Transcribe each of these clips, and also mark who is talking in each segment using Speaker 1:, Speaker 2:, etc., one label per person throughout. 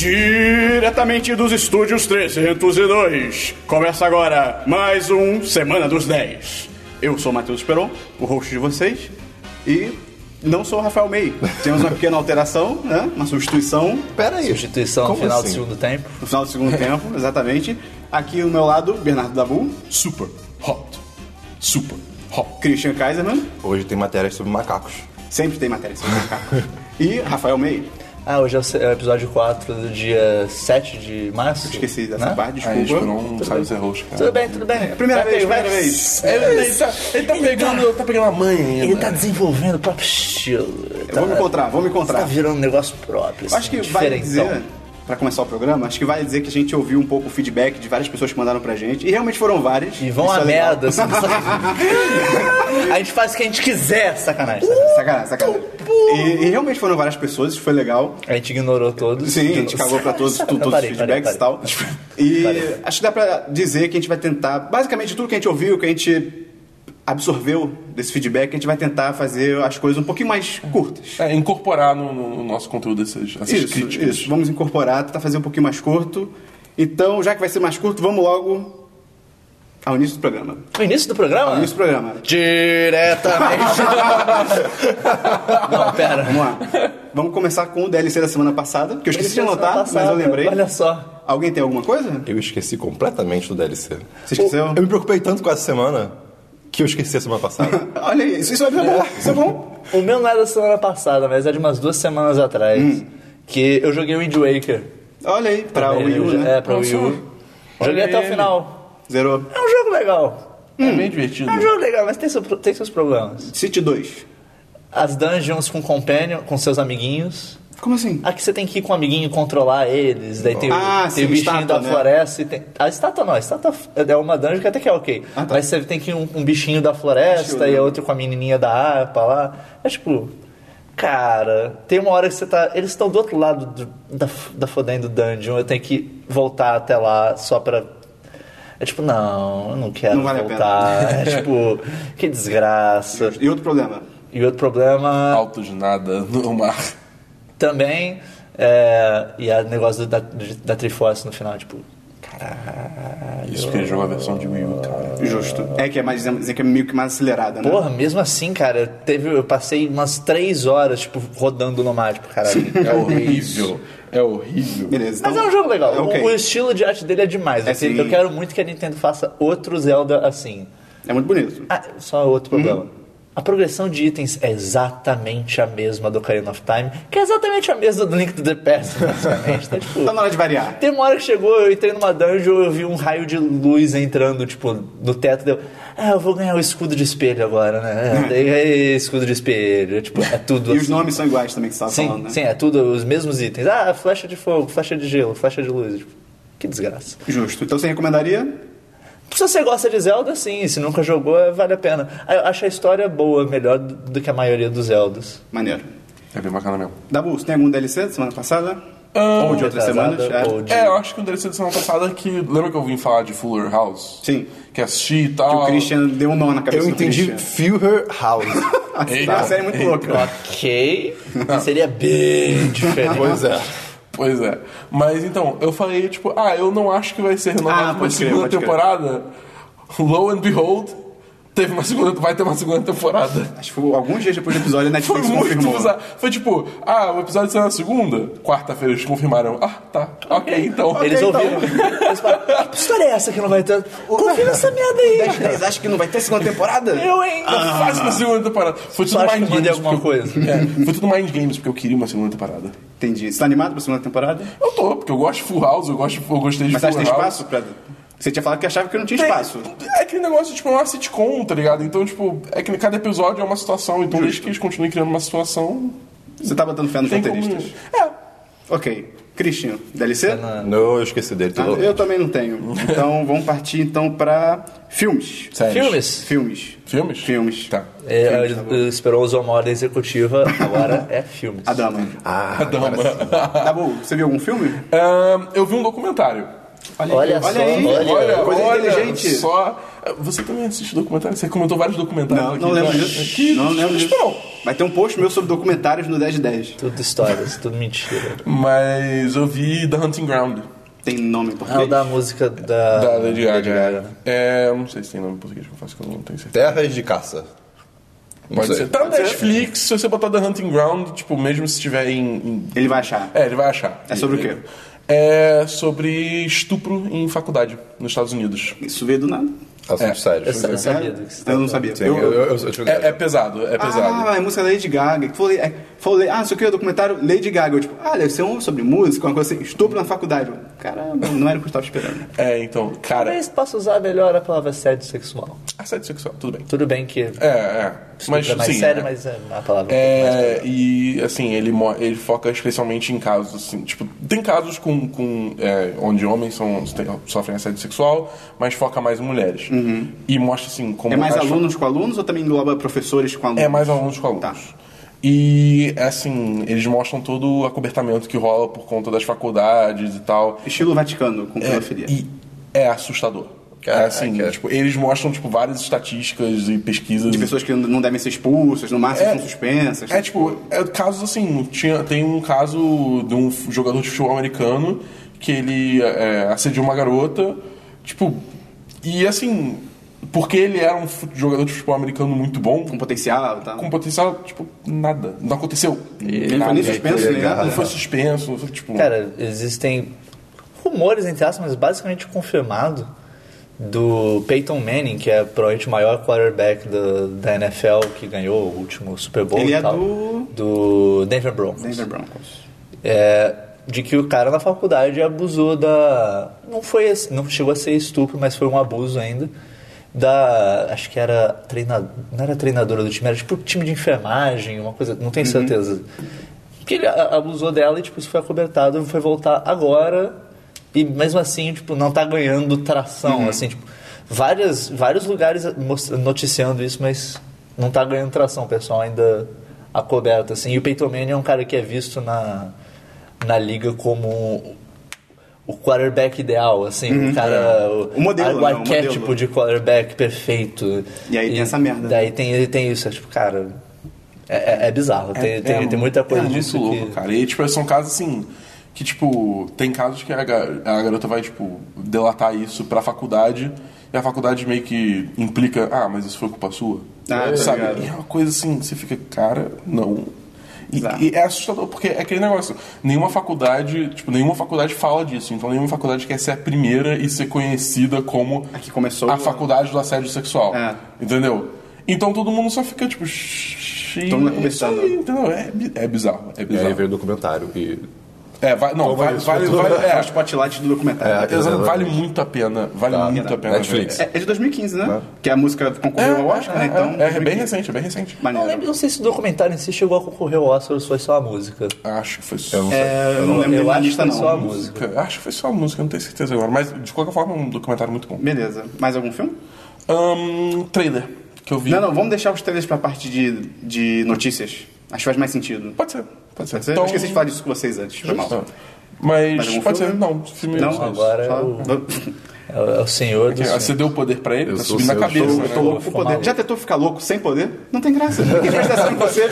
Speaker 1: Diretamente dos estúdios 302. Começa agora mais um Semana dos 10. Eu sou o Matheus Peron, o host de vocês, e não sou o Rafael May. Temos uma pequena alteração, né? Uma substituição
Speaker 2: Pera aí.
Speaker 3: Substituição no
Speaker 2: Como
Speaker 3: final
Speaker 2: assim?
Speaker 3: do segundo tempo.
Speaker 1: no final do segundo tempo, exatamente. Aqui ao meu lado, Bernardo Dabu. Super hot. Super hot. Christian Kaiserman.
Speaker 2: Hoje tem matérias sobre macacos.
Speaker 1: Sempre tem matéria sobre macacos. E Rafael May.
Speaker 3: Ah, hoje é o se- é o episódio 4 do dia 7 de março.
Speaker 1: Esqueci dessa
Speaker 3: né?
Speaker 1: parte,
Speaker 4: Aí eles
Speaker 1: desculpa.
Speaker 4: foram, sabe, um ser host, cara.
Speaker 3: Tudo bem, tudo bem.
Speaker 1: Primeira
Speaker 3: Vai
Speaker 1: vez, né?
Speaker 3: pegar-
Speaker 1: primeira vez.
Speaker 4: Ele, ele tá, ele tá pegando, tá pegando a mãe ainda.
Speaker 3: Ele tá desenvolvendo o próprio estilo.
Speaker 1: Eu
Speaker 3: Tá,
Speaker 1: Vou me encontrar, vou me
Speaker 3: tá
Speaker 1: encontrar.
Speaker 3: virando um negócio próprio. assim,
Speaker 1: Eu Acho que vale dizer, pra começar o programa, acho que vale dizer que a gente ouviu um pouco o feedback de várias pessoas que mandaram pra gente. E realmente foram várias.
Speaker 3: E vão
Speaker 1: Isso
Speaker 3: a
Speaker 1: é legal.
Speaker 3: merda. assim, só- a gente faz o que a gente quiser, sacanagem.
Speaker 1: Sacanagem, sacanagem. E, e realmente foram várias pessoas, isso foi legal.
Speaker 3: A gente ignorou todos.
Speaker 1: Sim, a gente cagou pra todos, tu- todos
Speaker 3: Parei,
Speaker 1: os
Speaker 3: parei,
Speaker 1: feedbacks
Speaker 3: parei.
Speaker 1: e tal. E acho que dá pra dizer que a gente vai tentar, basicamente tudo que a gente ouviu, que a gente absorveu desse feedback, a gente vai tentar fazer as coisas um pouquinho mais curtas.
Speaker 4: É, incorporar no, no- no nosso conteúdo essas, essas
Speaker 1: Isso,
Speaker 4: críticas.
Speaker 1: isso. Vamos incorporar, tentar fazer um pouquinho mais curto. Então, já que vai ser mais curto, vamos logo ao início do programa.
Speaker 3: O início do programa?
Speaker 1: Ao início do programa.
Speaker 3: Diretamente. Não, pera.
Speaker 1: Vamos lá. vamos começar com o DLC da semana passada, que eu esqueci de anotar, mas eu lembrei.
Speaker 3: Olha só.
Speaker 1: Alguém tem alguma coisa?
Speaker 2: Eu esqueci completamente do DLC.
Speaker 1: Você esqueceu?
Speaker 2: Eu, eu me preocupei tanto com essa semana que eu esqueci a semana passada.
Speaker 1: Olha isso, isso é bom, isso é bom.
Speaker 3: O meu não é da semana passada, mas é de umas duas semanas atrás. Que eu joguei Wind Waker.
Speaker 1: Olha aí, Hum. pra o Wii U,
Speaker 3: Eu-
Speaker 1: né?
Speaker 3: É, pra Wii U. Joguei
Speaker 4: Olha
Speaker 3: até o
Speaker 4: ele.
Speaker 3: final.
Speaker 1: Zerou.
Speaker 3: É um jogo legal.
Speaker 4: É
Speaker 1: Hum.
Speaker 4: bem divertido.
Speaker 3: É um jogo legal, mas tem, seu- tem seus problemas.
Speaker 1: City 2.
Speaker 3: As dungeons com companion, com seus amiguinhos.
Speaker 1: Como assim?
Speaker 3: Aqui você tem que ir com um amiguinho e controlar eles. Daí tem, o-
Speaker 1: Ah,
Speaker 3: tem
Speaker 1: sim,
Speaker 3: o bichinho
Speaker 1: estátua,
Speaker 3: da
Speaker 1: né?
Speaker 3: floresta. E tem... A estátua não, a estátua é uma dungeon que até que é ok.
Speaker 1: tá.
Speaker 3: Mas você tem que ir um, um bichinho da floresta
Speaker 1: Deixa eu
Speaker 3: e
Speaker 1: ver.
Speaker 3: a outra com a menininha da harpa lá. É tipo. Cara, tem uma hora que você tá. Eles estão do outro lado do- da, f- da fodendo dungeon. Eu tenho que voltar até lá só pra. É tipo, não, eu não quero
Speaker 1: Não vale a pena.
Speaker 3: voltar. É tipo, que desgraça.
Speaker 1: E outro problema.
Speaker 3: E outro problema.
Speaker 4: Alto de nada no mar.
Speaker 3: Também. é, e o negócio do- da, da Triforce no final, tipo.
Speaker 4: Isso que ele jogou a versão de Wii U, cara.
Speaker 1: Justo. É que é mais dizer que é meio que mais acelerada, né?
Speaker 3: Porra, mesmo assim, cara, teve, eu passei umas três horas, tipo, rodando no mar, tipo, caralho.
Speaker 4: É horrível. É horrível.
Speaker 1: Beleza.
Speaker 3: Mas é
Speaker 1: então-
Speaker 3: um jogo legal.
Speaker 1: É, ok.
Speaker 3: O, o estilo de arte dele é demais.
Speaker 1: É,
Speaker 3: Eu que-
Speaker 1: sim.
Speaker 3: eu quero muito que a Nintendo faça outro Zelda assim.
Speaker 1: É muito bonito.
Speaker 3: Ah, só outro
Speaker 1: Uhum.
Speaker 3: problema. A progressão de itens é exatamente a mesma do Ocarina of Time, que é exatamente a mesma do Link to the Past, basicamente. Então, tipo,
Speaker 1: Tá na hora de variar.
Speaker 3: Tem uma hora que chegou, eu entrei numa dungeon, eu vi um raio de luz entrando, tipo, no teto, deu. Ah, eu vou ganhar o escudo de espelho agora, né? É, Daí, "Ei, escudo de espelho. Tipo, é
Speaker 1: Hum.
Speaker 3: tudo
Speaker 1: E
Speaker 3: assim.
Speaker 1: os nomes são iguais também que você tava
Speaker 3: sim,
Speaker 1: falando, né?
Speaker 3: sim, é tudo os mesmos itens. Ah, flecha de fogo, flecha de gelo, flecha de luz. Tipo, que desgraça.
Speaker 1: Justo. Então você recomendaria?
Speaker 3: Se você gosta de Zelda, sim. Se nunca jogou, é- vale a pena. Ah, Eu acho a história boa, melhor do do que a maioria dos Zeldas.
Speaker 1: Maneiro.
Speaker 4: É bem bacana mesmo.
Speaker 1: Dabu, você tem algum DLC da semana passada?
Speaker 4: Ah,
Speaker 1: Ou de outras
Speaker 3: Retrasada,
Speaker 1: semanas? É.
Speaker 3: ou de-
Speaker 4: é, eu acho que o DLC da semana passada é que. Lembra que eu vim falar de Fuller House?
Speaker 1: Sim.
Speaker 4: Que assisti e
Speaker 1: Que
Speaker 4: tal.
Speaker 1: o Christian deu um nó na cabeça
Speaker 2: Eu
Speaker 4: é
Speaker 1: do
Speaker 4: né?
Speaker 2: entendi
Speaker 1: Christian.
Speaker 2: Fuller House.
Speaker 1: É uma série muito louca.
Speaker 3: Ok. Seria bem diferente.
Speaker 2: pois é.
Speaker 4: Pois é. Mas então, eu falei, tipo, ah, eu não acho que vai ser
Speaker 1: Ah,
Speaker 4: renovado uma
Speaker 1: pode crer,
Speaker 4: segunda
Speaker 1: pode crer.
Speaker 4: temporada. Lo and behold, teve uma segunda, vai ter uma segunda temporada.
Speaker 1: Acho que foi alguns dias depois do episódio, a
Speaker 4: Foi
Speaker 1: Netflix
Speaker 4: muito
Speaker 1: confirmou.
Speaker 4: bizarro. Foi tipo, ah, o episódio saiu na segunda, quarta-feira eles confirmaram. Ah, tá. Ok, então.
Speaker 3: Eles
Speaker 1: então.
Speaker 3: ouviram. Eles falaram, que história é essa que não vai ter? Confira essa merda aí.
Speaker 1: 10 acha que não vai ter segunda temporada?
Speaker 3: Eu, hein?
Speaker 4: Ah, faz uma segunda temporada. Foi tudo
Speaker 3: Só acho que
Speaker 4: mind
Speaker 3: eu mandei
Speaker 4: games.
Speaker 3: alguma
Speaker 4: porque eu-
Speaker 3: coisa.
Speaker 4: É, foi tudo mind games, porque eu queria uma segunda temporada.
Speaker 1: Entendi. Você tá animado pra segunda temporada?
Speaker 4: Eu tô, porque eu gosto de Full House, eu, gosto, eu gostei de
Speaker 1: Mas você
Speaker 4: Full
Speaker 1: acha que tem
Speaker 4: House.
Speaker 1: espaço pra... Você tinha falado que achava que não tinha
Speaker 4: Tem-
Speaker 1: espaço.
Speaker 4: É aquele negócio, tipo, é uma sitcom, tá ligado? Então, tipo, é que cada episódio é uma situação, então desde que eles continuem criando uma situação,
Speaker 1: Você tá botando fé nos
Speaker 4: tem como...
Speaker 1: roteiristas.
Speaker 4: É,
Speaker 1: Ok. Christian, DLC?
Speaker 2: Não, eu esqueci dele.
Speaker 1: Ah,
Speaker 2: tudo bem.
Speaker 1: eu também não tenho. Então vamos partir então pra filmes.
Speaker 4: séries.
Speaker 3: Filmes.
Speaker 1: Filmes.
Speaker 4: Filmes?
Speaker 1: Filmes.
Speaker 4: Tá.
Speaker 3: É,
Speaker 1: Filmes,
Speaker 3: ele-
Speaker 1: tá bom.
Speaker 3: ele esperou usar uma ordem executiva, agora é filmes.
Speaker 1: A dama.
Speaker 2: Ah,
Speaker 4: Dama. Tá
Speaker 1: Dabu, você viu algum filme?
Speaker 4: Ahn, eu vi um documentário.
Speaker 3: Olha
Speaker 1: Olha aí,
Speaker 3: Olha,
Speaker 1: olha,
Speaker 4: olha
Speaker 1: coisa inteligente.
Speaker 4: só. Você também assiste documentário? Você comentou vários documentários
Speaker 1: Não,
Speaker 4: aqui.
Speaker 1: não lembro
Speaker 4: né?
Speaker 1: disso.
Speaker 4: Que
Speaker 1: Não lembro disso.
Speaker 4: espanhol.
Speaker 1: Vai ter um post meu sobre documentários no 1010.
Speaker 3: Tudo histórias, tudo mentira.
Speaker 4: Mas eu vi The Hunting Ground,
Speaker 1: Tem nome em
Speaker 3: É o
Speaker 1: português?
Speaker 3: da música
Speaker 1: Ah,
Speaker 3: da.
Speaker 4: da Lady Gaga. É, eu não sei se tem nome em português, confesso que eu não tenho certeza.
Speaker 2: Terras de caça. Não
Speaker 4: Pode
Speaker 2: sei.
Speaker 4: ser. Tá no Netflix, se você botar The Hunting Ground, tipo, mesmo se tiver em. em-
Speaker 1: Ele vai achar.
Speaker 4: É, ele vai achar.
Speaker 1: É sobre o quê?
Speaker 4: É sobre estupro em faculdade, nos Estados Unidos.
Speaker 1: Isso veio do nada.
Speaker 2: Assunto
Speaker 4: É.
Speaker 2: sério.
Speaker 3: Eu, sa- eu sabia disso.
Speaker 1: Eu não sabia.
Speaker 2: Sim,
Speaker 1: Eu-
Speaker 2: eu, eu, eu, eu te
Speaker 4: É,
Speaker 2: engano.
Speaker 4: é pesado, é pesado.
Speaker 1: Ah, é música da Lady Gaga. Falei, é, falei, ah, isso aqui é documentário Lady Gaga. Eu, tipo, ah, deve ser um sobre música, uma coisa assim. Estupro na faculdade. Eu, Caramba, não era o que eu estava esperando.
Speaker 4: É, então, cara,
Speaker 3: Talvez possa usar melhor a palavra assédio sexual.
Speaker 4: assédio sexual, tudo bem.
Speaker 3: Tudo bem que.
Speaker 4: É, é. Mas,
Speaker 3: é mais
Speaker 4: sim,
Speaker 3: sério,
Speaker 4: é.
Speaker 3: mas é a palavra.
Speaker 4: É, e assim, ele, mo- ele foca especialmente em casos, assim, tipo, tem casos com, com, é, onde homens são, tem- sofrem assédio sexual, mas foca mais em mulheres. E mostra, assim, como...
Speaker 1: Uhum. É mais
Speaker 4: as fa-
Speaker 1: alunos com alunos ou também engloba professores com alunos?
Speaker 4: É mais alunos com alunos.
Speaker 1: Tá.
Speaker 4: E, assim, eles mostram todo o acobertamento que rola por conta das faculdades e tal.
Speaker 1: Estilo Vaticano, com
Speaker 4: É,
Speaker 1: pedofilia.
Speaker 4: e é assustador. É
Speaker 2: Caraca.
Speaker 4: assim, tipo, eles mostram, tipo, várias estatísticas e pesquisas.
Speaker 1: De
Speaker 4: e
Speaker 1: pessoas que não devem ser expulsas, no máximo
Speaker 4: É.
Speaker 1: são suspensas.
Speaker 4: É tipo, é, casos assim, tinha, tem um caso de um f- jogador de futebol americano que ele é, assediou uma garota, tipo, e assim, porque ele era um fu- jogador de futebol americano muito bom,
Speaker 1: Com
Speaker 4: com,
Speaker 1: potencial e tal.
Speaker 4: com potencial, tipo, nada, não aconteceu.
Speaker 1: Ele foi nem suspenso, né? É, nem nada.
Speaker 4: Não foi suspenso, não foi, tipo...
Speaker 3: Cara, existem rumores, entre aspas, mas basicamente confirmado do Peyton Manning, que é provavelmente o maior quarterback do- da NFL que ganhou o último Super Bowl
Speaker 1: Ele
Speaker 3: e
Speaker 1: é
Speaker 3: tal,
Speaker 1: do-
Speaker 3: do Denver Broncos.
Speaker 1: Denver Broncos.
Speaker 3: É, de que o cara na faculdade abusou da não foi esse- não chegou a ser estupro, mas foi um abuso ainda da acho que era treinador, não era treinadora do time, era tipo time de enfermagem, uma coisa, não tenho certeza. Que ele a- abusou dela e tipo isso foi acobertado, foi voltar agora e mesmo assim, tipo, não tá ganhando tração,
Speaker 1: Uhum.
Speaker 3: assim, tipo, várias vários lugares mos- noticiando isso, mas não tá ganhando tração, o pessoal ainda acoberta assim. E o Peyton Manning é um cara que é visto na na liga como o quarterback ideal, assim, o cara.
Speaker 1: Uhum. O modelo, né?
Speaker 3: O
Speaker 1: O
Speaker 3: arquétipo
Speaker 1: modelo.
Speaker 3: de quarterback perfeito.
Speaker 1: E aí tem essa merda. né?
Speaker 3: Daí tem, ele tem isso, é tipo, cara. É, é- é bizarro, tem, tem, tem muita coisa
Speaker 4: é muito
Speaker 3: disso.
Speaker 4: louco,
Speaker 3: que-
Speaker 4: cara. E, tipo, são casos assim. Que, tipo, tem casos que a, ga- a garota vai, tipo, delatar isso pra faculdade. E a faculdade meio que implica, ah, mas isso foi culpa sua.
Speaker 1: Ah, tá
Speaker 4: sabe?
Speaker 1: ligado.
Speaker 4: E é uma coisa assim, você fica, cara, não. E,
Speaker 1: Exato.
Speaker 4: e é assustador, porque é aquele negócio, nenhuma faculdade, tipo, nenhuma faculdade fala disso, então nenhuma faculdade quer ser a primeira e ser conhecida como
Speaker 1: Aqui começou
Speaker 4: a
Speaker 1: a-
Speaker 4: faculdade do assédio sexual.
Speaker 1: É.
Speaker 4: Entendeu? Então todo mundo só fica, tipo, "Shhh,
Speaker 1: Todo mundo
Speaker 4: isso
Speaker 1: conversando.
Speaker 4: aí, então, é, bi- é bizarro,
Speaker 2: E
Speaker 4: é
Speaker 2: aí
Speaker 4: bizarro.
Speaker 2: veio o documentário e...
Speaker 4: É, vai, não,
Speaker 2: Toma
Speaker 4: vale,
Speaker 2: isso,
Speaker 4: vale,
Speaker 2: tudo.
Speaker 4: vale,
Speaker 1: É o
Speaker 4: é,
Speaker 1: spotlight do documentário.
Speaker 4: exato, vale muito a pena, vale
Speaker 2: Tá.
Speaker 4: muito a pena.
Speaker 2: Netflix.
Speaker 4: ver.
Speaker 1: É, é de 2015, né? Que a música concorreu ao Oscar, né? Então,
Speaker 4: é, é bem recente, é bem recente.
Speaker 3: Eu Não,
Speaker 1: Maneiro.
Speaker 3: lembro, não sei se o documentário em si chegou a concorrer ao Oscar ou se foi só a música.
Speaker 4: Acho que foi só.
Speaker 2: Eu não sei.
Speaker 1: É, eu não lembro
Speaker 3: eu
Speaker 1: da
Speaker 3: acho que
Speaker 1: lista,
Speaker 3: foi
Speaker 1: não.
Speaker 3: só a música.
Speaker 4: Acho que foi só a música, não tenho certeza agora. Mas, de qualquer forma, é um documentário muito bom.
Speaker 1: Beleza. Mais algum filme?
Speaker 4: Ahn, trailer que eu vi.
Speaker 1: Não, não, vamos deixar os trailers pra parte de, de notícias. Acho que faz mais sentido.
Speaker 4: Pode ser, pode ser.
Speaker 1: Pode ser? Eu esqueci de falar disso com vocês antes, foi mal.
Speaker 4: Ah, Mas,
Speaker 1: Mais algum
Speaker 4: pode
Speaker 1: filme?
Speaker 4: ser, não. Filme
Speaker 1: Não?
Speaker 4: isso.
Speaker 3: Agora é o, é o- é o senhor do.
Speaker 4: Que,
Speaker 1: assim,
Speaker 4: ah, Você
Speaker 3: senhor.
Speaker 4: deu o poder pra ele,
Speaker 2: Eu
Speaker 4: tá
Speaker 2: sou
Speaker 4: subindo na
Speaker 2: seu, eu
Speaker 4: cabeça.
Speaker 2: sou-
Speaker 4: né?
Speaker 1: Tô louco por
Speaker 3: Ficou
Speaker 1: poder.
Speaker 3: maluco.
Speaker 1: Já tentou ficar louco sem poder? Não tem graça. Ninguém presta atenção em você.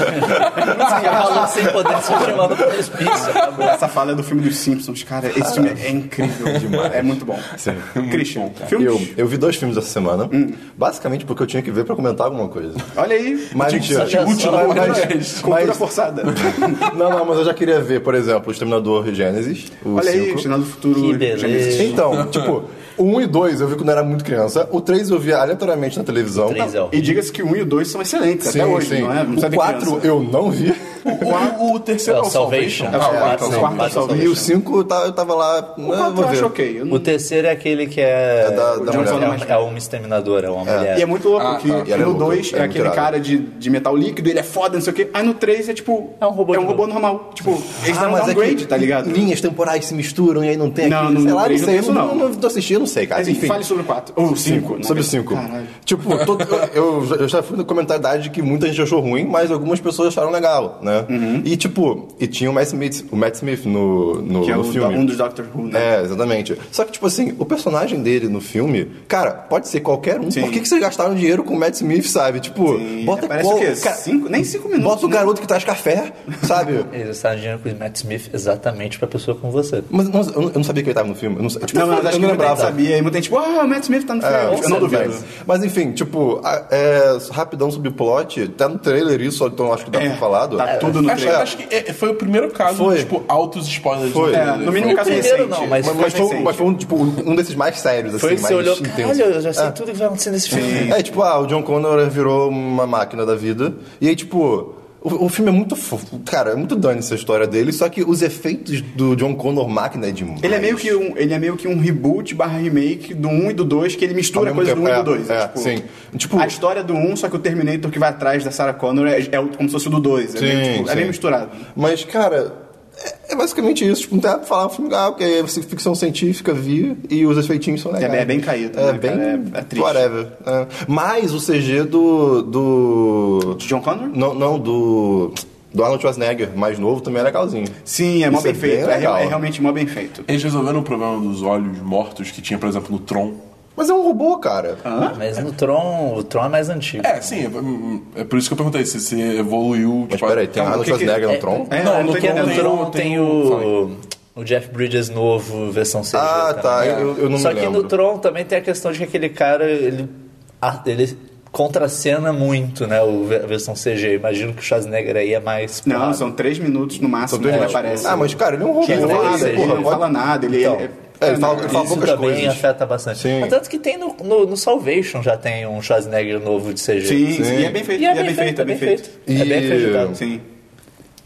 Speaker 3: Falou sem poder Ah, ser chamado por despista.
Speaker 1: Essa fala é do filme dos Simpsons, cara. Esse filme é incrível.
Speaker 2: Demais.
Speaker 1: É muito bom.
Speaker 2: Sim.
Speaker 1: Christian,
Speaker 2: Eu,
Speaker 1: filmes?
Speaker 2: eu vi dois filmes essa semana,
Speaker 4: Hum.
Speaker 2: basicamente porque eu tinha que ver pra comentar alguma coisa.
Speaker 1: Olha aí.
Speaker 2: Mas,
Speaker 3: Tinha que ser útil,
Speaker 2: mas-
Speaker 4: né?
Speaker 2: mas-
Speaker 1: Cultura
Speaker 2: mas-
Speaker 1: forçada.
Speaker 2: não, não, mas eu já queria ver, por exemplo, o Exterminador Gênesis. O
Speaker 1: Olha aí,
Speaker 2: cinco.
Speaker 1: Final do Futuro.
Speaker 3: Que beleza.
Speaker 1: Gênesis.
Speaker 2: Então, tipo, o 1 e 2 eu vi quando eu era muito criança. O 3 eu via aleatoriamente na televisão.
Speaker 3: Três é o-
Speaker 1: E diga-se que o 1 e o 2 são excelentes
Speaker 2: Sim,
Speaker 1: até hoje,
Speaker 2: sim.
Speaker 1: não é? Não
Speaker 2: o
Speaker 1: sabe
Speaker 2: 4
Speaker 1: criança.
Speaker 2: eu não vi.
Speaker 4: O, o- o terceiro é o
Speaker 3: É o Salvation.
Speaker 4: Salvation.
Speaker 1: É o
Speaker 4: Ah,
Speaker 1: quarto,
Speaker 4: tá,
Speaker 1: o quarto
Speaker 4: Salvation.
Speaker 1: é o
Speaker 2: E o
Speaker 1: Salvation.
Speaker 2: 5 eu tava, eu tava lá. né,
Speaker 1: O 4 eu acho ok. Eu não-
Speaker 3: O terceiro é aquele que é.
Speaker 2: É da- da
Speaker 3: é,
Speaker 2: mulher.
Speaker 3: uma, é uma exterminadora, é uma mulher.
Speaker 1: E é muito louco
Speaker 4: Ah,
Speaker 1: que
Speaker 4: tá.
Speaker 2: E ela é
Speaker 1: no
Speaker 2: louca,
Speaker 1: 2
Speaker 2: é
Speaker 1: é,
Speaker 2: muito
Speaker 1: aquele
Speaker 2: irado.
Speaker 1: cara de, de metal líquido, ele é foda, não sei o quê. Aí no 3 é tipo.
Speaker 3: É um robô
Speaker 1: É um
Speaker 3: de
Speaker 1: robô normal. Tipo,
Speaker 2: Ah, é
Speaker 1: eles dão um downgrade, tá ligado?
Speaker 2: Linhas temporais se misturam e aí não tem
Speaker 1: Não,
Speaker 2: aquele-
Speaker 1: no-
Speaker 2: sei
Speaker 1: no
Speaker 2: lá, não
Speaker 1: três não
Speaker 2: sei,
Speaker 1: tem isso,
Speaker 2: eu não,
Speaker 1: não.
Speaker 2: não tô assistindo, não sei, cara.
Speaker 1: Mas enfim,
Speaker 2: Enfim.
Speaker 1: fale sobre o 4. Ou 5.
Speaker 2: Sobre cinco.
Speaker 1: Caralho.
Speaker 2: Tipo, to- eu, eu já fui no comentário da idade que muita gente achou ruim, mas algumas pessoas acharam legal, né?
Speaker 1: Uhum.
Speaker 2: E tipo, e tinha o Matt Smith, o Matt Smith no, no,
Speaker 1: Que é
Speaker 2: no
Speaker 1: o-
Speaker 2: filme.
Speaker 1: um dos Doctor Who, né?
Speaker 2: É, exatamente. Só que, tipo assim, o personagem dele no filme, cara, pode ser qualquer um.
Speaker 1: Sim.
Speaker 2: Por que, que vocês gastaram dinheiro com o Matt Smith, sabe? Tipo,
Speaker 1: Sim,
Speaker 2: bota
Speaker 1: né? parece
Speaker 2: qual-
Speaker 1: o quê?
Speaker 2: cara,
Speaker 1: Cinco? Nem 5 minutos.
Speaker 2: Bota o
Speaker 1: né?
Speaker 2: garoto que traz café, sabe?
Speaker 3: Eles gastaram dinheiro com o Matt Smith exatamente pra pessoa como você.
Speaker 2: Mas não, eu não- eu não sabia que ele tava no filme. Eu não, sei. tipo,
Speaker 1: Não, é mas
Speaker 2: eu
Speaker 1: acho que
Speaker 2: não
Speaker 1: muita gente
Speaker 2: lembrava.
Speaker 1: sabia. E muita gente, tipo, ah, o Matt Smith tá no filme.
Speaker 2: É,
Speaker 1: eu não duvido.
Speaker 2: Mas, mas, enfim, tipo, a- é, rapidão sobre o plot, tá no trailer isso, então acho que dá
Speaker 1: É,
Speaker 2: pra falado.
Speaker 1: Tá tudo no
Speaker 4: Acho,
Speaker 1: trailer.
Speaker 4: acho que é- foi o primeiro caso,
Speaker 2: Foi.
Speaker 4: tipo, altos spoilers.
Speaker 2: Foi.
Speaker 4: do-
Speaker 1: É, no mínimo
Speaker 4: Foi-
Speaker 1: caso
Speaker 3: primeiro
Speaker 1: recente.
Speaker 3: não, mas-
Speaker 2: Mas, mas foi,
Speaker 1: recente.
Speaker 2: mas foi um, tipo, um desses mais sérios,
Speaker 3: Foi
Speaker 2: assim,
Speaker 3: que você
Speaker 2: mais
Speaker 3: olhou,
Speaker 2: intenso.
Speaker 3: caralho, eu já sei tudo que vai acontecer nesse filme.
Speaker 2: É, tipo, ah, o John Connor virou uma máquina da vida. E aí, tipo, o, o filme é muito fofo. Cara, é muito dano essa história dele, só que os efeitos do John Connor máquina é demais.
Speaker 1: Ele é, meio que um, ele é meio que um reboot barra remake do 1 e do 2, que ele mistura
Speaker 2: Ao mesmo
Speaker 1: coisas do 1
Speaker 2: tempo,
Speaker 1: e
Speaker 2: é,
Speaker 1: do 2.
Speaker 2: é, sim. Tipo-
Speaker 1: a história do 1, só que o Terminator que vai atrás da Sarah Connor é, é o- como se fosse o do 2. É,
Speaker 2: Sim,
Speaker 1: meio, tipo, é
Speaker 2: sim.
Speaker 1: meio misturado.
Speaker 2: Mas, cara, é, é basicamente isso. Tipo, não tem nada pra falar. O filme ah, ok, é ficção científica, vi, e os efeitinhos são legais.
Speaker 1: É, é bem caído, né,
Speaker 2: É bem...
Speaker 1: cara? É- é triste.
Speaker 2: Whatever. É. Mas o CG do... do...
Speaker 1: De John Connor?
Speaker 2: Não, não, do... Do Arnold Schwarzenegger, mais novo, também é legalzinho.
Speaker 1: Sim, é mó
Speaker 2: Isso é
Speaker 1: bem feito.
Speaker 2: bem
Speaker 1: É, real-
Speaker 2: legal.
Speaker 1: é realmente mó bem feito.
Speaker 4: Eles resolveram o problema dos olhos mortos que tinha, por exemplo, no Tron.
Speaker 2: Mas é um robô, cara.
Speaker 1: Ah,
Speaker 3: Mas no Tron, o Tron é mais antigo.
Speaker 4: É, sim, é, é por isso que eu perguntei se, se evoluiu. tipo,
Speaker 2: Mas peraí,
Speaker 1: então,
Speaker 2: tem o
Speaker 4: a-
Speaker 2: Arnold Schwarzenegger no Tron?
Speaker 1: É,
Speaker 4: Não,
Speaker 1: eu
Speaker 4: no
Speaker 1: tô
Speaker 4: Tron
Speaker 1: entendendo.
Speaker 4: tem
Speaker 3: no Tron tem
Speaker 4: Fala
Speaker 3: o, o Jeff Bridges novo, versão
Speaker 1: É,
Speaker 3: CG.
Speaker 2: Ah,
Speaker 3: também.
Speaker 2: tá. Eu, eu não
Speaker 3: Só
Speaker 2: me
Speaker 3: que
Speaker 2: lembro.
Speaker 3: no Tron também tem a questão de que aquele cara, ele, ah, ele contracena muito, né? O, ve- a versão CG. Imagino que o Schwarzenegger aí é mais...
Speaker 1: Não,
Speaker 3: porrada.
Speaker 1: são 3 minutos no máximo que
Speaker 2: Dois
Speaker 1: ele
Speaker 2: minutos.
Speaker 1: aparece.
Speaker 2: Ah, mas, cara, ele é um robô.
Speaker 1: Que ele não
Speaker 2: né?
Speaker 1: fala
Speaker 3: Ele
Speaker 1: nada, ele
Speaker 2: Porra,
Speaker 1: não
Speaker 2: pode-
Speaker 1: fala nada. Ele
Speaker 2: Então,
Speaker 1: ele-
Speaker 2: é, ele fala- ele fala
Speaker 3: Isso
Speaker 2: poucas
Speaker 3: também
Speaker 2: coisas.
Speaker 3: afeta bastante.
Speaker 2: Sim.
Speaker 3: Mas Tanto que tem no, no, no Salvation já tem um Schwarzenegger novo de CG.
Speaker 1: Sim, sim, e é bem feito.
Speaker 3: E é bem feito,
Speaker 1: é bem feito.
Speaker 3: É bem
Speaker 2: E-
Speaker 3: feito.
Speaker 1: Sim.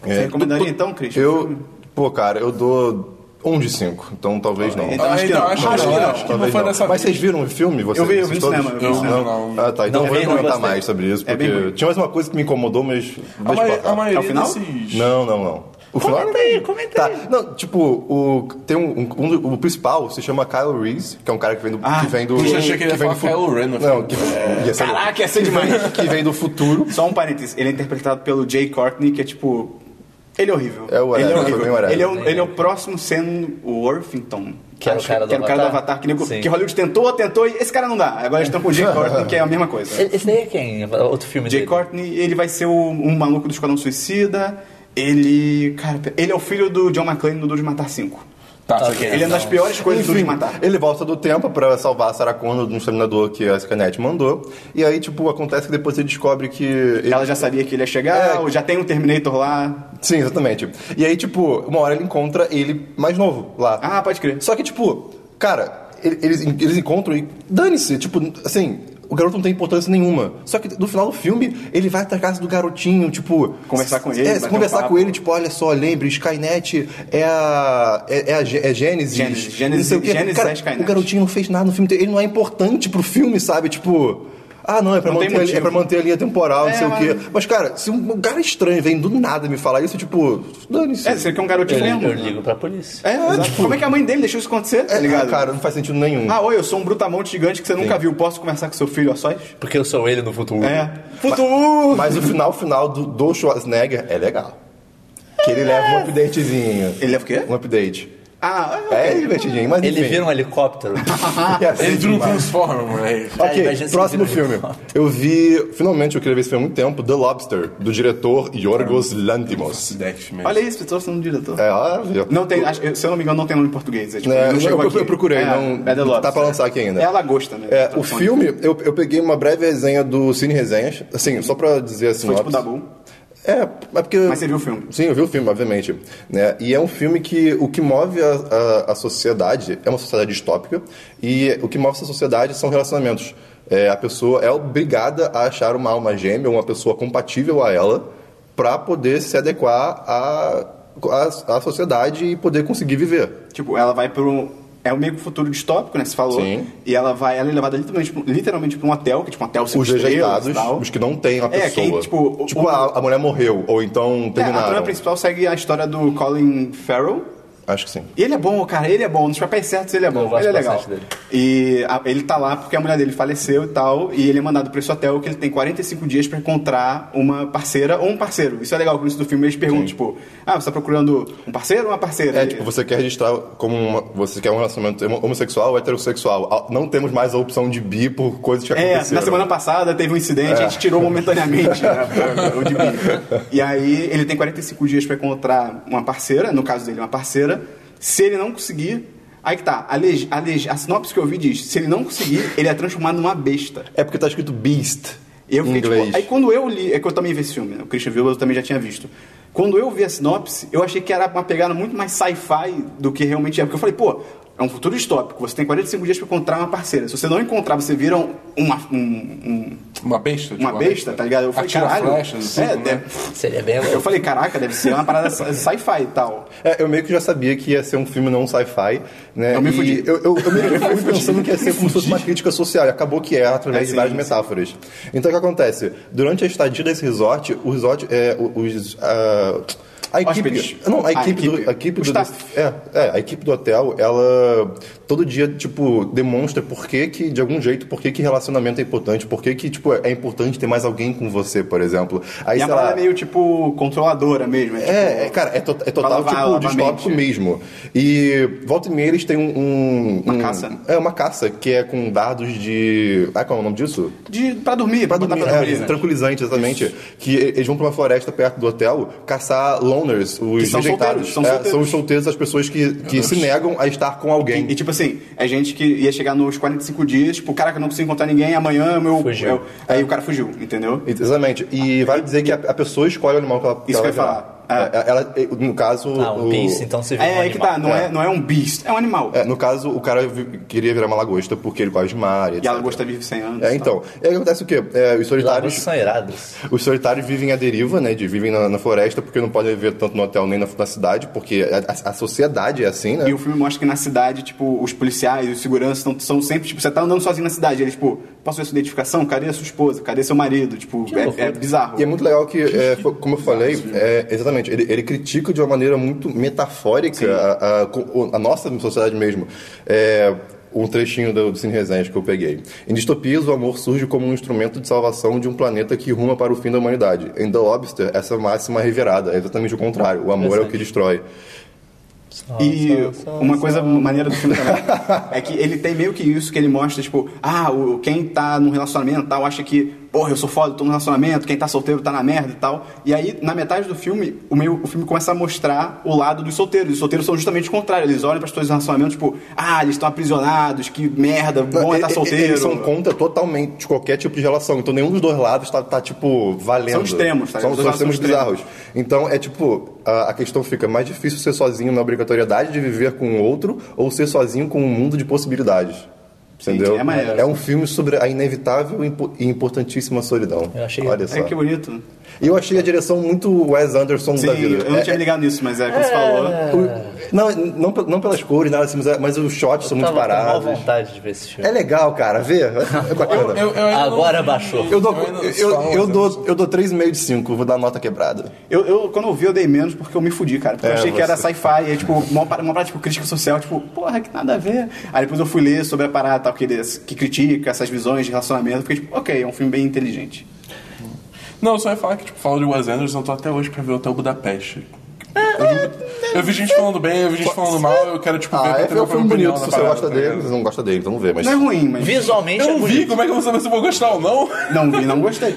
Speaker 2: É.
Speaker 1: Você recomendaria então, Christian?
Speaker 2: Eu, pô, cara, eu dou um de cinco, então talvez não.
Speaker 1: Então,
Speaker 4: Ah,
Speaker 1: acho que
Speaker 4: então,
Speaker 1: não.
Speaker 4: acho que
Speaker 1: Acho
Speaker 4: não,
Speaker 1: que não.
Speaker 4: acho que não
Speaker 2: Talvez
Speaker 4: foi dessa
Speaker 2: Mas
Speaker 4: vez.
Speaker 2: vocês viram o filme? Vocês,
Speaker 1: Eu vi- eu vi
Speaker 2: vocês
Speaker 1: no
Speaker 2: todos?
Speaker 1: cinema, eu vi no
Speaker 4: Não,
Speaker 1: cinema.
Speaker 4: não.
Speaker 2: Ah, tá. Então
Speaker 3: Não,
Speaker 2: eu vou
Speaker 3: eu não
Speaker 2: comentar
Speaker 1: gostei.
Speaker 2: mais sobre isso,
Speaker 1: É
Speaker 2: porque
Speaker 1: bem ruim.
Speaker 2: tinha mais uma coisa que me incomodou, mas
Speaker 4: A,
Speaker 2: deixa pra
Speaker 4: ma a
Speaker 2: cá.
Speaker 4: maioria
Speaker 1: Ah, É o final?
Speaker 4: desses...
Speaker 2: Não, não, não. O final
Speaker 3: Comenta
Speaker 2: é
Speaker 3: aí,
Speaker 2: bem-
Speaker 3: comenta
Speaker 2: tá.
Speaker 3: aí.
Speaker 2: Não, tipo, o, tem um, um- um do- o principal se chama Kyle Reese, que é um cara que vem do.
Speaker 1: Ah,
Speaker 2: que vem do
Speaker 4: eu achei que ele ia
Speaker 2: vem do
Speaker 4: falar
Speaker 2: fu-
Speaker 4: Kylo Ren no
Speaker 2: Não, que, ia ser-
Speaker 1: É. Caraca, ia ser demais.
Speaker 2: que vem do futuro.
Speaker 1: Só um parênteses, ele é interpretado pelo Jay Courtney, que é tipo. Ele é horrível.
Speaker 2: É o
Speaker 1: ele é
Speaker 2: Orelha, foi bem
Speaker 1: horrível.
Speaker 2: Orelha.
Speaker 1: Ele é o, ele é o próximo Sam Worthington.
Speaker 3: Que era o
Speaker 1: Acho
Speaker 3: cara do
Speaker 1: que era o cara do
Speaker 3: Avatar?
Speaker 1: Avatar, que, nego-
Speaker 3: Sim.
Speaker 1: que Hollywood tentou, tentou e esse cara não dá. Agora eles estão com o Jay Courtney, que é a mesma coisa.
Speaker 3: Esse daí é quem? Outro filme
Speaker 1: Jay
Speaker 3: dele.
Speaker 1: Courtney, ele vai ser o, um maluco do Esquadrão Suicida. Ele. Cara, ele é o filho do John McClane no Duro de Matar 5.
Speaker 4: Tá, sei
Speaker 3: ok.
Speaker 4: que
Speaker 1: Ele é uma das piores coisas do Duro
Speaker 2: Enfim,
Speaker 1: de Matar.
Speaker 2: ele volta do tempo pra salvar a Sarah Connor de um exterminador que a Skynet mandou. E aí, tipo, acontece que depois ele descobre que... ele-
Speaker 1: Ela já sabia que ele ia chegar,
Speaker 2: É.
Speaker 1: já tem um Terminator lá.
Speaker 2: Sim, exatamente. E aí, tipo, uma hora ele encontra ele mais novo lá.
Speaker 1: Ah, pode crer.
Speaker 2: Só que, tipo, cara, ele- eles, eles encontram e dane-se. Tipo, assim, o garoto não tem importância nenhuma. Só que no final do filme, ele vai até a casa do garotinho, tipo.
Speaker 1: Conversar com ele,
Speaker 2: É,
Speaker 1: bater um
Speaker 2: conversar
Speaker 1: papo.
Speaker 2: com ele, tipo, olha só, lembre, Skynet é a. É, é a Gê- é Gênesis.
Speaker 1: Gênesis,
Speaker 2: não
Speaker 1: Gênesis-
Speaker 2: sei o quê.
Speaker 1: Gênesis
Speaker 2: Cara,
Speaker 1: é Skynet.
Speaker 2: O garotinho não fez nada no filme. inteiro. Ele não é importante pro filme, sabe? Tipo. Ah, não, é pra,
Speaker 1: Não tem
Speaker 2: manter, a li- é
Speaker 1: motivo.
Speaker 2: pra manter a linha temporal,
Speaker 1: É,
Speaker 2: não sei
Speaker 1: mas-
Speaker 2: o quê. Mas, cara, se um cara estranho vem do nada me falar isso, tipo, dane-se.
Speaker 1: É, você quer um garotinho
Speaker 3: Eu,
Speaker 1: mesmo?
Speaker 3: eu ligo pra polícia.
Speaker 1: É,
Speaker 2: É,
Speaker 1: exato.
Speaker 2: tipo-
Speaker 1: como é que a mãe dele deixou isso acontecer, tá
Speaker 2: É,
Speaker 1: ligado?
Speaker 2: cara, não faz sentido nenhum.
Speaker 1: Ah, oi, eu sou um brutamonte gigante que você nunca
Speaker 2: Sim.
Speaker 1: viu. Posso conversar com seu filho a sós?
Speaker 3: Porque eu sou ele no futuro.
Speaker 1: É. Futuro!
Speaker 2: Mas o final final do, do Schwarzenegger é legal. Que ele leva um updatezinho.
Speaker 1: Ele leva o quê?
Speaker 2: Um update.
Speaker 1: Ah,
Speaker 2: É divertidinho, mas
Speaker 3: Ele
Speaker 2: enfim.
Speaker 3: vira um Ah, helicóptero.
Speaker 2: Ia ser
Speaker 4: Ele vira um
Speaker 2: demais.
Speaker 4: Transformer, moleque.
Speaker 3: Cara,
Speaker 2: Ok,
Speaker 3: imagina se
Speaker 2: próximo
Speaker 3: ele vira um
Speaker 2: filme. Eu vi, finalmente, eu queria ver esse filme há muito tempo, The Lobster, do diretor Yorgos Lanthimos.
Speaker 4: Acidente mesmo.
Speaker 1: olha isso, pessoas sendo diretor.
Speaker 2: É, ó, viu?
Speaker 1: Não tem, acho- eu- se eu não me engano, não tem nome em português. É, tipo,
Speaker 2: É,
Speaker 1: não
Speaker 2: eu,
Speaker 1: chegou
Speaker 2: eu-
Speaker 1: aqui.
Speaker 2: eu procurei,
Speaker 1: É,
Speaker 2: não.
Speaker 1: é The
Speaker 2: Tá
Speaker 1: Lobster.
Speaker 2: pra lançar aqui ainda.
Speaker 1: É a lagosta, né?
Speaker 2: É, o
Speaker 1: Tradução.
Speaker 2: filme, eu, eu peguei uma breve resenha do Cine Resenhas, assim, só pra dizer assim.
Speaker 1: Foi tipo da Bull.
Speaker 2: É, mas porque.
Speaker 1: Mas você viu o filme?
Speaker 2: Sim, eu vi o filme, obviamente. né? E é um filme que o que move a, a, a sociedade é uma sociedade distópica, e o que move essa sociedade são relacionamentos. É, a pessoa é obrigada a achar uma alma gêmea, uma pessoa compatível a ela, para poder se adequar à à- à sociedade e poder conseguir viver.
Speaker 1: Tipo, ela vai pro. É meio que futuro distópico, né? Você falou.
Speaker 2: Sim.
Speaker 1: E ela vai, ela é levada literalmente, pra- literalmente pra um hotel, que é tipo um hotel cinco
Speaker 2: Os
Speaker 1: estrelas e
Speaker 2: rejeitados,
Speaker 1: tal.
Speaker 2: os que não têm a
Speaker 1: É,
Speaker 2: pessoa.
Speaker 1: quem, tipo, o-
Speaker 2: Tipo, a, a mulher morreu, ou então
Speaker 1: É, a
Speaker 2: terminaram.
Speaker 1: trama principal segue a história do Colin Farrell,
Speaker 2: Acho que sim.
Speaker 1: E ele é bom, cara, ele é bom. Nos papéis certos ele é bom.
Speaker 3: gosto
Speaker 1: ele é legal.
Speaker 3: bastante dele.
Speaker 1: E a- ele tá lá porque a mulher dele faleceu e tal. E ele é mandado pra esse hotel que ele tem 45 dias pra encontrar uma parceira ou um parceiro. Isso é legal, que no início do filme eles perguntam, tipo, ah, você tá procurando um parceiro ou uma parceira?
Speaker 2: É,
Speaker 1: Ele-
Speaker 2: tipo, você quer registrar como uma- você quer um relacionamento homo- homossexual ou heterossexual. Ah, Não temos mais a opção de bi por coisas que
Speaker 1: É,
Speaker 2: aconteceram.
Speaker 1: na semana passada teve um incidente, a gente tirou momentaneamente né, o de bico. E aí ele tem 45 dias pra encontrar uma parceira, no caso dele, uma parceira. Se ele não conseguir, aí que tá, a, leg- a leg- a sinopse que eu vi diz: se ele não conseguir, ele é transformado numa besta.
Speaker 2: É porque tá escrito beast
Speaker 1: E eu
Speaker 2: em
Speaker 1: fiquei, tipo,
Speaker 2: inglês.
Speaker 1: aí quando eu li, é que eu também vi esse filme, né? o Christian Villa eu também já tinha visto. Quando eu vi a sinopse, eu achei que era uma pegada muito mais sci-fi do que realmente é. Porque eu falei, pô, é um futuro distópico, você tem 45 dias pra encontrar uma parceira. Se você não encontrar, você vira um- uma- um- um
Speaker 4: Uma besta? tipo,
Speaker 1: uma besta, tá ligado? Eu falei,
Speaker 4: Atira
Speaker 1: caralho.
Speaker 4: flechas,
Speaker 1: é,
Speaker 4: assim, né?
Speaker 1: de-
Speaker 3: Seria bem
Speaker 1: Eu falei, caraca, deve ser uma parada sci- sci-fi e tal.
Speaker 2: É, eu meio que já sabia que ia ser um filme não sci-fi, né?
Speaker 1: Eu me
Speaker 2: E
Speaker 1: fudi.
Speaker 2: Eu, eu, eu meio que fui pensando que ia ser como se fosse uma crítica social, e acabou que é através
Speaker 1: É,
Speaker 2: de
Speaker 1: sim,
Speaker 2: várias
Speaker 1: sim.
Speaker 2: metáforas. Então o que acontece? Durante a estadia desse resort, o resort é o- os. ah, a equipe,
Speaker 1: Hóspedes.
Speaker 2: não, a
Speaker 1: Ah,
Speaker 2: equipe,
Speaker 1: equipe.
Speaker 2: do, a equipe
Speaker 1: O
Speaker 2: do
Speaker 1: staff.
Speaker 2: é, é, a equipe do hotel, ela todo dia, tipo, demonstra por que que, de algum jeito, por que que relacionamento é importante, por que que, tipo, é importante ter mais alguém com você, por exemplo. Aí,
Speaker 1: E a
Speaker 2: sei
Speaker 1: parada
Speaker 2: lá,
Speaker 1: é meio, tipo, controladora mesmo. É, tipo,
Speaker 2: é, é, cara, é, to- é total
Speaker 1: Pra lavar-
Speaker 2: tipo
Speaker 1: lavar
Speaker 2: distópico
Speaker 1: mente.
Speaker 2: mesmo. E volta e meia eles têm um. um-
Speaker 1: Uma
Speaker 2: um-
Speaker 1: caça.
Speaker 2: É, uma caça que é com dados de. Ah, qual é o nome disso?
Speaker 1: de, pra dormir,
Speaker 2: Pra
Speaker 1: botar
Speaker 2: dormir,
Speaker 1: pra
Speaker 2: é,
Speaker 1: dormir, né?
Speaker 2: tranquilizante, exatamente. Que e- eles vão pra uma floresta perto do hotel caçar loners, os
Speaker 1: Que são
Speaker 2: rejeitados.
Speaker 1: solteiros, são
Speaker 2: É,
Speaker 1: solteiros.
Speaker 2: são os solteiros, as pessoas que, que se negam a estar com alguém.
Speaker 1: E, tipo assim, é gente que ia chegar nos 45 dias, tipo, caraca, eu não consigo encontrar ninguém, amanhã é meu...
Speaker 3: Fugiu.
Speaker 1: eu- aí o cara fugiu, entendeu?
Speaker 2: Exatamente. E vale dizer que a, a pessoa escolhe o animal que ela
Speaker 1: Isso
Speaker 2: que ela
Speaker 1: que eu ia
Speaker 2: vai
Speaker 1: falar.
Speaker 2: virar. É, Ela, no caso.
Speaker 3: Ah, um
Speaker 2: o-
Speaker 3: bicho, então você viu um
Speaker 1: É, aí que tá,
Speaker 3: animal.
Speaker 1: não é. não é um beast, é um animal.
Speaker 2: É, no caso, o cara vi- queria virar uma lagosta porque ele gosta de mar, etc.
Speaker 1: E a lagosta vive 100 anos.
Speaker 2: É,
Speaker 1: e tal.
Speaker 2: então. E aí acontece o quê? É, os
Speaker 3: Lagos
Speaker 2: solitários.
Speaker 3: são irados.
Speaker 2: Os solitários vivem à deriva, né? De vivem na, na floresta, porque não podem viver tanto no hotel nem na, na cidade, porque a, a- a sociedade é assim, né?
Speaker 1: E o filme mostra que na cidade, tipo, os policiais, os seguranças tão- são sempre, tipo, você tá andando sozinho na cidade, eles, tipo, posso ver sua identificação? Cadê a sua esposa? Cadê seu marido? Tipo, é- é,
Speaker 3: loucura.
Speaker 1: bizarro.
Speaker 2: E é muito legal que, é, fo- como eu falei, é, exatamente, ele, ele critica de uma maneira muito metafórica a, a- co- a nossa sociedade mesmo. É, um trechinho do, do Cine Resenhas que eu peguei. Em distopias, o amor surge como um instrumento de salvação de um planeta que ruma para o fim da humanidade. Em The Lobster, essa máxima é reverada. É exatamente o contrário. O amor é o que destrói.
Speaker 1: E uma coisa maneira do filme também é que ele tem meio que isso que ele mostra, tipo, ah, o, quem tá num relacionamento e tal acha que, porra, eu sou foda, eu tô num relacionamento, quem tá solteiro tá na merda e tal. E aí, na metade do filme, o, meio, o filme começa a mostrar o lado dos solteiros. Os solteiros são justamente o contrário, eles olham para pessoas em relacionamento, tipo, ah, eles estão aprisionados, que merda, bom é
Speaker 2: E-
Speaker 1: tá
Speaker 2: e-
Speaker 1: solteiro.
Speaker 2: Eles são contra totalmente qualquer tipo de relação. Então nenhum dos dois lados tá, tá, tipo, valendo.
Speaker 1: São extremos, tá?
Speaker 2: São,
Speaker 1: Os dois
Speaker 2: são
Speaker 1: lados são
Speaker 2: extremos bizarros. Então é tipo, a, a questão fica mais difícil ser sozinho na obrigatoriedade de viver com o outro ou ser sozinho com um mundo de possibilidades.
Speaker 1: Sim,
Speaker 2: Entendeu?
Speaker 1: é maneiro.
Speaker 2: um filme sobre a inevitável e impo- e importantíssima solidão.
Speaker 3: Eu achei-
Speaker 2: Olha só.
Speaker 1: É que bonito.
Speaker 2: E eu achei a direção muito Wes Anderson
Speaker 1: Sim,
Speaker 2: da vida.
Speaker 1: eu não
Speaker 2: É-
Speaker 1: tinha me ligado nisso, mas é como você falou.
Speaker 2: o- não, não, pe- não pelas cores, nada assim, mas, é- mas os shots são muito
Speaker 3: Tava com má
Speaker 2: parados.
Speaker 3: vontade de ver esse filme.
Speaker 2: É legal, cara, vê. É bacana.
Speaker 4: Eu- eu ainda
Speaker 3: Agora
Speaker 4: não vi-
Speaker 3: baixou.
Speaker 2: Eu dou,
Speaker 4: ainda não-
Speaker 2: eu,
Speaker 4: Star Wars,
Speaker 2: eu,
Speaker 4: né?
Speaker 2: dou, eu dou 3,5 de 5, vou dar nota quebrada.
Speaker 1: Eu, eu, quando eu vi, eu dei menos porque eu me fudi, cara. Porque eu
Speaker 2: É,
Speaker 1: achei que era
Speaker 2: você-
Speaker 1: sci-fi, e, tipo, uma, par- uma parada, tipo, crítica social, tipo, porra, que nada a ver. Aí depois eu fui ler sobre a parada tal, que, ele- que critica essas visões de relacionamento. Fiquei tipo, ok, é um filme bem inteligente.
Speaker 4: Não, eu só ia falar que, tipo, falando de Wes Anderson, eu tô até hoje pra ver o Hotel Budapeste. Eu, eu vi gente falando bem, eu vi gente falando mal, eu quero, tipo, ver
Speaker 2: Ah,
Speaker 4: pra
Speaker 2: é,
Speaker 4: ter uma
Speaker 2: um filme bonito.
Speaker 4: opinião na
Speaker 2: Se você
Speaker 4: parada,
Speaker 2: gosta
Speaker 4: tá
Speaker 2: dele,
Speaker 4: ligado?
Speaker 2: se não gosta dele, então não vê. Mas
Speaker 1: Não é ruim, mas.
Speaker 3: Visualmente
Speaker 4: Eu
Speaker 3: é
Speaker 4: não vi,
Speaker 3: bonito.
Speaker 4: como é que eu vou saber se eu vou gostar ou não?
Speaker 1: Não vi, não gostei.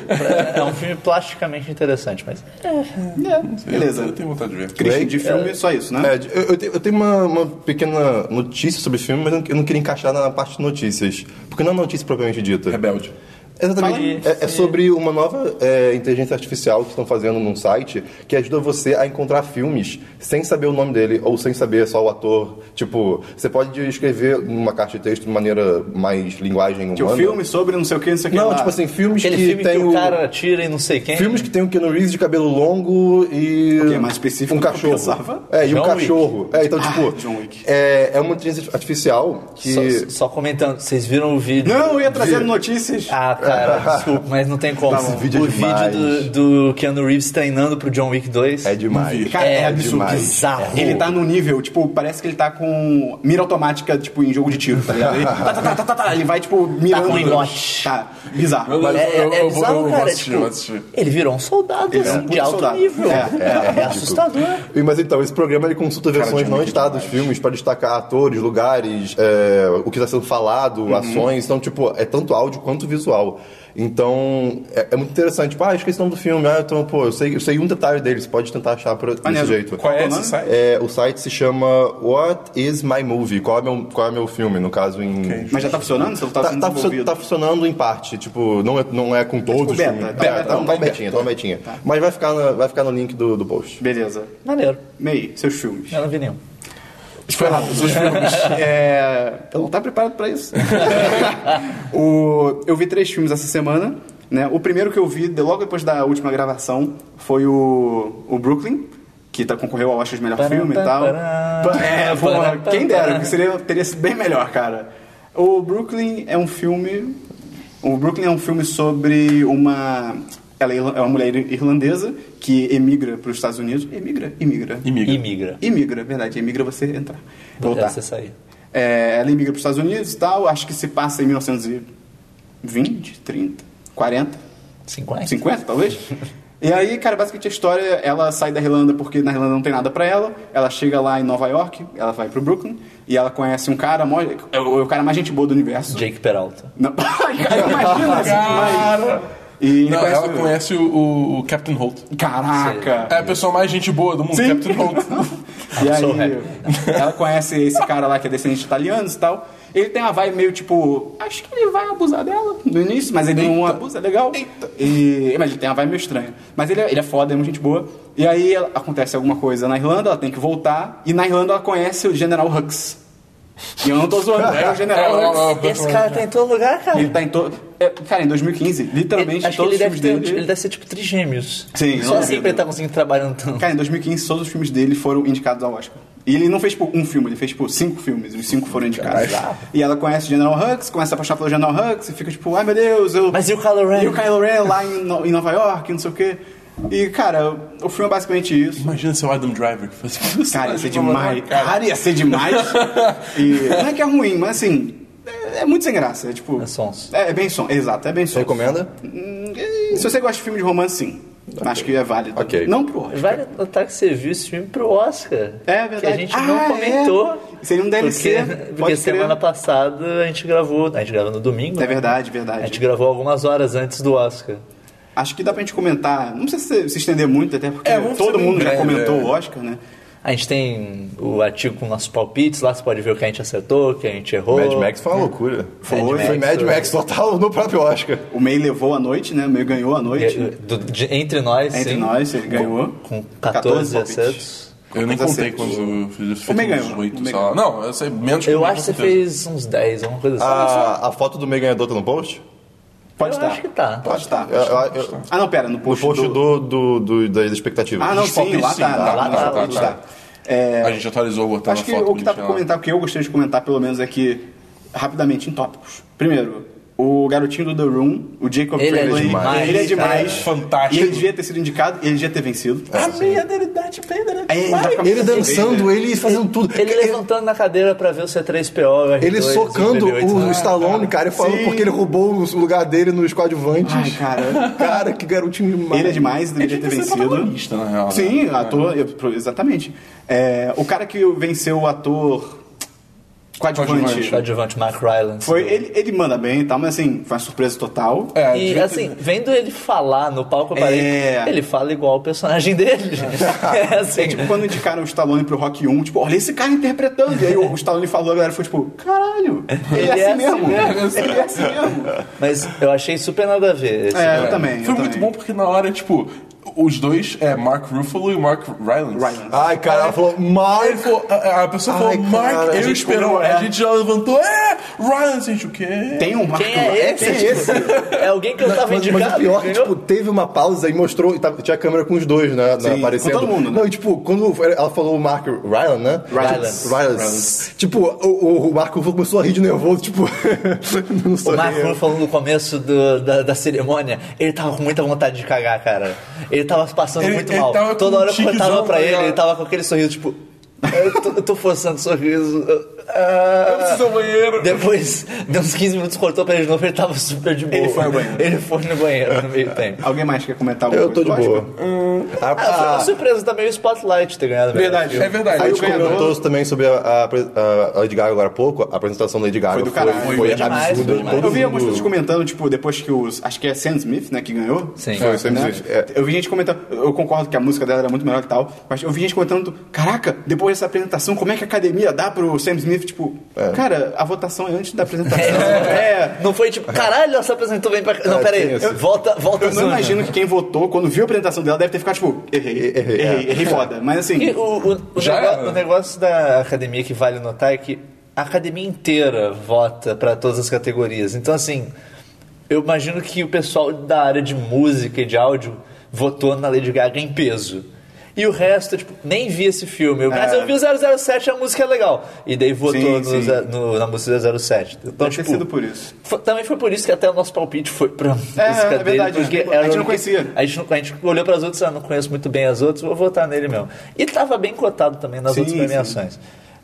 Speaker 3: É um filme plasticamente interessante, mas.
Speaker 4: Eu
Speaker 1: É, Beleza.
Speaker 4: tenho vontade de ver.
Speaker 1: Christian de filme, só isso, né?
Speaker 2: É, de- eu, eu tenho- eu tenho uma, uma pequena notícia sobre o filme, mas eu não, eu não queria encaixar na parte de notícias. Porque não é notícia propriamente dita.
Speaker 4: Rebelde.
Speaker 2: Exatamente. É, é sobre uma nova é, inteligência artificial que estão fazendo num site que ajuda você a encontrar filmes sem saber o nome dele ou sem saber só o ator. Tipo, você pode escrever numa caixa de texto de maneira mais linguagem humana.
Speaker 1: Que o um filme sobre não sei o que, não sei o que.
Speaker 2: Não,
Speaker 1: lá.
Speaker 2: tipo assim, filmes
Speaker 3: Aquele
Speaker 2: que
Speaker 3: filme
Speaker 2: tem
Speaker 3: que o cara tira e não sei quem.
Speaker 2: Filmes que tem o Keanu Reeves de cabelo longo e.
Speaker 1: Ok, é mais específico
Speaker 2: Um
Speaker 1: do que eu
Speaker 2: cachorro.
Speaker 1: pensava.
Speaker 2: É, e
Speaker 3: John
Speaker 2: um
Speaker 3: Wick.
Speaker 2: cachorro. É, então,
Speaker 1: Ah,
Speaker 2: tipo.
Speaker 1: John Wick.
Speaker 2: É, é uma inteligência artificial que.
Speaker 3: Só, só comentando, vocês viram o vídeo.
Speaker 1: Não, eu ia trazer
Speaker 2: Vi.
Speaker 1: notícias.
Speaker 3: Ah, tá. cara, desculpa, mas não tem como.
Speaker 2: Não, vídeo é
Speaker 3: o
Speaker 2: demais.
Speaker 3: vídeo do, do Keanu Reeves treinando pro John Wick 2
Speaker 2: É demais.
Speaker 1: Cara, é,
Speaker 3: É
Speaker 1: absurdo.
Speaker 2: demais.
Speaker 3: bizarro.
Speaker 1: Ele tá no nível, tipo, parece que ele tá com mira automática, tipo, em jogo de tiro, tá ligado? Ele, tá, tá, tá, tá, tá, tá, ele vai, tipo, mirando.
Speaker 3: com relote.
Speaker 1: Tá, bizarro.
Speaker 4: Mas
Speaker 3: É, é,
Speaker 4: eu- eu
Speaker 3: é
Speaker 4: vou-
Speaker 3: bizarro,
Speaker 4: eu vou
Speaker 3: cara.
Speaker 4: assistir,
Speaker 3: tipo,
Speaker 4: vou assistir.
Speaker 3: Ele virou um soldado
Speaker 1: é um
Speaker 3: assim, de
Speaker 1: puta
Speaker 3: alto
Speaker 1: soldado.
Speaker 3: nível.
Speaker 1: É,
Speaker 3: É,
Speaker 2: ridículo.
Speaker 3: assustador.
Speaker 2: E, Mas então, esse programa ele consulta versões
Speaker 4: de
Speaker 2: não
Speaker 4: muito
Speaker 1: é
Speaker 2: editadas, filmes, para destacar atores, lugares, é, o que está sendo falado,
Speaker 1: Uhum.
Speaker 2: ações. Então, tipo, é tanto áudio quanto visual. Então, é, é muito interessante. Tipo, ah, esqueci o nome do filme. Ah, então, pô, eu sei, eu sei um detalhe dele. Você pode tentar achar por, desse
Speaker 1: Maneiro.
Speaker 2: jeito.
Speaker 4: Qual é
Speaker 1: Qual
Speaker 4: esse
Speaker 1: o nome?
Speaker 4: site?
Speaker 2: É, o site se chama What is my movie? Qual é meu, qual é meu filme, no caso, em...
Speaker 1: Mas já tá funcionando? Você não tá,
Speaker 2: Tá,
Speaker 1: sendo
Speaker 2: tá funcio-
Speaker 1: desenvolvido?
Speaker 2: tá funcionando em parte, tipo, não é, não é com todos. os
Speaker 1: beta,
Speaker 2: filmes.
Speaker 1: beta,
Speaker 2: É, tá,
Speaker 1: não,
Speaker 2: tá
Speaker 1: tá em beta.
Speaker 2: betinha, tá uma betinha. Mas vai ficar, na- vai ficar no link do, do post.
Speaker 1: Beleza.
Speaker 3: Maneiro.
Speaker 1: Mei, seus filmes.
Speaker 3: Eu não vi nenhum.
Speaker 4: Foi rápido. Os filmes.
Speaker 1: É, eu não tá preparado pra isso. O- eu vi três filmes essa semana. Né? O primeiro que eu vi, de- logo depois da última gravação, foi o, o Brooklyn, que tá, concorreu ao Oscar de melhor
Speaker 3: Param,
Speaker 1: filme e tal.
Speaker 3: param.
Speaker 1: É, pô,
Speaker 3: Param,
Speaker 1: quem
Speaker 3: param.
Speaker 1: dera, que seria, teria sido bem melhor, cara. O Brooklyn é um filme. O Brooklyn é um filme sobre uma. Ela é irla- é uma mulher irlandesa que emigra para os Estados Unidos. Emigra? Imigra.
Speaker 4: Imigra.
Speaker 3: E migra.
Speaker 1: Imigra, verdade. Imigra você entrar.
Speaker 3: Deve
Speaker 1: Voltar.
Speaker 3: ser sair.
Speaker 1: É, ela imigra para os Estados Unidos e tal. Acho que se passa em 1920, 30, 40,
Speaker 3: 50?
Speaker 1: 50, talvez. E aí, cara, basicamente a história, ela sai da Irlanda porque na Irlanda não tem nada pra ela. Ela chega lá em Nova York, ela vai pro Brooklyn e ela conhece um cara, mó- é o, é o cara mais gente boa do universo.
Speaker 3: Jake Peralta.
Speaker 1: Não, cara, imagina assim,
Speaker 4: Cara.
Speaker 1: E ele
Speaker 4: Não,
Speaker 1: conhece
Speaker 4: ela
Speaker 1: o-
Speaker 4: conhece o, o- o Captain Holt.
Speaker 1: Caraca!
Speaker 4: É a pessoa mais gente boa do mundo,
Speaker 1: Sim.
Speaker 4: Captain Holt.
Speaker 1: E aí,
Speaker 3: sou happy.
Speaker 1: ela conhece esse cara lá que é descendente de italianos e tal. Ele tem uma vibe meio tipo. Acho que ele vai abusar dela no início, mas ele não abusa, é legal. E, mas ele tem uma vibe meio estranha. Mas ele, é- ele é foda, é uma gente boa. E aí ela- acontece alguma coisa na Irlanda, ela tem que voltar. E na Irlanda ela conhece o General Hux. E eu não tô zoando, é o General
Speaker 4: É, é, é,
Speaker 1: Hux.
Speaker 4: é.
Speaker 3: Esse cara tá em todo lugar, cara.
Speaker 1: Ele tá em todo. é, cara, em 2015, literalmente
Speaker 3: Ele- acho que
Speaker 1: todos
Speaker 3: ele
Speaker 1: os
Speaker 3: deve,
Speaker 1: filmes
Speaker 3: ter,
Speaker 1: dele.
Speaker 3: ele deve ser tipo trigêmeos.
Speaker 1: Sim,
Speaker 3: Só
Speaker 1: não
Speaker 3: assim
Speaker 1: duvido.
Speaker 3: pra ele tá conseguindo trabalhando tanto.
Speaker 1: Cara, em 2015, todos os filmes dele foram indicados ao Oscar. E ele não fez, tipo, um filme, ele fez, tipo, cinco filmes. e Os cinco foram indicados. E ela conhece o General Hux, começa a se apaixonar pelo General Hux e fica, tipo, ai meu Deus, eu...
Speaker 3: Mas é e o Kylo Ren?
Speaker 1: E o Kylo Ren lá em, No- em Nova York, não sei o quê. E, cara, o filme é basicamente isso.
Speaker 4: Imagina se é o Adam Driver que faz isso.
Speaker 1: Cara, ia ser demais. Cara, ia ser demais. E não é que é ruim, mas, assim, é, é muito sem graça. É, tipo...
Speaker 3: É sons.
Speaker 1: É, é bem som, exato, é bem
Speaker 2: Você
Speaker 1: som.
Speaker 2: recomenda?
Speaker 1: Hum, e Se você gosta de filme de romance, sim. Acho que é válido.
Speaker 2: Ok.
Speaker 1: Não pro Oscar.
Speaker 3: Vale notar que você viu esse filme pro Oscar.
Speaker 1: É verdade.
Speaker 3: Que a gente
Speaker 1: Ah,
Speaker 3: não comentou.
Speaker 1: é. Seria um DLC,
Speaker 3: Porque,
Speaker 1: pode
Speaker 3: porque
Speaker 1: crer.
Speaker 3: semana passada a gente gravou. A gente gravou no domingo.
Speaker 1: É
Speaker 3: né?
Speaker 1: verdade,
Speaker 3: A gente
Speaker 1: verdade.
Speaker 3: gravou algumas horas antes do Oscar.
Speaker 1: Acho que dá pra gente comentar. Não precisa se- se estender muito, até porque
Speaker 4: É, vamos
Speaker 1: todo
Speaker 4: ser bem
Speaker 1: mundo já
Speaker 4: breve,
Speaker 1: comentou
Speaker 4: é.
Speaker 1: o Oscar, né?
Speaker 3: A gente tem o artigo com nossos palpites, lá você pode ver o que a gente acertou, o que a gente errou.
Speaker 2: Mad Max foi uma loucura.
Speaker 1: Foi.
Speaker 2: Foi Mad Max total no próprio Oscar.
Speaker 1: O May levou a noite, né? O May ganhou a noite.
Speaker 3: E- É, do- de- entre nós,
Speaker 1: Entre
Speaker 3: sim,
Speaker 1: nós, ele ganhou.
Speaker 3: Com
Speaker 1: 14
Speaker 3: 14,
Speaker 1: palpites.
Speaker 3: acertos.
Speaker 4: Eu nem
Speaker 1: Mas
Speaker 4: contei
Speaker 1: acerto.
Speaker 4: quando eu fiz isso.
Speaker 1: O
Speaker 4: fiz
Speaker 1: Megan,
Speaker 4: uns
Speaker 1: o
Speaker 4: oito,
Speaker 1: Megan.
Speaker 4: sei lá. Não, eu sei, menos que o
Speaker 3: Eu
Speaker 4: Megan,
Speaker 3: acho que
Speaker 4: com
Speaker 3: você
Speaker 4: certeza.
Speaker 3: fez uns 10, alguma coisa assim.
Speaker 2: A, a foto do meio ganhador tá no post?
Speaker 1: Pode
Speaker 3: eu
Speaker 1: estar.
Speaker 3: acho que tá.
Speaker 1: Pode estar.
Speaker 2: Eu- eu- eu-
Speaker 1: Ah, não, pera, no
Speaker 2: no
Speaker 1: post,
Speaker 2: post do, do, do- das expectativas.
Speaker 1: Ah, não,
Speaker 4: Os
Speaker 1: sim,
Speaker 4: palpites,
Speaker 1: lá
Speaker 4: sim,
Speaker 1: tá.
Speaker 4: tá,
Speaker 1: lá,
Speaker 3: lá
Speaker 1: nos
Speaker 3: tá, lá
Speaker 1: palpites
Speaker 4: tá.
Speaker 1: tá. É,
Speaker 4: A gente tá atualizou botando
Speaker 1: Acho que
Speaker 4: a foto
Speaker 1: o que dá pra
Speaker 4: bonitinha lá.
Speaker 1: comentar, o que eu gostaria de comentar, pelo menos, é que, rapidamente, em tópicos. Primeiro, o garotinho do The Room, o Jacob
Speaker 3: Ele é
Speaker 1: Tremblay,
Speaker 3: demais,
Speaker 1: ele é demais.
Speaker 4: cara. Fantástico. É,
Speaker 1: E ele devia ter sido indicado, e ele devia ter vencido.
Speaker 4: A meia dele dá de pedra.
Speaker 1: Aí ele vai
Speaker 4: tá
Speaker 1: ficar
Speaker 2: Ele
Speaker 1: muito bem,
Speaker 2: dançando,
Speaker 1: né?
Speaker 2: ele fazendo tudo.
Speaker 3: Ele levantando na cadeira pra ver o C3PO. R2,
Speaker 2: Ele socando
Speaker 3: o BB-8,
Speaker 2: o
Speaker 3: né?
Speaker 2: Stallone, cara, e falando
Speaker 1: Sim.
Speaker 2: porque ele roubou o lugar dele nos coadjuvantes.
Speaker 1: Ai, cara.
Speaker 2: Cara, que garotinho demais.
Speaker 1: Ele é demais,
Speaker 4: Ele
Speaker 1: deveria ter
Speaker 4: devia ser
Speaker 1: vencido.
Speaker 4: protagonista, na real. né?
Speaker 1: Sim, ator, eu- pro- exatamente. É, o cara que venceu o ator coadjuvante
Speaker 4: Coadjuvante.
Speaker 3: O adjuvante Mark Rylance.
Speaker 1: foi ele, ele manda bem e tal, mas assim, foi uma surpresa total.
Speaker 4: É,
Speaker 3: E
Speaker 4: devia ter-
Speaker 3: assim, vendo ele falar no palco, eu parei,
Speaker 1: É.
Speaker 3: ele fala igual o personagem dele. É assim.
Speaker 1: Tipo, quando indicaram o Stallone pro Rock 1, tipo, olha esse cara interpretando. E aí o Stallone falou, a galera foi tipo, caralho, ele é assim mesmo. Ele é assim mesmo.
Speaker 3: Mas eu achei super nada a ver. esse
Speaker 1: É, eu
Speaker 3: cara.
Speaker 1: também.
Speaker 4: Foi
Speaker 1: eu
Speaker 4: muito
Speaker 1: também.
Speaker 4: bom porque na hora, tipo, os dois é Mark Ruffalo e Mark Rylance.
Speaker 1: Ryan.
Speaker 2: Ai, cara, ela falou,
Speaker 4: Aí ele
Speaker 2: Mark.
Speaker 4: falou, a, a pessoa
Speaker 2: Ai,
Speaker 4: falou, Mark,
Speaker 2: cara.
Speaker 4: eu
Speaker 1: A gente
Speaker 4: esperou.
Speaker 1: comeu, é.
Speaker 4: A gente já levantou, é! Ryan, não sei de o quê.
Speaker 1: Tem um Marco
Speaker 3: Quem é
Speaker 1: Marques?
Speaker 3: esse?
Speaker 2: Quem é esse?
Speaker 3: É alguém que eu tava
Speaker 2: Mas,
Speaker 3: indicado.
Speaker 2: mas o pior é que,
Speaker 3: entendeu?
Speaker 2: tipo, teve uma pausa e mostrou. E tava- tinha a câmera com os dois, né? né,
Speaker 1: Sim,
Speaker 2: aparecendo.
Speaker 1: com todo mundo, né?
Speaker 2: Não, e, tipo, quando ela falou o Marco Rylan, né?
Speaker 3: Rylance.
Speaker 2: Tipo, Rylance. Tipo, o, o- o Marco começou a rir de nervoso, tipo. não
Speaker 3: O
Speaker 2: sorria.
Speaker 3: Marco Ruffalo falou no começo do- da, da cerimônia, ele tava com muita vontade de cagar, cara. Ele tava se passando
Speaker 4: Ele-
Speaker 3: muito
Speaker 4: ele
Speaker 3: mal.
Speaker 4: tava
Speaker 3: Toda
Speaker 4: com um
Speaker 3: hora que eu
Speaker 4: tiquezão,
Speaker 3: tava pra
Speaker 4: tá
Speaker 3: ele,
Speaker 4: ligado?
Speaker 3: ele tava com aquele sorriso, tipo. Eu tô, eu tô forçando o sorriso. Ah.
Speaker 4: Eu preciso do banheiro.
Speaker 3: Depois, deu uns 15 minutos, cortou pra ele de novo, ele tava super de boa.
Speaker 1: Ele foi no banheiro.
Speaker 3: Ele foi no banheiro no meio do tempo.
Speaker 1: Alguém mais quer comentar alguma
Speaker 2: Eu tô
Speaker 1: coisa
Speaker 2: de
Speaker 1: do
Speaker 2: boa.
Speaker 1: Oscar?
Speaker 2: A-
Speaker 3: Ah, foi
Speaker 2: a-
Speaker 3: uma surpresa também o Spotlight ter ganhado. velho.
Speaker 1: Verdade.
Speaker 4: É verdade.
Speaker 2: A
Speaker 1: Aí o
Speaker 2: gente
Speaker 1: ganhador...
Speaker 2: comentou também sobre a, a, a Lady Gaga agora há pouco. A apresentação da Lady Gaga
Speaker 1: Foi do caralho.
Speaker 2: foi,
Speaker 1: Foi
Speaker 3: demais,
Speaker 2: absurda.
Speaker 3: foi
Speaker 2: de
Speaker 3: demais.
Speaker 2: todo
Speaker 1: Eu vi
Speaker 2: mundo.
Speaker 1: algumas pessoas comentando, tipo, depois que os... Acho que é Sam Smith, né, que ganhou.
Speaker 3: Sim.
Speaker 2: Foi, Sam
Speaker 1: Né?
Speaker 2: Smith, é.
Speaker 1: Eu vi gente comentando, eu concordo que a música dela era muito melhor que tal, mas eu vi gente comentando, caraca, depois dessa apresentação, como é que a academia dá pro Sam Smith? Tipo, cara, a votação é antes da apresentação. é.
Speaker 3: Não foi tipo, caralho, ela se apresentou bem pra. Não,
Speaker 2: É,
Speaker 3: pera aí.
Speaker 2: tem isso.
Speaker 3: Volta, volta
Speaker 1: Eu não
Speaker 3: Zona.
Speaker 1: imagino que quem votou, quando viu a apresentação dela, deve ter ficado tipo, errei, errei,
Speaker 2: Errei, é.
Speaker 1: errei, foda. Mas
Speaker 3: E
Speaker 1: assim,
Speaker 3: o, o- o
Speaker 4: Já
Speaker 3: negó-
Speaker 4: era.
Speaker 3: o negócio da academia que vale notar é que a academia inteira vota pra todas as categorias. Então, assim, eu imagino que o pessoal da área de música e de áudio votou na Lady Gaga em peso. E o resto, tipo, nem vi esse filme. Eu- Mas eu vi o 007, a música é legal. E daí votou
Speaker 1: É. Sim,
Speaker 3: no
Speaker 1: sim.
Speaker 3: ze- no- na música do 007. Então,
Speaker 1: pode ter
Speaker 3: tipo,
Speaker 1: sido por isso.
Speaker 3: Fo- Também foi por isso que até o nosso palpite foi pra música
Speaker 1: é
Speaker 3: dele,
Speaker 1: verdade,
Speaker 3: porque
Speaker 1: a gente
Speaker 3: era
Speaker 1: não
Speaker 3: o que-
Speaker 1: conhecia.
Speaker 3: A gente, não- a gente olhou pras outras, ah, não conheço muito bem as outras, vou votar nele mesmo. E tava bem cotado também nas
Speaker 1: Sim,
Speaker 3: outras premiações.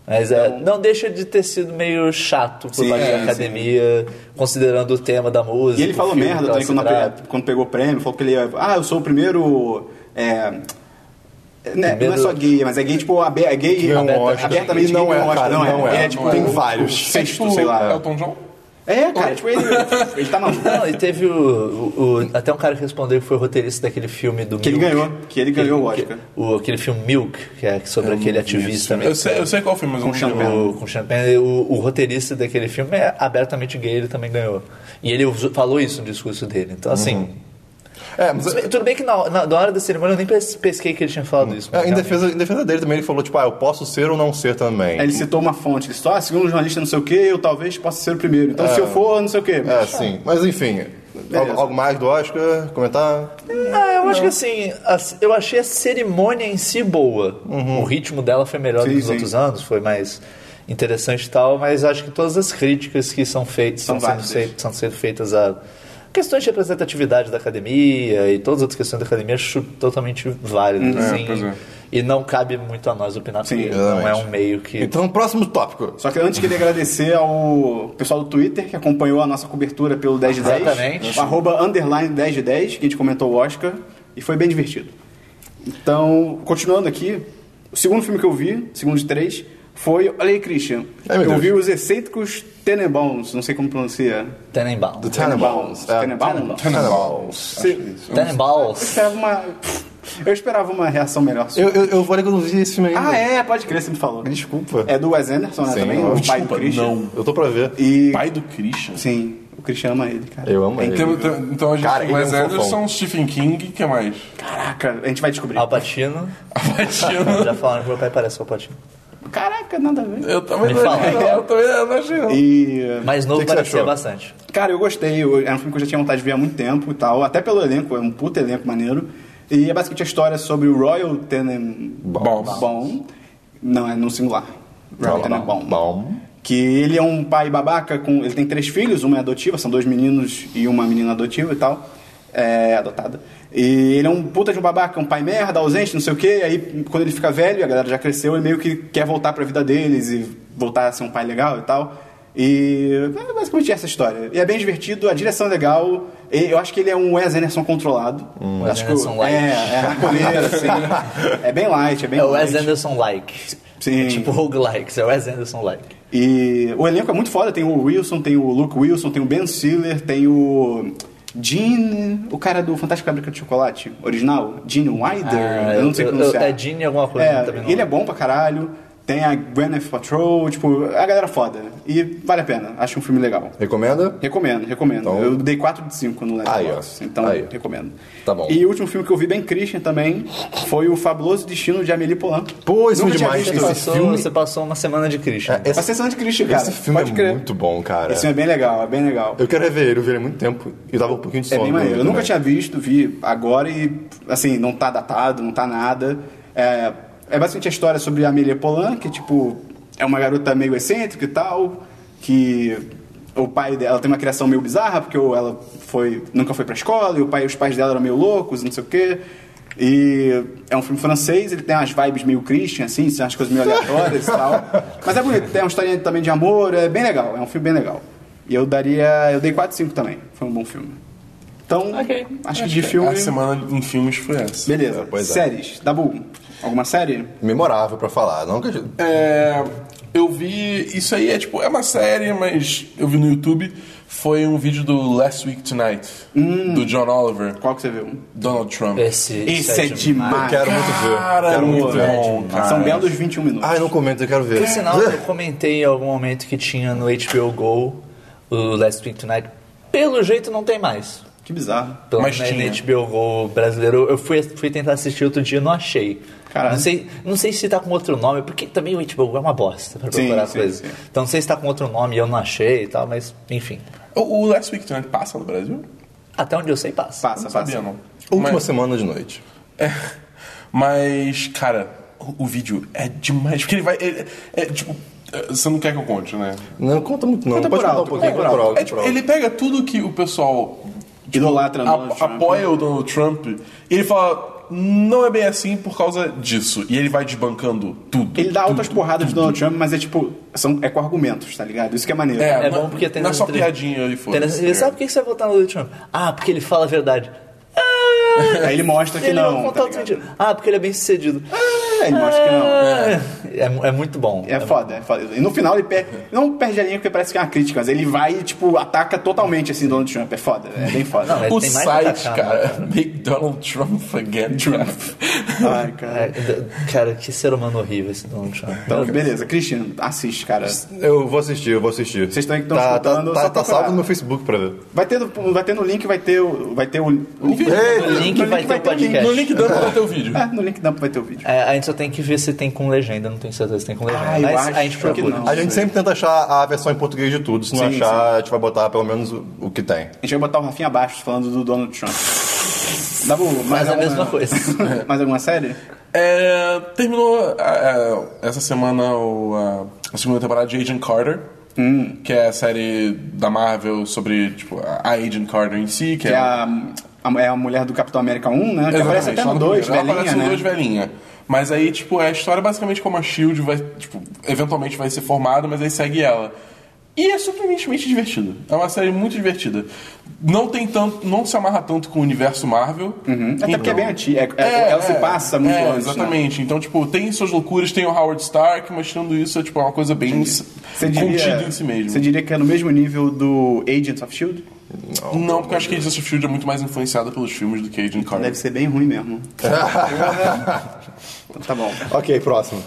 Speaker 3: Mas é,
Speaker 1: Então-
Speaker 3: não deixa de ter sido meio chato por
Speaker 1: Sim,
Speaker 3: parte da
Speaker 1: sim.
Speaker 3: academia, considerando o tema da música.
Speaker 1: E ele falou
Speaker 3: o filme,
Speaker 2: tá
Speaker 1: merda
Speaker 3: tal,
Speaker 1: também quando,
Speaker 3: etc.
Speaker 1: pe- quando pegou o prêmio, falou que ele ia. Ah, eu sou o primeiro. É, né, Não é
Speaker 3: Primeiro-
Speaker 1: só gay, mas é gay, tipo, abe- é gay
Speaker 2: Ganhou um
Speaker 1: aberta-
Speaker 2: Oscar.
Speaker 1: abertamente
Speaker 2: E não
Speaker 1: gay,
Speaker 2: é,
Speaker 1: ganhou um Oscar,
Speaker 2: cara, não é.
Speaker 1: Ele é tipo,
Speaker 2: Não é.
Speaker 1: tem vários.
Speaker 4: É tipo
Speaker 1: Sexto, sei lá.
Speaker 4: Elton John?
Speaker 1: É, cara, tipo, ele, ele tá maluco.
Speaker 3: Não, e teve o, o- o- Até um cara que respondeu que foi o roteirista daquele filme do
Speaker 1: Que ele
Speaker 3: Milk.
Speaker 1: ganhou, que ele ganhou o
Speaker 3: Que-
Speaker 1: Oscar.
Speaker 3: o- aquele filme Milk, que é sobre aquele ativista
Speaker 4: Eu sei, eu sei qual filme, mas eu
Speaker 1: Com
Speaker 4: não lembro.
Speaker 1: champanhe.
Speaker 3: O, com Champagne, o, o roteirista daquele filme é abertamente gay, ele também ganhou. E ele usou- falou isso no discurso dele. Então, assim.
Speaker 2: É, mas
Speaker 3: tudo bem- Tudo bem que na, na, na hora da cerimônia eu nem pes- pesquei que ele tinha falado isso. mas
Speaker 2: É, em,
Speaker 3: realmente.
Speaker 2: defesa, em defesa dele também, ele falou, tipo, ah, eu posso ser ou não ser também.
Speaker 1: Aí ele citou uma fonte, ele disse, ah, segundo o jornalista não sei o que, eu talvez possa ser o primeiro. Então se eu for, não sei o que.
Speaker 2: É, sim. Mas enfim, algo, algo mais do Oscar? Comentar?
Speaker 3: Ah, eu acho que assim, a- eu achei a cerimônia em si boa. O ritmo dela foi melhor
Speaker 1: Sim,
Speaker 3: do que nos
Speaker 1: sim.
Speaker 3: outros anos, foi mais interessante e tal, mas acho que todas as críticas que são feitas
Speaker 1: São
Speaker 3: são, sendo,
Speaker 1: válidas.
Speaker 3: fei- são sendo feitas a questões de representatividade da academia e todas as outras questões da academia acho totalmente válidas,
Speaker 4: É,
Speaker 3: assim.
Speaker 4: pois é.
Speaker 3: E não cabe muito a nós opinar,
Speaker 1: Sim,
Speaker 3: porque não é
Speaker 2: exatamente.
Speaker 3: um meio que.
Speaker 2: Então, próximo tópico.
Speaker 1: Só que antes queria agradecer ao pessoal do Twitter que acompanhou a nossa cobertura pelo 10 de 10.
Speaker 3: Exatamente.
Speaker 1: O arroba underline 10 de 10, que a gente comentou o Oscar, e foi bem divertido. Então, continuando aqui, o segundo filme que eu vi, segundo de três, foi. Olha aí, Christian.
Speaker 2: Ai,
Speaker 1: eu
Speaker 2: meu Deus.
Speaker 1: vi Os Excêntricos Tenenbaums, não sei como pronuncia.
Speaker 3: Tenenbaums.
Speaker 1: Tenenbaums.
Speaker 2: É,
Speaker 1: Tenenbaums.
Speaker 2: Tenenbaums.
Speaker 1: Se- Eu
Speaker 3: Tenenbaums.
Speaker 1: esperava uma. Eu esperava uma reação melhor.
Speaker 2: Eu, eu, eu falei que eu não vi esse filme ainda.
Speaker 1: Ah, é, pode crer, você me falou.
Speaker 2: Desculpa.
Speaker 1: É do Wes Anderson, né,
Speaker 2: Sim,
Speaker 1: também?
Speaker 2: não.
Speaker 1: O pai do
Speaker 4: Desculpa,
Speaker 1: Christian.
Speaker 4: não.
Speaker 2: Eu tô pra ver.
Speaker 1: E.
Speaker 4: Pai do Christian?
Speaker 1: Sim, o Christian ama ele, cara.
Speaker 2: Eu amo ele.
Speaker 4: Então, então- então a gente
Speaker 2: Cara,
Speaker 4: tem
Speaker 2: ele é um
Speaker 4: Wes
Speaker 2: fofão.
Speaker 4: Anderson, Stephen King, o que mais?
Speaker 1: Caraca, a gente vai descobrir.
Speaker 2: Ah.
Speaker 3: Alpatino. Já falaram que meu pai parece o Alpatino.
Speaker 1: Caraca, nada a ver.
Speaker 4: Eu também
Speaker 3: Me
Speaker 4: não
Speaker 3: fala.
Speaker 4: achei, eu também não achei. não.
Speaker 1: E.
Speaker 3: Mais novo
Speaker 2: que que você
Speaker 3: parecia
Speaker 2: achou?
Speaker 3: bastante.
Speaker 1: Cara, eu gostei. eu- Era um filme que eu já tinha vontade de ver há muito tempo e tal. Até pelo elenco, é um puta elenco maneiro. E é basicamente a história sobre o Royal
Speaker 4: Bom.
Speaker 1: Tenenbaum. Não, é no singular. Royal Tenenbaum.
Speaker 2: Bom.
Speaker 1: Que ele é um pai babaca com. Ele tem três filhos, uma é adotiva, são dois meninos e uma menina adotiva e tal. É, adotada. E ele é um puta de um babaca, um pai merda, ausente, não sei o quê. Aí quando ele fica velho, a galera já cresceu, ele meio que quer voltar pra vida deles e voltar a ser um pai legal e tal. E é basicamente essa a história. E é bem divertido, a direção é legal. e eu acho que ele é um Wes Anderson controlado.
Speaker 3: Um Wes
Speaker 1: Acho que
Speaker 3: Anderson
Speaker 1: o-
Speaker 3: light.
Speaker 1: É, é raconeiro, assim. é bem light, é bem
Speaker 3: É o
Speaker 1: light.
Speaker 3: Wes Anderson-like.
Speaker 1: Sim.
Speaker 3: É tipo roguelike, é o Wes Anderson-like.
Speaker 1: E o elenco é muito foda, tem o Wilson, tem o Luke Wilson, tem o Ben Stiller, tem o Gene, o cara do Fantástico Fábrica de Chocolate, original, Gene Wilder, eu não sei
Speaker 3: eu-
Speaker 2: Ah,
Speaker 1: pronunciar.
Speaker 3: eu- é Gene alguma coisa,
Speaker 1: É,
Speaker 3: também não
Speaker 1: ele é
Speaker 3: lembro.
Speaker 1: bom pra caralho. Tem a Gwyneth Patrol, tipo, a galera foda. E vale a pena, acho um filme legal.
Speaker 2: Recomenda?
Speaker 1: Recomendo, recomendo.
Speaker 2: Então-
Speaker 1: Eu dei 4 de 5 no
Speaker 2: Aí,
Speaker 1: Letterboxd,
Speaker 2: ó.
Speaker 1: então
Speaker 2: Aí.
Speaker 1: recomendo.
Speaker 2: Tá bom.
Speaker 1: E o último filme que eu vi bem Christian também foi o Fabuloso Destino de Amélie Poulain.
Speaker 2: Pô, esse
Speaker 1: Nunca
Speaker 2: filme
Speaker 1: tinha
Speaker 2: é demais,
Speaker 1: visto.
Speaker 2: esse
Speaker 3: Passou-
Speaker 2: filme-
Speaker 3: Você passou uma semana de Christian.
Speaker 2: É,
Speaker 1: A
Speaker 2: esse,
Speaker 1: sessão de Christian, cara.
Speaker 2: esse filme
Speaker 1: pode
Speaker 2: é
Speaker 1: crer.
Speaker 2: muito bom, cara.
Speaker 1: Esse filme é bem legal, é bem legal.
Speaker 2: Eu quero rever ele, eu vi ele há muito tempo. E tava um pouquinho de
Speaker 1: É
Speaker 2: sono.
Speaker 1: bem maneiro. Eu
Speaker 2: também.
Speaker 1: nunca tinha visto, vi agora e, assim, não tá datado, não tá nada. É, é basicamente a história sobre a Amélie Polan, que, tipo, é uma garota meio excêntrica e tal, que o pai dela tem uma criação meio bizarra, porque o- ela foi, nunca foi pra escola e o pai, os pais dela eram meio loucos, não sei o quê. E é um filme francês, ele tem umas vibes meio Christian, assim, tem umas coisas meio aleatórias e tal. Mas é bonito, tem uma historinha também de amor, é bem legal, é um filme bem legal. E eu daria. Eu dei 4 5 também. Foi um bom filme. Então, acho que de filme.
Speaker 4: A semana em filmes foi essa.
Speaker 1: Beleza.
Speaker 2: É, pois é.
Speaker 1: Séries. Dabu, alguma série?
Speaker 2: né? Memorável pra falar. Nunca...
Speaker 4: É, eu vi. Isso aí é tipo. É uma série, mas eu vi no YouTube. Foi um vídeo do Last Week Tonight, do John Oliver,
Speaker 1: Qual que você viu?
Speaker 4: Donald Trump.
Speaker 3: Esse,
Speaker 1: Esse Hum. é demais.
Speaker 2: Quero muito ver.
Speaker 4: Cara,
Speaker 2: quero muito
Speaker 4: muito
Speaker 2: ver.
Speaker 4: bom, cara.
Speaker 1: São belos 21 minutos.
Speaker 2: Ai, não comenta, eu quero ver.
Speaker 3: Por sinal, eu comentei em algum momento que tinha no HBO Go o Last Week Tonight. Pelo jeito não tem mais.
Speaker 1: Que bizarro.
Speaker 3: Pelo
Speaker 4: Mas
Speaker 3: menos na
Speaker 4: tinha.
Speaker 3: HBO Go brasileiro. Eu fui, fui tentar assistir outro dia e não achei.
Speaker 1: Caralho.
Speaker 3: Não sei, não sei se tá com outro nome, porque também o HBO Go é uma bosta pra
Speaker 1: Sim,
Speaker 3: procurar as
Speaker 1: sim,
Speaker 3: coisas.
Speaker 1: sim.
Speaker 3: Então não sei se tá com outro nome e eu não achei e tal, mas enfim.
Speaker 4: O, o Last Week Tonight passa no Brasil?
Speaker 3: Até onde eu sei passa.
Speaker 1: Passa,
Speaker 4: Não
Speaker 1: passa.
Speaker 4: sabia, não.
Speaker 2: Última
Speaker 4: Mas,
Speaker 2: semana de noite.
Speaker 4: é, mas, cara, o, o vídeo é demais. Porque ele vai. ele- é, tipo. é, Você não quer que eu conte, né?
Speaker 2: Não conta muito, não.
Speaker 1: Conta
Speaker 2: Pode
Speaker 1: por
Speaker 2: contar um
Speaker 1: alto,
Speaker 2: pouquinho.
Speaker 1: conta por
Speaker 2: conta por
Speaker 1: alto.
Speaker 2: alto,
Speaker 4: É, tipo,
Speaker 2: por alto.
Speaker 4: ele pega tudo que o pessoal
Speaker 1: Tipo, Idolatra
Speaker 4: a-
Speaker 1: Donald Trump.
Speaker 4: apoia o Donald Trump e ele fala. Não é bem assim por causa disso. E ele vai desbancando tudo.
Speaker 1: Ele dá
Speaker 4: tudo,
Speaker 1: altas porradas de Donald Trump, mas é tipo. São, é com argumentos, tá ligado? Isso que é maneiro.
Speaker 4: É.
Speaker 3: É
Speaker 4: não-
Speaker 3: bom porque tem
Speaker 4: não é
Speaker 3: nas
Speaker 4: só
Speaker 3: entrevistas-
Speaker 4: piadinha e foda-se,
Speaker 3: tem nas entrevistas,
Speaker 4: tá
Speaker 3: Sabe por que você vai votar no Donald Trump? Ah, porque ele fala a verdade. Ah,
Speaker 1: Aí ele mostra que
Speaker 3: ele
Speaker 1: não.
Speaker 3: contar
Speaker 1: tá
Speaker 3: outro
Speaker 1: ligado?
Speaker 3: sentido. Ah, porque ele é bem sucedido.
Speaker 1: É, ele mostra que não.
Speaker 3: É, é muito bom.
Speaker 1: É foda, é foda. E no final ele perde, não perde a linha porque parece que é uma crítica, mas ele vai e, tipo, ataca totalmente, assim, Donald Trump. É foda, é bem foda.
Speaker 3: Não, é-
Speaker 4: O
Speaker 3: Tem mais
Speaker 4: site,
Speaker 3: atacado,
Speaker 4: cara, Make Donald Trump again Trump.
Speaker 1: Ai, cara.
Speaker 3: É, d- cara, que ser humano horrível esse Donald Trump.
Speaker 1: Então, beleza. Christian, assiste, cara.
Speaker 2: Eu vou assistir, eu vou assistir.
Speaker 1: Vocês estão aí que estão
Speaker 2: tá, tá,
Speaker 1: escutando,
Speaker 2: tá,
Speaker 1: só
Speaker 2: tá
Speaker 1: procurar.
Speaker 2: salvo no meu Facebook pra ver.
Speaker 1: Vai ter, no, vai ter no link, vai ter o. Vai ter o. o link,
Speaker 2: Ei,
Speaker 3: O link
Speaker 1: No
Speaker 3: vai ter o podcast.
Speaker 4: No link dando pra teu vídeo.
Speaker 1: É, no link dump vai ter o vídeo.
Speaker 3: É, a gente só tem que ver se tem com legenda, não tenho certeza se tem com legenda.
Speaker 1: Ah, eu
Speaker 3: mas
Speaker 1: acho
Speaker 3: a gente
Speaker 1: que
Speaker 3: procura.
Speaker 1: não.
Speaker 2: A gente sempre tenta achar a versão em português de tudo. Se não
Speaker 1: Sim,
Speaker 2: achar, a gente vai botar pelo menos o, o que tem.
Speaker 1: A gente vai botar o Rafinha abaixo falando do Donald Trump. Dá bom, mais
Speaker 3: Mas é a
Speaker 1: alguma-
Speaker 3: mesma coisa.
Speaker 1: mais alguma série?
Speaker 4: É, terminou ah, ah, essa semana o, ah, a segunda temporada de Agent Carter,
Speaker 3: Hum.
Speaker 4: que é a série da Marvel sobre tipo, a Agent Carter em si, que,
Speaker 1: Que
Speaker 4: é,
Speaker 1: é a, a- é a mulher do Capitão América 1, né? Que
Speaker 4: Exatamente,
Speaker 1: aparece até
Speaker 4: lá
Speaker 1: no 2,
Speaker 4: primeiro. Ela
Speaker 1: velhinha,
Speaker 4: aparece no
Speaker 1: né?
Speaker 4: 2 velhinha. Mas aí, tipo, é a história basicamente como a Shield vai, tipo, eventualmente vai ser formada, mas aí segue ela. E é surpreendentemente divertido. É uma série muito divertida. Não tem tanto. não se amarra tanto com o universo Marvel. Então,
Speaker 1: Até porque é bem antiga. É- é- ela se passa muito
Speaker 4: é,
Speaker 1: antes, né?
Speaker 4: Exatamente. Então, tipo, tem suas loucuras, tem o Howard Stark, mas tirando isso, é tipo, é uma coisa bem s-
Speaker 1: Você diria-
Speaker 4: contida em si mesmo.
Speaker 1: Você diria que é no mesmo nível do Agents of Shield?
Speaker 4: Não, porque eu acho que Agents of Shield é muito mais influenciada pelos filmes do que Agent Carter.
Speaker 1: Deve ser bem ruim mesmo. Então, tá bom.
Speaker 2: Ok, próximo.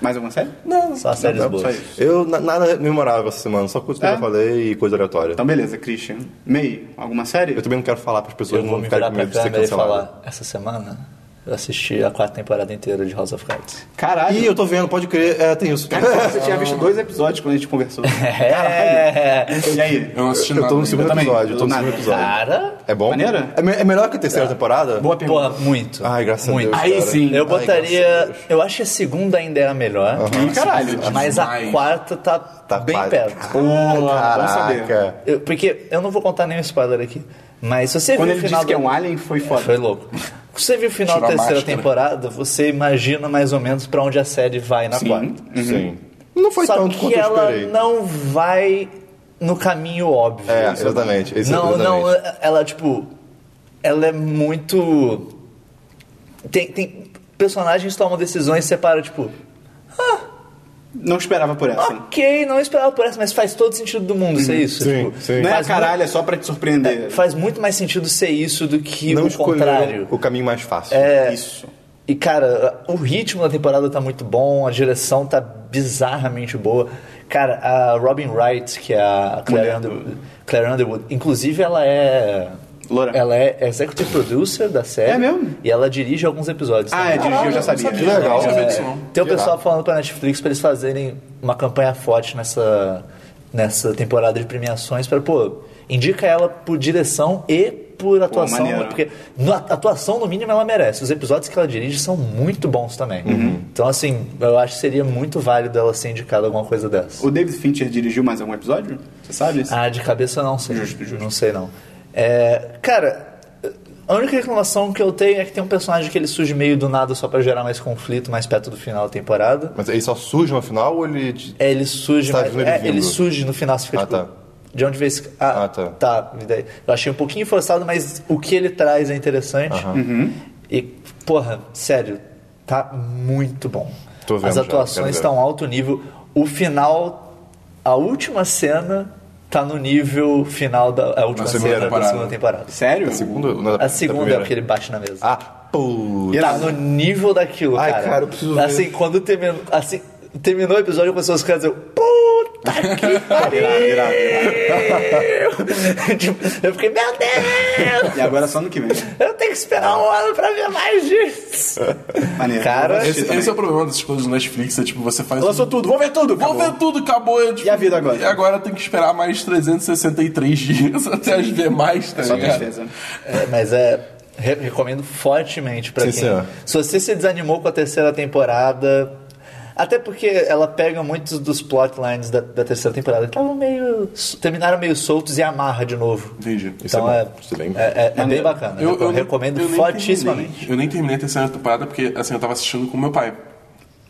Speaker 1: Mais alguma série?
Speaker 4: Não,
Speaker 3: Só séries
Speaker 2: Não,
Speaker 1: Só
Speaker 3: boas.
Speaker 1: isso.
Speaker 2: Eu, na- nada memorável essa semana, só coisa que eu
Speaker 1: É?
Speaker 2: já falei e coisa aleatória.
Speaker 1: Então, beleza, Christian. May, alguma série?
Speaker 2: Eu também não quero falar pras pessoas
Speaker 3: Eu vou
Speaker 2: não
Speaker 3: me virar
Speaker 2: ficarem com
Speaker 3: pra
Speaker 2: medo de ser
Speaker 3: câmera e
Speaker 2: cancelado.
Speaker 3: falar, essa semana eu assisti a quarta temporada inteira de House of Cards.
Speaker 1: Caralho.
Speaker 2: Ih, eu tô vendo, pode crer, é, tem isso.
Speaker 1: Cara, você tinha visto dois episódios quando a gente conversou.
Speaker 3: É,
Speaker 1: E aí?
Speaker 4: eu não assisti
Speaker 2: Eu
Speaker 4: nada.
Speaker 2: tô no
Speaker 4: ainda.
Speaker 2: segundo
Speaker 1: também,
Speaker 2: episódio, eu tô no
Speaker 1: nada.
Speaker 2: segundo episódio.
Speaker 3: cara,
Speaker 2: É bom?
Speaker 1: Maneira?
Speaker 2: É, me- é melhor que a terceira temporada?
Speaker 1: Boa pergunta.
Speaker 3: porra, muito.
Speaker 2: Ai, graças a
Speaker 3: muito.
Speaker 2: Deus,
Speaker 1: Aí
Speaker 2: cara.
Speaker 1: sim.
Speaker 3: Eu
Speaker 2: Ai,
Speaker 3: botaria.
Speaker 2: graças a Deus.
Speaker 3: eu acho que a segunda ainda é a melhor.
Speaker 1: Ih, caralho.
Speaker 3: Mas a
Speaker 4: demais.
Speaker 3: quarta tá,
Speaker 2: Tá
Speaker 3: bem
Speaker 2: quase-
Speaker 3: perto.
Speaker 1: Boa, bom saber.
Speaker 2: Caraca.
Speaker 3: Eu- porque eu não vou contar nenhum spoiler aqui. Mas se você
Speaker 1: Quando
Speaker 3: viu
Speaker 1: ele
Speaker 3: o final
Speaker 1: disse que é
Speaker 3: da-
Speaker 1: um alien, foi foda.
Speaker 3: Foi louco. Se você viu o final da
Speaker 4: Tirou a
Speaker 3: terceira
Speaker 4: máscara.
Speaker 3: temporada, você imagina mais ou menos pra onde a série vai na quarta.
Speaker 2: Sim. Não foi
Speaker 3: Só
Speaker 2: tanto
Speaker 3: que
Speaker 2: quanto eu
Speaker 3: ela
Speaker 2: esperei.
Speaker 3: não vai no caminho óbvio.
Speaker 2: É, exatamente. esse-
Speaker 3: não, não,
Speaker 2: exatamente.
Speaker 3: ela, tipo. Ela é muito. Tem, tem personagens que tomam decisões e separam, tipo,
Speaker 1: Não esperava por essa.
Speaker 3: ok, não esperava por essa, mas faz todo sentido do mundo ser isso.
Speaker 2: Assim. sim,
Speaker 3: tipo,
Speaker 2: sim.
Speaker 1: Não é a
Speaker 3: Faz, É,
Speaker 1: caralho, é só pra te
Speaker 3: mu-
Speaker 1: surpreender.
Speaker 3: faz muito mais sentido ser isso do que
Speaker 2: Não
Speaker 3: o
Speaker 2: escolheram
Speaker 3: contrário. É.
Speaker 2: o caminho mais fácil.
Speaker 1: Isso.
Speaker 3: E, cara, o ritmo da temporada tá muito bom, a direção tá bizarramente boa. Cara, a Robin Wright, que é a Claire,
Speaker 1: Mulher
Speaker 3: Underwood, Claire Underwood, inclusive ela é.
Speaker 1: Loura.
Speaker 3: Ela é executive producer da série.
Speaker 1: É mesmo?
Speaker 3: E ela dirige alguns episódios.
Speaker 1: Ah,
Speaker 3: também.
Speaker 1: é, dirigiu, eu já sabia.
Speaker 2: Que legal.
Speaker 4: Não sabia um disso, não.
Speaker 3: É. Tem o
Speaker 2: Que
Speaker 3: pessoal
Speaker 2: irado.
Speaker 3: falando pra Netflix pra eles fazerem uma campanha forte nessa, nessa temporada de premiações pra, pô, indica ela por direção e por atuação. né?
Speaker 1: maneiro.
Speaker 3: porque no- a atuação, no mínimo, ela merece. Os episódios que ela dirige são muito bons também.
Speaker 1: Uhum.
Speaker 3: Então, assim, eu acho que seria muito válido ela ser indicada alguma coisa dessa.
Speaker 1: O David Fincher dirigiu mais algum episódio? Você sabe? isso?
Speaker 3: Ah, de cabeça eu não sei.
Speaker 1: Justo, justo.
Speaker 3: Não sei não. É, cara, a única reclamação que eu tenho é que tem um personagem que ele surge meio do nada só pra gerar mais conflito mais perto do final da temporada.
Speaker 2: Mas ele só surge no final ou ele. te-
Speaker 3: É, ele surge,
Speaker 2: Tá
Speaker 3: mas-
Speaker 2: vendo ele
Speaker 3: é,
Speaker 2: vindo.
Speaker 3: ele surge no final, você fica
Speaker 2: Ah,
Speaker 3: tipo,
Speaker 2: tá.
Speaker 3: de onde veio esse... Ah,
Speaker 2: Ah,
Speaker 3: tá.
Speaker 2: tá.
Speaker 3: e daí? Eu achei um pouquinho forçado, mas o que ele traz é interessante. E, porra, sério, tá muito bom.
Speaker 2: Tô vendo
Speaker 3: As
Speaker 2: já,
Speaker 3: atuações
Speaker 2: quero ver.
Speaker 3: estão alto nível. O final, a última cena tá no nível final da a última
Speaker 4: segunda
Speaker 3: cena da
Speaker 4: temporada.
Speaker 3: segunda temporada.
Speaker 1: Sério?
Speaker 2: Da segunda? Não, da-
Speaker 3: A
Speaker 2: da
Speaker 3: segunda é
Speaker 2: primeira.
Speaker 3: porque ele bate na mesa.
Speaker 2: Ah, putz.
Speaker 3: Tá no nível daquilo,
Speaker 2: Ai,
Speaker 3: cara.
Speaker 2: cara, eu preciso
Speaker 3: Assim, quando terminou, assim, terminou o episódio, eu comecei a ficar dizendo, puta que pariu!
Speaker 1: Irado, irado.
Speaker 3: Tipo, eu fiquei, meu Deus!
Speaker 1: E agora é só no que vem.
Speaker 3: Eu tenho que esperar um ano pra ver mais disso!
Speaker 1: Maneiro.
Speaker 3: Cara,
Speaker 1: Eu vou assistir
Speaker 4: Esse,
Speaker 1: também.
Speaker 4: esse é o problema dessas coisas do Netflix, é tipo, você faz.
Speaker 1: Lançou
Speaker 4: um-
Speaker 1: tudo, vou ver tudo!
Speaker 4: Vou
Speaker 1: acabou.
Speaker 4: ver tudo, acabou. é, tipo,
Speaker 1: E a vida agora?
Speaker 4: E agora tem que esperar mais 363 dias até as demais, tá
Speaker 1: Só
Speaker 4: ligado?
Speaker 1: tristeza.
Speaker 3: É, mas é. re- recomendo fortemente pra
Speaker 2: Sim,
Speaker 3: quem.
Speaker 2: senhor.
Speaker 3: Se você se desanimou com a terceira temporada. Até porque ela pega muitos dos plotlines da, da terceira temporada que estavam meio. terminaram meio soltos e amarra de novo.
Speaker 4: Entendi.
Speaker 2: Isso
Speaker 3: então
Speaker 2: é
Speaker 3: é,
Speaker 2: bom, isso é bem-
Speaker 3: é, é- é bem bacana. Eu,
Speaker 4: não-
Speaker 3: recomendo
Speaker 4: eu nem
Speaker 3: fortissimamente.
Speaker 4: terminei. Eu nem terminei a terceira temporada porque assim, eu tava assistindo com meu pai.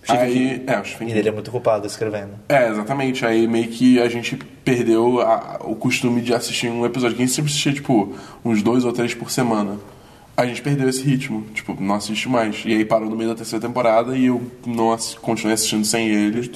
Speaker 1: Stephen
Speaker 4: Aí, é, o Stephen
Speaker 3: E
Speaker 4: King.
Speaker 3: ele é muito culpado escrevendo.
Speaker 4: É, exatamente. Aí meio que a gente perdeu a- o costume de assistir um episódio. Que a gente sempre assistia, tipo, uns dois ou três por semana. A gente perdeu esse ritmo, tipo, não assiste mais. E aí parou no meio da terceira temporada e eu não assi- continuei assistindo sem ele.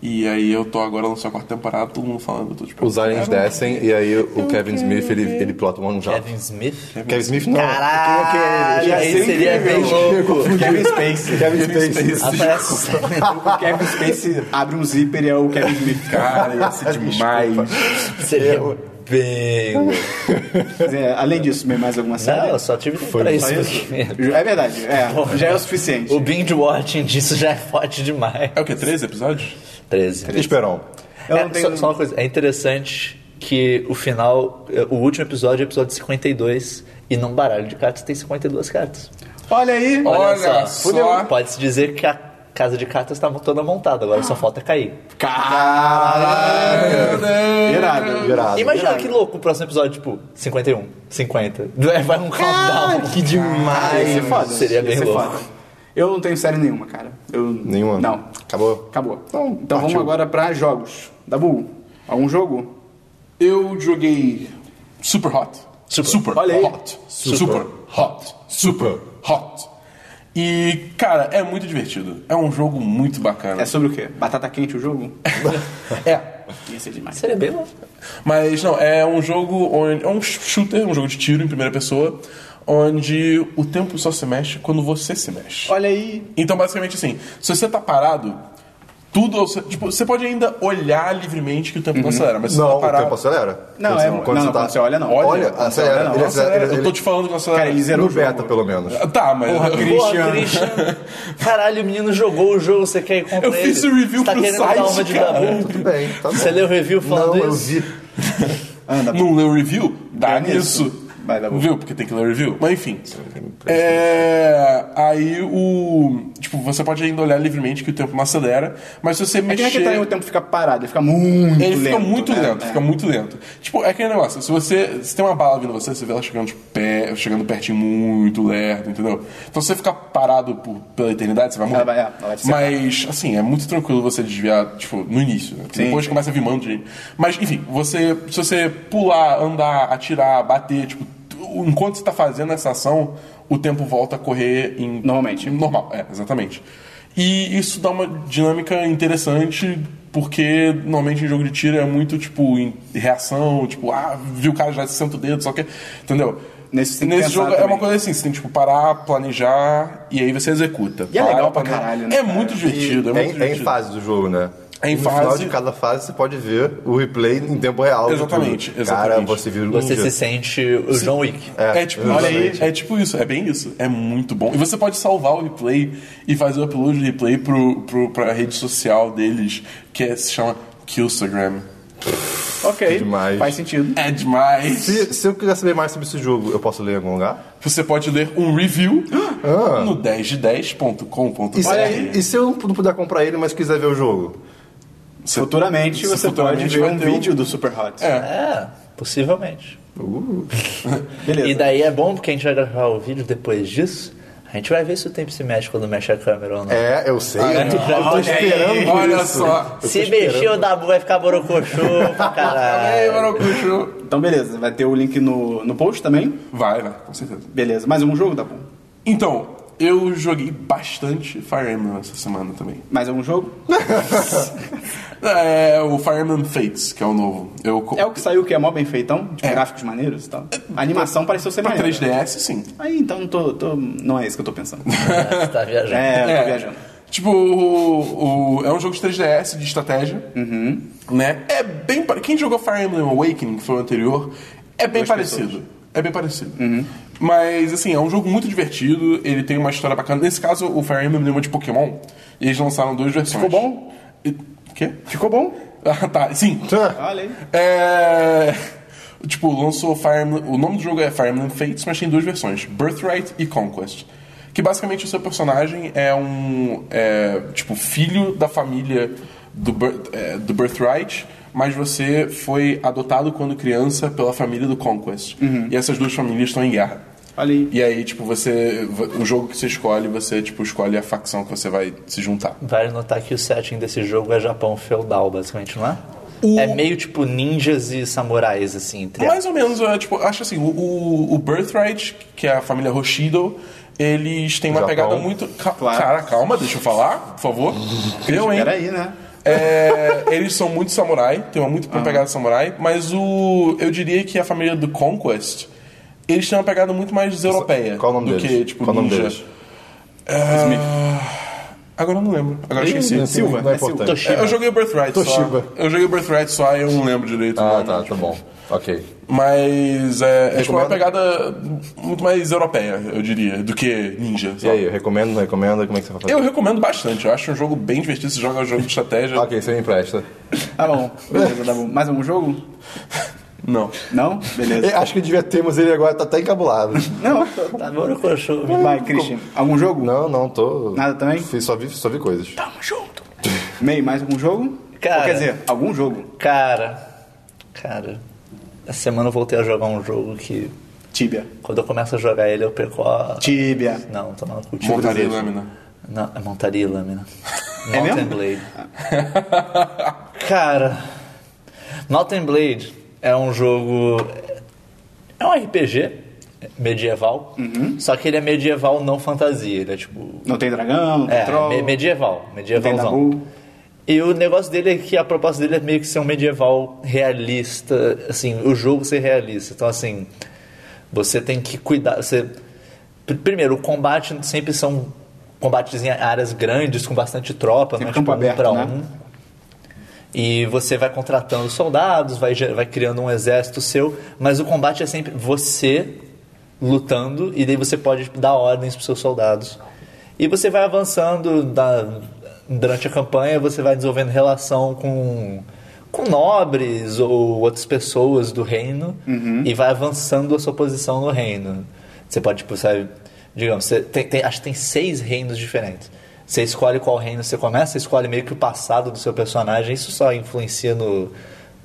Speaker 4: E aí eu tô agora na sua quarta temporada, todo mundo falando, eu tô tipo.
Speaker 2: Os aliens descem e aí o Kevin Smith ele, ele pilota um jato.
Speaker 3: Kevin Smith?
Speaker 2: Kevin Smith não. é
Speaker 1: Ah,
Speaker 3: Caralho, aí seria bem louco.
Speaker 1: é Kevin Spacey.
Speaker 2: Kevin Space.
Speaker 3: Aparece
Speaker 1: O Kevin Spacey abre um zíper e é o Kevin Smith.
Speaker 4: Cara, ia ser demais.
Speaker 3: seria bem. louco.
Speaker 1: É, além disso, tem mais alguma
Speaker 3: Não,
Speaker 1: série?
Speaker 3: eu só tive pra isso.
Speaker 1: Só
Speaker 3: mesmo.
Speaker 1: isso? É verdade, é, já é o suficiente.
Speaker 3: O binge watching disso já é forte demais.
Speaker 4: É o quê? 13 episódios?
Speaker 3: 13.
Speaker 2: Esperão.
Speaker 1: Eu
Speaker 3: É,
Speaker 1: não tenho-
Speaker 3: só, só uma coisa, é interessante que o final, é, o último episódio é o episódio 52 e num baralho de cartas tem 52 cartas.
Speaker 1: Olha aí,
Speaker 4: Olha só.
Speaker 3: Pode-se dizer que a casa de cartas está toda montada, agora só falta cair.
Speaker 1: Caraca! Irado.
Speaker 2: Gerado.
Speaker 3: Imagina que louco o próximo episódio, tipo, 51, 50. Vai um countdown.
Speaker 2: que
Speaker 1: Ah,
Speaker 2: demais.
Speaker 1: ia ser foda.
Speaker 3: Seria
Speaker 1: Ia
Speaker 3: bem
Speaker 1: ser
Speaker 3: louco.
Speaker 1: foda. Eu não tenho série nenhuma, cara. Eu...
Speaker 2: Nenhuma?
Speaker 1: Não.
Speaker 2: Acabou?
Speaker 1: Acabou. Então,
Speaker 2: Então,
Speaker 1: vamos
Speaker 2: partiu.
Speaker 1: agora pra jogos. Dabu, algum jogo?
Speaker 4: Eu joguei Super Hot.
Speaker 3: Super.
Speaker 1: Olha aí.
Speaker 4: Hot. Super. Hot. Super Hot. E, cara, é muito divertido. É um jogo muito bacana.
Speaker 1: É sobre o quê? Batata quente o jogo?
Speaker 4: É.
Speaker 1: Ia ser demais.
Speaker 3: Seria bem louco.
Speaker 4: Mas, não, é um jogo onde... É um shooter, um jogo de tiro em primeira pessoa, onde o tempo só se mexe quando você se mexe.
Speaker 1: Olha aí.
Speaker 4: Então, basicamente assim, se você tá parado, tudo... Tipo, você pode ainda olhar livremente que o tempo não acelera, mas se você
Speaker 2: Não,
Speaker 4: tá
Speaker 2: o
Speaker 4: parado...
Speaker 2: tempo acelera.
Speaker 1: Não,
Speaker 2: Quando
Speaker 1: é-
Speaker 2: você-
Speaker 1: não,
Speaker 2: quando
Speaker 1: não,
Speaker 2: você tá-
Speaker 1: quando você olha, não.
Speaker 2: Olha,
Speaker 1: Quando você olha,
Speaker 2: acelera.
Speaker 1: não,
Speaker 2: Ele é acelera.
Speaker 4: Eu tô
Speaker 2: ele-
Speaker 4: te falando que não acelera.
Speaker 1: Cara, ele zerou
Speaker 2: No
Speaker 1: o jogo.
Speaker 2: beta, pelo menos.
Speaker 4: Tá, mas...
Speaker 3: Porra, Christian. Caralho, o menino jogou o jogo, você quer ir contra
Speaker 4: Eu
Speaker 3: ele?
Speaker 4: fiz o review
Speaker 3: Você tá
Speaker 4: pro
Speaker 3: querendo
Speaker 4: site,
Speaker 3: dar uma de
Speaker 4: cara.
Speaker 3: Dabu?
Speaker 2: Tudo bem, tá bom.
Speaker 3: Você leu o review falando
Speaker 2: Não, eu
Speaker 3: isso?
Speaker 2: vi.
Speaker 1: Anda,
Speaker 4: não leu o review, dá
Speaker 1: É nisso.
Speaker 4: nisso.
Speaker 1: Vai, dá bom.
Speaker 4: Viu? Porque tem que ler o review. Mas enfim. É. Aí o. Tipo, você pode ainda olhar livremente que o tempo não acelera, mas se você
Speaker 1: É que nem
Speaker 4: mexer.
Speaker 1: aquele trem, o tempo fica parado, ele fica muito
Speaker 4: ele fica
Speaker 1: lento,
Speaker 4: muito
Speaker 1: né?
Speaker 4: lento,
Speaker 1: É.
Speaker 4: fica muito lento. Tipo, é aquele negócio, se você. Se tem uma bala vindo você, você vê ela chegando, de pé, chegando pertinho muito lento, entendeu? Então se você ficar parado por- pela eternidade, você vai morrer.
Speaker 1: Ela vai- ela vai te secar.
Speaker 4: Mas, assim, é muito tranquilo você desviar, tipo, no início. Né?
Speaker 1: Sim,
Speaker 4: Depois
Speaker 1: sim.
Speaker 4: começa a vir um monte de gente. Mas, enfim, você, se você pular, andar, atirar, bater, tipo, tu- enquanto você tá fazendo essa ação, o tempo volta a correr em.
Speaker 1: Normalmente.
Speaker 4: Normal, é, exatamente. E isso dá uma dinâmica interessante, porque normalmente em jogo de tiro é muito, tipo, em reação, tipo, ah, viu o cara já senta o dedo, só que. Entendeu?
Speaker 1: Nesse, tem que
Speaker 4: Nesse
Speaker 1: pensar
Speaker 4: jogo é
Speaker 1: também.
Speaker 4: uma coisa assim, você tem que tipo, parar, planejar e aí você executa.
Speaker 1: E é
Speaker 4: Para,
Speaker 1: legal pra
Speaker 4: planeja.
Speaker 1: caralho, né,
Speaker 4: É
Speaker 1: cara?
Speaker 4: muito divertido, é
Speaker 2: É,
Speaker 4: muito
Speaker 2: em- é em
Speaker 4: divertido.
Speaker 2: fase do jogo, né?
Speaker 4: É em
Speaker 2: no
Speaker 4: fase-
Speaker 2: final de cada fase você pode ver o replay em tempo real. de tudo.
Speaker 4: Exatamente,
Speaker 2: Cara,
Speaker 4: exatamente.
Speaker 2: você vira um
Speaker 3: Você
Speaker 2: ninja.
Speaker 3: se sente o John Wick.
Speaker 4: É, tipo,
Speaker 2: exatamente.
Speaker 4: olha aí, é tipo isso, é bem isso. É muito bom. E você pode salvar o replay e fazer o upload do replay pro, pro, pra rede social deles, que é- se chama Killstagram.
Speaker 1: Ok,
Speaker 2: Demais.
Speaker 1: faz sentido.
Speaker 4: É demais!
Speaker 2: Se, se eu quiser saber mais sobre esse jogo, eu posso ler em algum lugar?
Speaker 4: Você pode ler um review
Speaker 2: Ah.
Speaker 4: no 10de10.com.br.
Speaker 2: E se, e se eu não puder comprar ele, mas quiser ver o jogo?
Speaker 4: Você-
Speaker 1: Futuramente você
Speaker 4: futuramente
Speaker 1: pode ver
Speaker 4: vai
Speaker 1: um
Speaker 4: ter um-
Speaker 1: vídeo do Super Hot.
Speaker 3: É, possivelmente.
Speaker 1: Beleza.
Speaker 3: E daí é bom porque a gente vai gravar o vídeo depois disso. A gente vai ver se o tempo se mexe quando mexe a câmera ou não.
Speaker 2: É, eu sei. eu, tô, eu tô
Speaker 1: Olha
Speaker 2: esperando
Speaker 1: aí,
Speaker 2: por
Speaker 4: Olha
Speaker 2: isso.
Speaker 4: só!
Speaker 3: se mexer, o Dabu vai ficar borocochô pra
Speaker 4: Ei,
Speaker 3: caralho.
Speaker 4: Maracucho!
Speaker 1: Então beleza, vai ter o link no, no post também.
Speaker 4: Vai, vai, com certeza.
Speaker 1: Beleza, mais um jogo, tá bom.
Speaker 4: Então, eu joguei bastante Fire Emblem essa semana também.
Speaker 1: Mais algum jogo?
Speaker 4: É o Fire Emblem Fates, que é o novo. Eu co-
Speaker 1: É o que saiu que é mó bem feitão, tipo,
Speaker 4: É.
Speaker 1: gráficos maneiros e tal. A animação pareceu ser
Speaker 4: pra
Speaker 1: maneira.
Speaker 4: 3DS, sim.
Speaker 1: Aí então não tô, tô- Não é isso que eu tô pensando.
Speaker 3: É, você tá viajando.
Speaker 1: É, eu tô viajando.
Speaker 4: Tipo, o- o- é um jogo de 3DS de estratégia.
Speaker 1: Uhum.
Speaker 4: Né? É bem. pare- Quem jogou Fire Emblem Awakening, que foi o anterior, é bem parecido. É bem parecido.
Speaker 1: Uhum.
Speaker 4: Mas, assim, é um jogo muito divertido, ele tem uma história bacana. Nesse caso, o Fire Emblem lembra de Pokémon, e eles lançaram duas versões.
Speaker 1: Ficou bom?
Speaker 4: E... Quê?
Speaker 1: Ficou bom?
Speaker 4: Ah, tá, sim.
Speaker 2: Tá.
Speaker 1: Olha aí.
Speaker 4: É. Tipo, lançou Fire Emblem. O nome do jogo é Fire Emblem Fates, mas tem duas versões: Birthright e Conquest. Que basicamente o seu personagem é um. é, tipo, filho da família do, Bir- é, do Birthright, mas você foi adotado quando criança pela família do Conquest. E essas duas famílias estão em guerra.
Speaker 1: Olha aí.
Speaker 4: E aí, tipo, você. O jogo que você escolhe, você, tipo, escolhe a facção que você vai se juntar.
Speaker 3: Vale notar que o setting desse jogo é Japão feudal, basicamente, não é? É meio tipo ninjas e samurais, assim, entre
Speaker 4: É Mais ou menos, eu, tipo, acho assim, o, o, o Birthright, que é a família Roshido, eles têm uma
Speaker 2: Japão.
Speaker 4: pegada muito. Ca-
Speaker 1: Claro.
Speaker 4: Cara, calma, deixa eu falar, por favor. Eu, hein?
Speaker 1: Peraí, né?
Speaker 4: É, eles são muito samurai, tem uma
Speaker 2: Ah.
Speaker 4: muito pegada samurai, mas o. Eu diria que a família do Conquest, eles têm uma pegada muito mais europeia.
Speaker 2: Qual o nome
Speaker 4: do
Speaker 2: deles?
Speaker 4: que, tipo,
Speaker 2: Qual o nome
Speaker 4: ninja. É,
Speaker 2: deles?
Speaker 4: Agora eu não lembro. Agora eu esqueci.
Speaker 2: Não,
Speaker 1: Silva,
Speaker 2: não é
Speaker 1: é Silva.
Speaker 2: importante.
Speaker 3: Toshiba.
Speaker 4: Eu joguei o Birthright
Speaker 2: Toshiba.
Speaker 4: só. Eu joguei o Birthright só e eu não lembro direito. o
Speaker 2: Ah,
Speaker 4: nome,
Speaker 2: tá, tá
Speaker 4: tipo.
Speaker 2: bom. Ok.
Speaker 4: Mas é, é tipo, uma
Speaker 2: Recomenda?
Speaker 4: pegada muito mais europeia, eu diria, do que ninja.
Speaker 2: E
Speaker 4: sabe?
Speaker 2: aí, eu recomendo, não recomendo? Como é que você vai fazer?
Speaker 4: Eu recomendo bastante, eu acho um jogo bem divertido, você joga um jogo de estratégia.
Speaker 2: Ok, você me empresta.
Speaker 1: Tá bom. Beleza, tá bom. Mais algum jogo?
Speaker 4: Não.
Speaker 1: Não? Beleza.
Speaker 2: Eu acho que devia ter, mas ele agora tá até encabulado.
Speaker 1: Não.
Speaker 3: Tá borocochô.
Speaker 1: Vai, Christian. Algum jogo?
Speaker 2: não, não, tô.
Speaker 1: Nada também?
Speaker 2: Fiz- só, vi, só vi coisas.
Speaker 1: Tamo junto. Meio, mais algum jogo?
Speaker 3: Cara.
Speaker 1: Ou, quer dizer, algum jogo?
Speaker 3: Cara, cara, essa semana eu voltei a jogar um jogo que
Speaker 1: Tibia.
Speaker 3: quando eu começo a jogar ele eu perco a...
Speaker 1: Tibia.
Speaker 3: Não, tô maluco.
Speaker 4: Montaria
Speaker 2: desejo.
Speaker 4: lâmina.
Speaker 3: Não, é montaria e lâmina.
Speaker 1: É
Speaker 3: Mountain
Speaker 1: mesmo?
Speaker 3: Blade. Cara, Mountain Blade é um jogo. É um RPG medieval. Só que ele é medieval não fantasia. Ele é tipo.
Speaker 1: Não tem dragão, não tem
Speaker 3: É,
Speaker 1: troll.
Speaker 3: me- medieval.
Speaker 1: Dabu. É
Speaker 3: Medievalzão. E o negócio dele é que a proposta dele é meio que ser um medieval realista, assim, o jogo ser realista. Então, assim, você tem que cuidar. Você... Pr- Primeiro, o combate sempre são combates em áreas grandes, com bastante tropa,
Speaker 1: Sempre
Speaker 3: né?
Speaker 1: campo
Speaker 3: tipo, um
Speaker 1: aberto,
Speaker 3: pra
Speaker 1: né?
Speaker 3: um. E você vai contratando soldados, vai, ge- vai criando um exército seu, mas o combate é sempre você lutando e daí você pode dar ordens para seus soldados. E você vai avançando da- durante a campanha, você vai desenvolvendo relação com, com nobres ou outras pessoas do reino e vai avançando a sua posição no reino. Você pode, tipo, sabe, digamos, você tem- tem- acho que tem seis reinos diferentes. Você escolhe qual reino você começa, você escolhe meio que o passado do seu personagem. Isso só influencia no,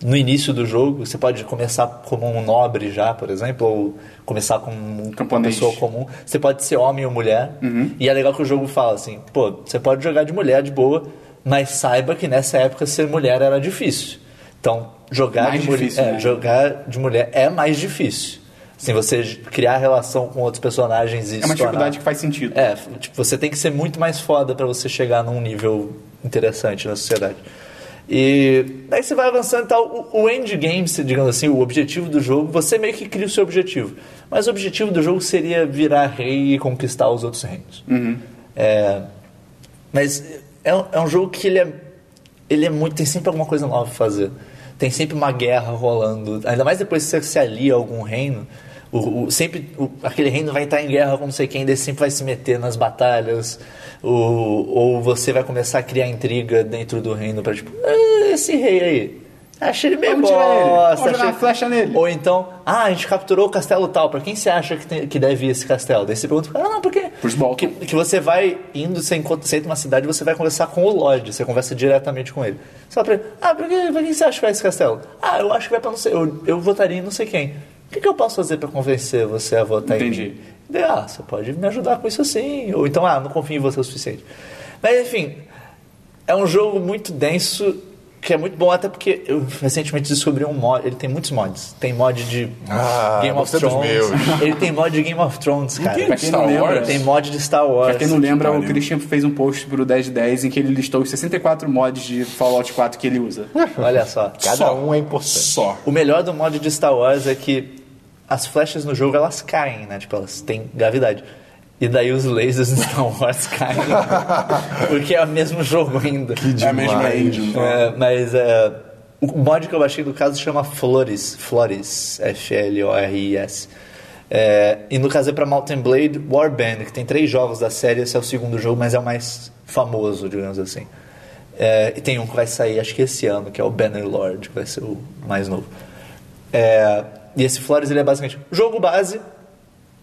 Speaker 3: no início do jogo. Você pode começar como um nobre já, por exemplo, ou começar como um-
Speaker 1: Camponês. Uhum.
Speaker 3: uma pessoa comum. Você pode ser homem ou mulher. E é legal que o jogo fala assim: pô, você pode jogar de mulher de boa, mas saiba que nessa época ser mulher era difícil. Então, jogar,
Speaker 1: Mais
Speaker 3: de, mulher-
Speaker 1: difícil,
Speaker 3: é,
Speaker 1: né?
Speaker 3: jogar de mulher é mais difícil. Assim, você criar relação com outros personagens e
Speaker 1: É uma
Speaker 3: se tornar-
Speaker 1: dificuldade que faz sentido.
Speaker 3: é, tipo, você tem que ser muito mais foda pra você chegar num nível interessante na sociedade. E daí você vai avançando e tal. O, o endgame, se- digamos assim, o objetivo do jogo, você meio que cria o seu objetivo. Mas o objetivo do jogo seria virar rei e conquistar os outros reinos.
Speaker 1: Uhum.
Speaker 3: É, mas é, um- é um jogo que ele é, ele é muito. Tem sempre alguma coisa nova pra fazer. Tem sempre uma guerra rolando. Ainda mais depois que você se alia a algum reino. O, o- sempre o- aquele reino vai estar em guerra com não sei quem, daí sempre vai se meter nas batalhas. O, ou você vai começar a criar intriga dentro do reino pra tipo, "Ah, esse rei aí. Achei ele meio
Speaker 1: Vamos tirar ele.
Speaker 3: bosta,
Speaker 1: Vamos jogar
Speaker 3: achei-
Speaker 1: uma flecha nele."
Speaker 3: ou então, ah, a gente capturou o castelo tal, pra quem você acha que, tem- que deve ir esse castelo? Daí você pergunta, ah, não, porque...
Speaker 4: Pros Balkan.
Speaker 3: que, que você vai indo, você encontra, você entra numa cidade, você vai conversar com o Lorde, você conversa diretamente com ele. Você fala pra ele, ah, pra quem, pra quem você acha que vai esse castelo? Ah, eu acho que vai pra não sei, eu, eu votaria em não sei quem. O que, que eu posso fazer pra convencer você a votar em
Speaker 4: Entendi.
Speaker 3: mim? Daí, ah, você pode me ajudar com isso sim, ou então, ah, não confio em você o suficiente. Mas, enfim, é um jogo muito denso, que é muito bom, até porque eu recentemente descobri um mod. Ele tem muitos mods. Tem mod de
Speaker 2: Ah,
Speaker 3: Game of
Speaker 2: você é dos
Speaker 3: Thrones.
Speaker 2: meus.
Speaker 3: Ele tem mod de Game of Thrones, cara.
Speaker 4: Pra quem não
Speaker 1: Star
Speaker 4: lembra,
Speaker 1: Wars.
Speaker 3: Tem mod de Star Wars.
Speaker 1: Pra quem não lembra, o
Speaker 4: pariu.
Speaker 1: Christian fez um post pro 10 de 10 em que ele listou os 64 mods de Fallout 4 que ele usa.
Speaker 3: Olha só.
Speaker 2: Cada
Speaker 4: só,
Speaker 2: um é importante.
Speaker 4: Só.
Speaker 3: O melhor do mod de Star Wars é que as flechas no jogo elas caem, né? Tipo, elas têm gravidade. E daí os lasers do Star Wars caem. porque é o mesmo jogo ainda. Que
Speaker 4: É a mesma engine.
Speaker 3: É, mas é, o mod que eu baixei no caso chama Flores. Flores. F-L-O-R-I-S. É, e no caso é pra Mountain Blade Warband, que tem três jogos da série. Esse é o segundo jogo, mas é o mais famoso, digamos assim. É, e tem um que vai sair, acho que esse ano, que é o Bannerlord, que vai ser o mais novo. É, e esse Flores ele é basicamente jogo base,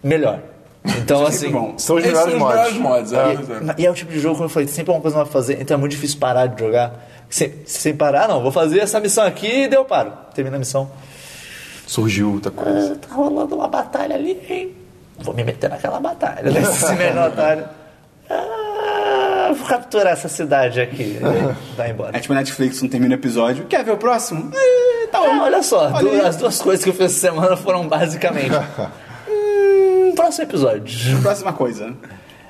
Speaker 3: melhor.
Speaker 4: é
Speaker 3: Então, assim.
Speaker 1: bom.
Speaker 2: São os
Speaker 4: Esses
Speaker 2: melhores
Speaker 4: são os
Speaker 2: mods.
Speaker 4: melhores mods, é, pois é.
Speaker 3: E, e é o tipo de jogo, como eu falei, sempre é uma coisa nova pra fazer, então é muito difícil parar de jogar. Sem, sem parar, não, vou fazer essa missão aqui e deu paro. Termina a missão.
Speaker 2: Surgiu outra coisa.
Speaker 3: Ah, Tá rolando uma batalha ali, hein? Vou me meter naquela batalha. né? Daí você se mete na batalha. Ah, vou capturar essa cidade aqui. E Vai embora.
Speaker 1: É tipo Netflix, não termina o episódio. Quer ver o próximo? Eh, tá
Speaker 3: Ah,
Speaker 1: bom.
Speaker 3: olha só,
Speaker 1: Olha
Speaker 3: du-
Speaker 1: aí.
Speaker 3: as duas coisas que eu fiz essa semana foram basicamente. hum, próximo episódio.
Speaker 1: Próxima coisa.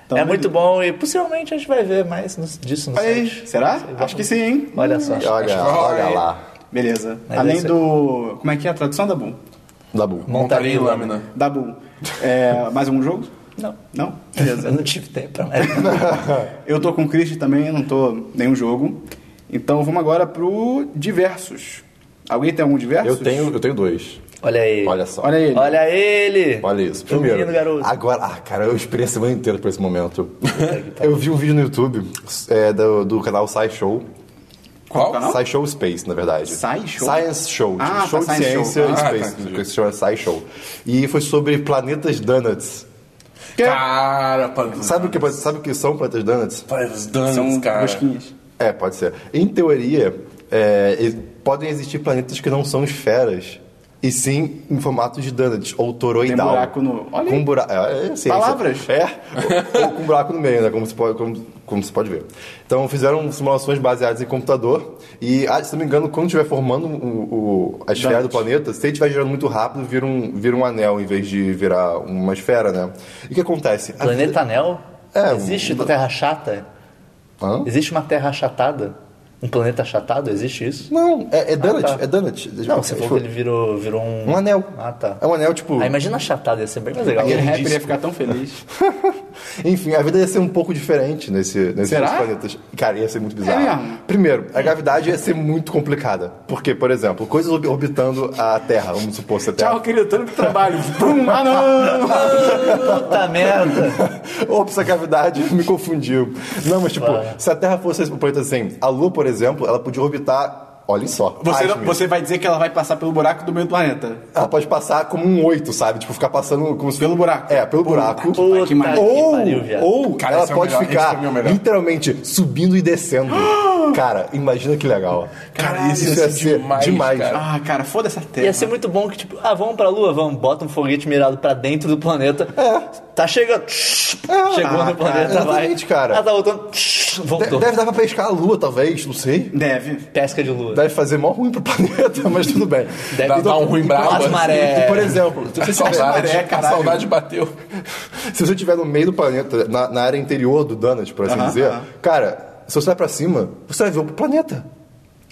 Speaker 1: Então,
Speaker 3: é muito bom e possivelmente a gente vai ver mais no- disso no
Speaker 1: Olha aí.
Speaker 3: site.
Speaker 1: Será?
Speaker 3: vamos.
Speaker 1: Acho que sim, hein?
Speaker 3: Olha só.
Speaker 2: Olha, olha lá.
Speaker 1: Beleza.
Speaker 3: Mas
Speaker 1: Além
Speaker 3: esse-
Speaker 1: do. Como é que é a tradução da Boom?
Speaker 2: Dabu.
Speaker 4: Montaria em lâmina.
Speaker 1: Da Boom. É, mais algum jogo?
Speaker 3: Não.
Speaker 1: Não?
Speaker 3: Eu
Speaker 1: Beleza.
Speaker 3: não tive tempo pra mais.
Speaker 1: Eu tô com o Christian também, não tô nenhum jogo. Então vamos agora pro diversos. Alguém tem algum diversos?
Speaker 2: Eu tenho, eu tenho dois.
Speaker 3: Olha aí.
Speaker 2: Olha só.
Speaker 1: Olha ele.
Speaker 3: Olha ele.
Speaker 2: Olha isso.
Speaker 3: O menino
Speaker 2: Primeiro,
Speaker 3: garoto.
Speaker 2: agora, ah, cara, eu esperei a semana inteira pra esse momento. eu vi um vídeo no YouTube é, do, do canal SciShow. é
Speaker 4: Qual?
Speaker 1: Canal?
Speaker 2: SciShow Space, na verdade.
Speaker 1: SciShow?
Speaker 2: Science Show. Tipo,
Speaker 1: Ah, tá,
Speaker 2: show de
Speaker 1: Science
Speaker 2: ciência
Speaker 1: Show.
Speaker 2: e
Speaker 4: Ah,
Speaker 2: Space,
Speaker 4: tá, entendi.
Speaker 2: que se chama é SciShow. E foi sobre planetas donuts.
Speaker 1: Que-
Speaker 4: Cara, Panther.
Speaker 2: é? Sabe o que, é sabe o que são planetas donuts?
Speaker 4: Panther Donuts,
Speaker 1: São
Speaker 4: cara.
Speaker 1: rosquinhas.
Speaker 2: É, pode ser. Em teoria, é, e- podem existir planetas que não são esferas. E sim em formato de donuts, ou toroidal.
Speaker 1: Tem buraco no- Olha aí.
Speaker 2: Com buraco. É, é ciência.
Speaker 1: Palavras.
Speaker 2: É. Ou, ou com buraco no meio, né? Como se pode, como, como se pode ver. Então fizeram simulações baseadas em computador. E, ah, se não me engano, quando estiver formando o, o- a esfera do planeta, se ele estiver girando muito rápido, vira um, vira um anel em vez de virar uma esfera, né? E o que acontece? A vida-
Speaker 3: Planeta Anel?
Speaker 2: É,
Speaker 3: Existe
Speaker 2: um-
Speaker 3: terra chata?
Speaker 2: Hã?
Speaker 3: Existe uma terra achatada? Um planeta achatado? Existe isso?
Speaker 2: Não, é, é donut,
Speaker 3: tá.
Speaker 2: é donut.
Speaker 3: Não, você falou que ele virou, virou um...
Speaker 2: Um anel.
Speaker 3: Ah, tá.
Speaker 2: É um anel, tipo.
Speaker 3: Ah, imagina achatado, ia ser bem mais legal.
Speaker 1: Aquele
Speaker 2: Ele
Speaker 1: rapper
Speaker 2: disse-
Speaker 1: ia ficar tão feliz.
Speaker 2: Enfim, a vida ia ser um pouco diferente nesse, nesses
Speaker 1: Será?
Speaker 2: planetas. Cara, ia ser muito bizarro.
Speaker 1: É mesmo?
Speaker 2: Primeiro, a gravidade ia ser muito complicada. Porque, por exemplo, coisas orbi- orbitando a Terra, vamos supor, se a Terra.
Speaker 1: Tchau, querido, tô indo pro trabalho. Brum, ah, não!
Speaker 3: Puta merda.
Speaker 2: Ops, a gravidade me confundiu. Não, mas tipo,
Speaker 3: Vai.
Speaker 2: se a Terra fosse esse planeta assim, a Lua, por exemplo, ela podia orbitar. Olhem só.
Speaker 1: Você, não-
Speaker 2: pasme.
Speaker 1: você vai dizer que ela vai passar pelo buraco do meio do planeta.
Speaker 2: Ela pode passar como um oito, sabe? Tipo, ficar passando como se
Speaker 1: Pelo buraco.
Speaker 2: É, pelo buraco.
Speaker 1: Puta que
Speaker 3: Puta
Speaker 1: mar-
Speaker 2: Ou,
Speaker 3: pariu, viado.
Speaker 2: ou
Speaker 4: Cara,
Speaker 2: ela
Speaker 4: esse é o
Speaker 2: pode
Speaker 4: melhor, esse pra mim é o
Speaker 2: ficar
Speaker 4: melhor.
Speaker 2: literalmente subindo e descendo. cara, imagina que legal.
Speaker 4: Cara, isso
Speaker 2: isso
Speaker 4: ia
Speaker 2: ia
Speaker 4: ser
Speaker 2: ser
Speaker 4: demais,
Speaker 2: demais.
Speaker 4: cara.
Speaker 1: Ah, cara, foda essa terra.
Speaker 3: Ia ser muito bom que, tipo, ah, vamos pra lua? Vamos, bota um foguete mirado pra dentro do planeta. Tá chegando. Chegou no planeta, vai.
Speaker 2: exatamente, É. Ah, cara.
Speaker 3: Ah, tá voltando.
Speaker 2: De-
Speaker 3: Voltou.
Speaker 2: Deve dar pra pescar a lua, talvez, não sei.
Speaker 1: Deve.
Speaker 3: Pesca de lua.
Speaker 2: Deve fazer mó ruim pro planeta, mas tudo bem.
Speaker 3: Deve
Speaker 4: Dá, dá um ruim brabo.
Speaker 3: As
Speaker 4: assim.
Speaker 3: maré.
Speaker 2: Por exemplo, se
Speaker 4: A
Speaker 2: você,
Speaker 4: saudade,
Speaker 2: tiver,
Speaker 1: maré,
Speaker 4: a
Speaker 1: caralho.
Speaker 4: saudade bateu.
Speaker 2: se você tiver no meio do planeta, na, na área interior do Donut, por assim
Speaker 1: Aham,
Speaker 2: dizer,
Speaker 1: aham.
Speaker 2: cara, se você vai pra cima, você vai ver o planeta.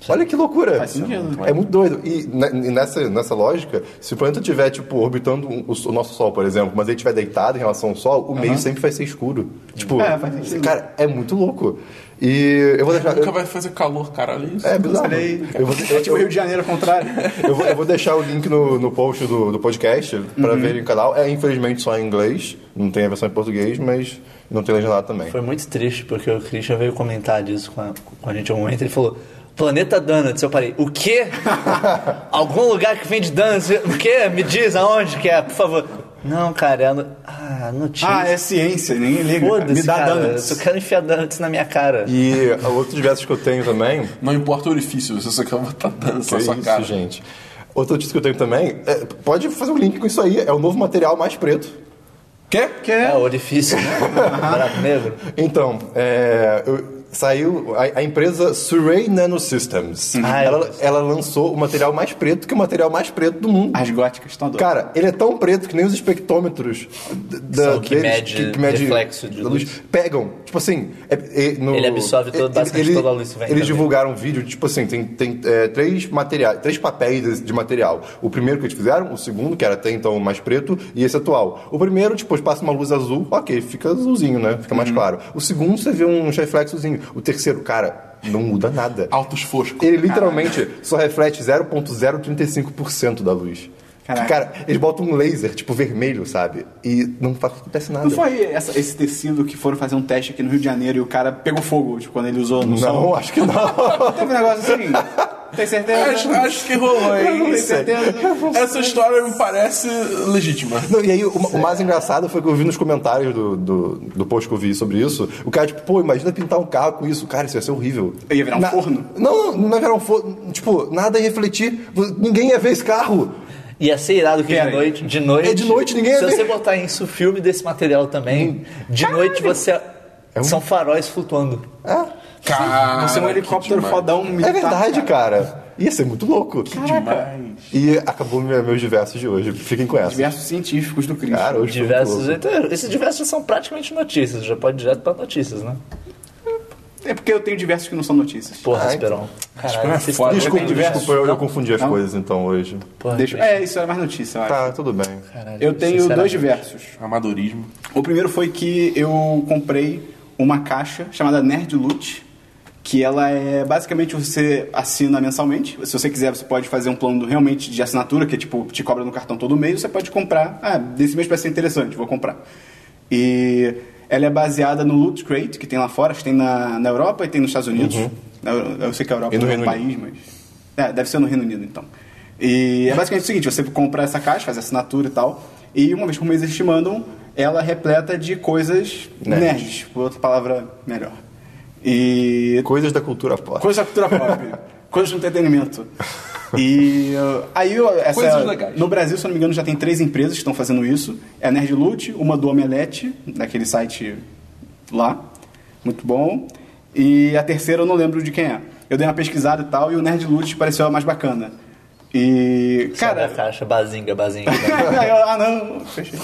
Speaker 2: Olha que loucura!
Speaker 1: Faz sentido.
Speaker 2: É muito doido. E, ne- e nessa, nessa lógica, se o planeta estiver, tipo, orbitando um- o, so- o nosso Sol, por exemplo, mas ele estiver deitado em relação ao Sol, o meio sempre vai ser escuro. Tipo,
Speaker 1: É, faz sentido.
Speaker 2: cara, é muito louco. E eu vou deixar.
Speaker 4: Nunca vai fazer calor, caralho. Isso.
Speaker 2: É bizarro.
Speaker 1: Falei.
Speaker 2: Eu vou,
Speaker 1: É tipo Rio de Janeiro ao contrário.
Speaker 2: eu vou, eu vou deixar o link no, no post do, do podcast pra
Speaker 4: Uhum.
Speaker 2: verem o canal. É infelizmente só em inglês, não tem a versão em português, mas não tem legendado também.
Speaker 3: Foi muito triste, porque o Christian veio comentar disso com a, com a gente em um momento. Ele falou: Planeta Donuts. Eu parei: O quê? Algum lugar que vende donuts? O quê? Me diz aonde que é, por favor. Não, cara, é. No... Ah, notícia.
Speaker 1: Ah, é ciência, ninguém liga. cara. Me
Speaker 3: Foda-se,
Speaker 1: dá
Speaker 3: cara.
Speaker 1: donuts.
Speaker 3: Eu só quero enfiar donuts na minha cara.
Speaker 2: E outros versos que eu tenho também.
Speaker 4: Não importa o orifício, você só quer botar dança
Speaker 2: Que é
Speaker 4: na sua
Speaker 2: isso,
Speaker 4: cara.
Speaker 2: gente. Outra notícia que eu tenho também, é, pode fazer um link com isso aí, é o novo material mais preto.
Speaker 1: Quê?
Speaker 3: É
Speaker 1: Quê?
Speaker 3: o orifício, né? Buraco negro.
Speaker 2: Então, é, eu- saiu a, a empresa Surrey Nanosystems.
Speaker 4: Uhum.
Speaker 3: Ah, eu
Speaker 2: ela,
Speaker 3: gosto.
Speaker 2: ela lançou o material mais preto, que é o material mais preto do mundo.
Speaker 1: As góticas estão doidas.
Speaker 2: Cara, ele é tão preto que nem os espectrômetros d- da,
Speaker 3: São que
Speaker 2: deles,
Speaker 3: mede reflexo de
Speaker 2: da
Speaker 3: luz.
Speaker 2: pegam. Tipo assim, é- é- no-
Speaker 3: Ele absorve todo-
Speaker 2: ele-
Speaker 3: basicamente
Speaker 2: ele-
Speaker 3: toda a luz que vem
Speaker 2: Eles
Speaker 3: também.
Speaker 2: divulgaram um vídeo, tipo assim, tem, tem é, três materiais, três papéis de, de material. O primeiro que eles fizeram, o segundo, que era até então mais preto, e esse atual. O primeiro, tipo, eles passam uma luz azul, ok, fica azulzinho, né? Fica
Speaker 3: Uhum.
Speaker 2: mais claro. O segundo, você vê um reflexozinho. O terceiro, cara, não muda nada.
Speaker 4: Altos foscos.
Speaker 2: Ele literalmente só reflete 0,035% da luz.
Speaker 1: Caraca.
Speaker 2: Cara, eles botam um laser, tipo, vermelho, sabe? E não fa- acontece nada.
Speaker 1: Não foi essa- esse tecido que foram fazer um teste aqui no Rio de Janeiro e o cara pegou fogo, tipo, quando ele usou no
Speaker 2: Não,
Speaker 1: sol?
Speaker 2: acho que não.
Speaker 1: Teve um negócio assim. Tem certeza?
Speaker 4: Acho, acho que rolou,
Speaker 1: Tem
Speaker 4: hein? é-
Speaker 1: certeza?
Speaker 4: Essa história me parece legítima.
Speaker 2: Não, e aí, o, o mais engraçado foi que eu vi nos comentários do, do, do post que eu vi sobre isso. O cara, tipo, pô, imagina pintar um carro com isso. Cara, isso ia ser horrível.
Speaker 1: Ia virar um forno?
Speaker 2: Não, não ia virar um forno. Tipo, nada ia refletir. Ninguém ia ver esse carro.
Speaker 3: Ia ser irado é que
Speaker 1: Pera
Speaker 3: de
Speaker 1: aí.
Speaker 3: noite, de noite.
Speaker 2: É de noite, ninguém
Speaker 3: Se
Speaker 2: vê.
Speaker 3: você botar isso filme desse material
Speaker 1: Hum.
Speaker 3: também, de noite você.
Speaker 1: É
Speaker 2: um-
Speaker 3: São faróis flutuando.
Speaker 4: Cara,
Speaker 1: Você é um
Speaker 4: que
Speaker 1: helicóptero
Speaker 4: demais.
Speaker 1: fodão militar.
Speaker 2: É verdade, cara. Ia ser muito louco.
Speaker 4: Demais.
Speaker 2: E acabou meu- meus diversos de hoje. Fiquem com essa.
Speaker 1: Diversos científicos do Cristo.
Speaker 2: Cara, hoje foi muito
Speaker 3: Diversos.
Speaker 2: louco.
Speaker 3: então, esses diversos são praticamente notícias, já pode ir direto pra notícias, né?
Speaker 1: É porque eu tenho diversos que não são notícias.
Speaker 3: Porra,
Speaker 2: Ai,
Speaker 1: então.
Speaker 3: Esperão.
Speaker 4: Esperão é
Speaker 3: vocês
Speaker 4: foda.
Speaker 3: estão-
Speaker 2: Desculpa,
Speaker 1: Eu tenho
Speaker 2: desculpa, eu, eu confundi as
Speaker 1: Não?
Speaker 2: coisas então hoje.
Speaker 3: Porra,
Speaker 1: Deixa...
Speaker 3: Christian,
Speaker 1: É, isso era mais notícia, eu acho.
Speaker 2: Tá, tudo bem.
Speaker 3: caralho,
Speaker 1: Eu tenho dois
Speaker 3: sinceramente.
Speaker 1: diversos.
Speaker 4: Amadorismo.
Speaker 1: O primeiro foi que eu comprei uma caixa chamada Nerd Loot, que ela é basicamente você assina mensalmente. Se você quiser, você pode fazer um plano realmente de assinatura, que tipo, te cobra no cartão todo mês, você pode comprar. Ah, desse mês parece ser interessante, vou comprar. E ela é baseada no Loot Crate, que tem lá fora, acho que tem na, na Europa e tem nos Estados Unidos. Na Eu, eu sei que a Europa
Speaker 2: Uhum. E no
Speaker 1: não é um
Speaker 2: Reino Unido.
Speaker 1: país, mas. É, deve ser no Reino Unido, então. E é basicamente o seguinte: você compra essa caixa, faz assinatura e tal, e uma vez por mês eles te mandam ela repleta de coisas
Speaker 2: Nerds.
Speaker 1: nerds, por outra palavra melhor. E
Speaker 2: Coisas da cultura pop.
Speaker 1: coisas da cultura pop, coisas do entretenimento. E uh, aí eu- essa,
Speaker 4: Coisas legais.
Speaker 1: no Brasil, se eu não me engano, já tem três empresas que estão fazendo isso. É a Nerd Loot, uma do Omelete, daquele site lá, muito bom. E a terceira eu não lembro de quem é. Eu dei uma pesquisada e tal, e o Nerd Loot pareceu a mais bacana. E,
Speaker 3: Sai
Speaker 1: cara,
Speaker 3: da caixa, bazinga, bazinga.
Speaker 1: Aí eu, ah, não, fechei.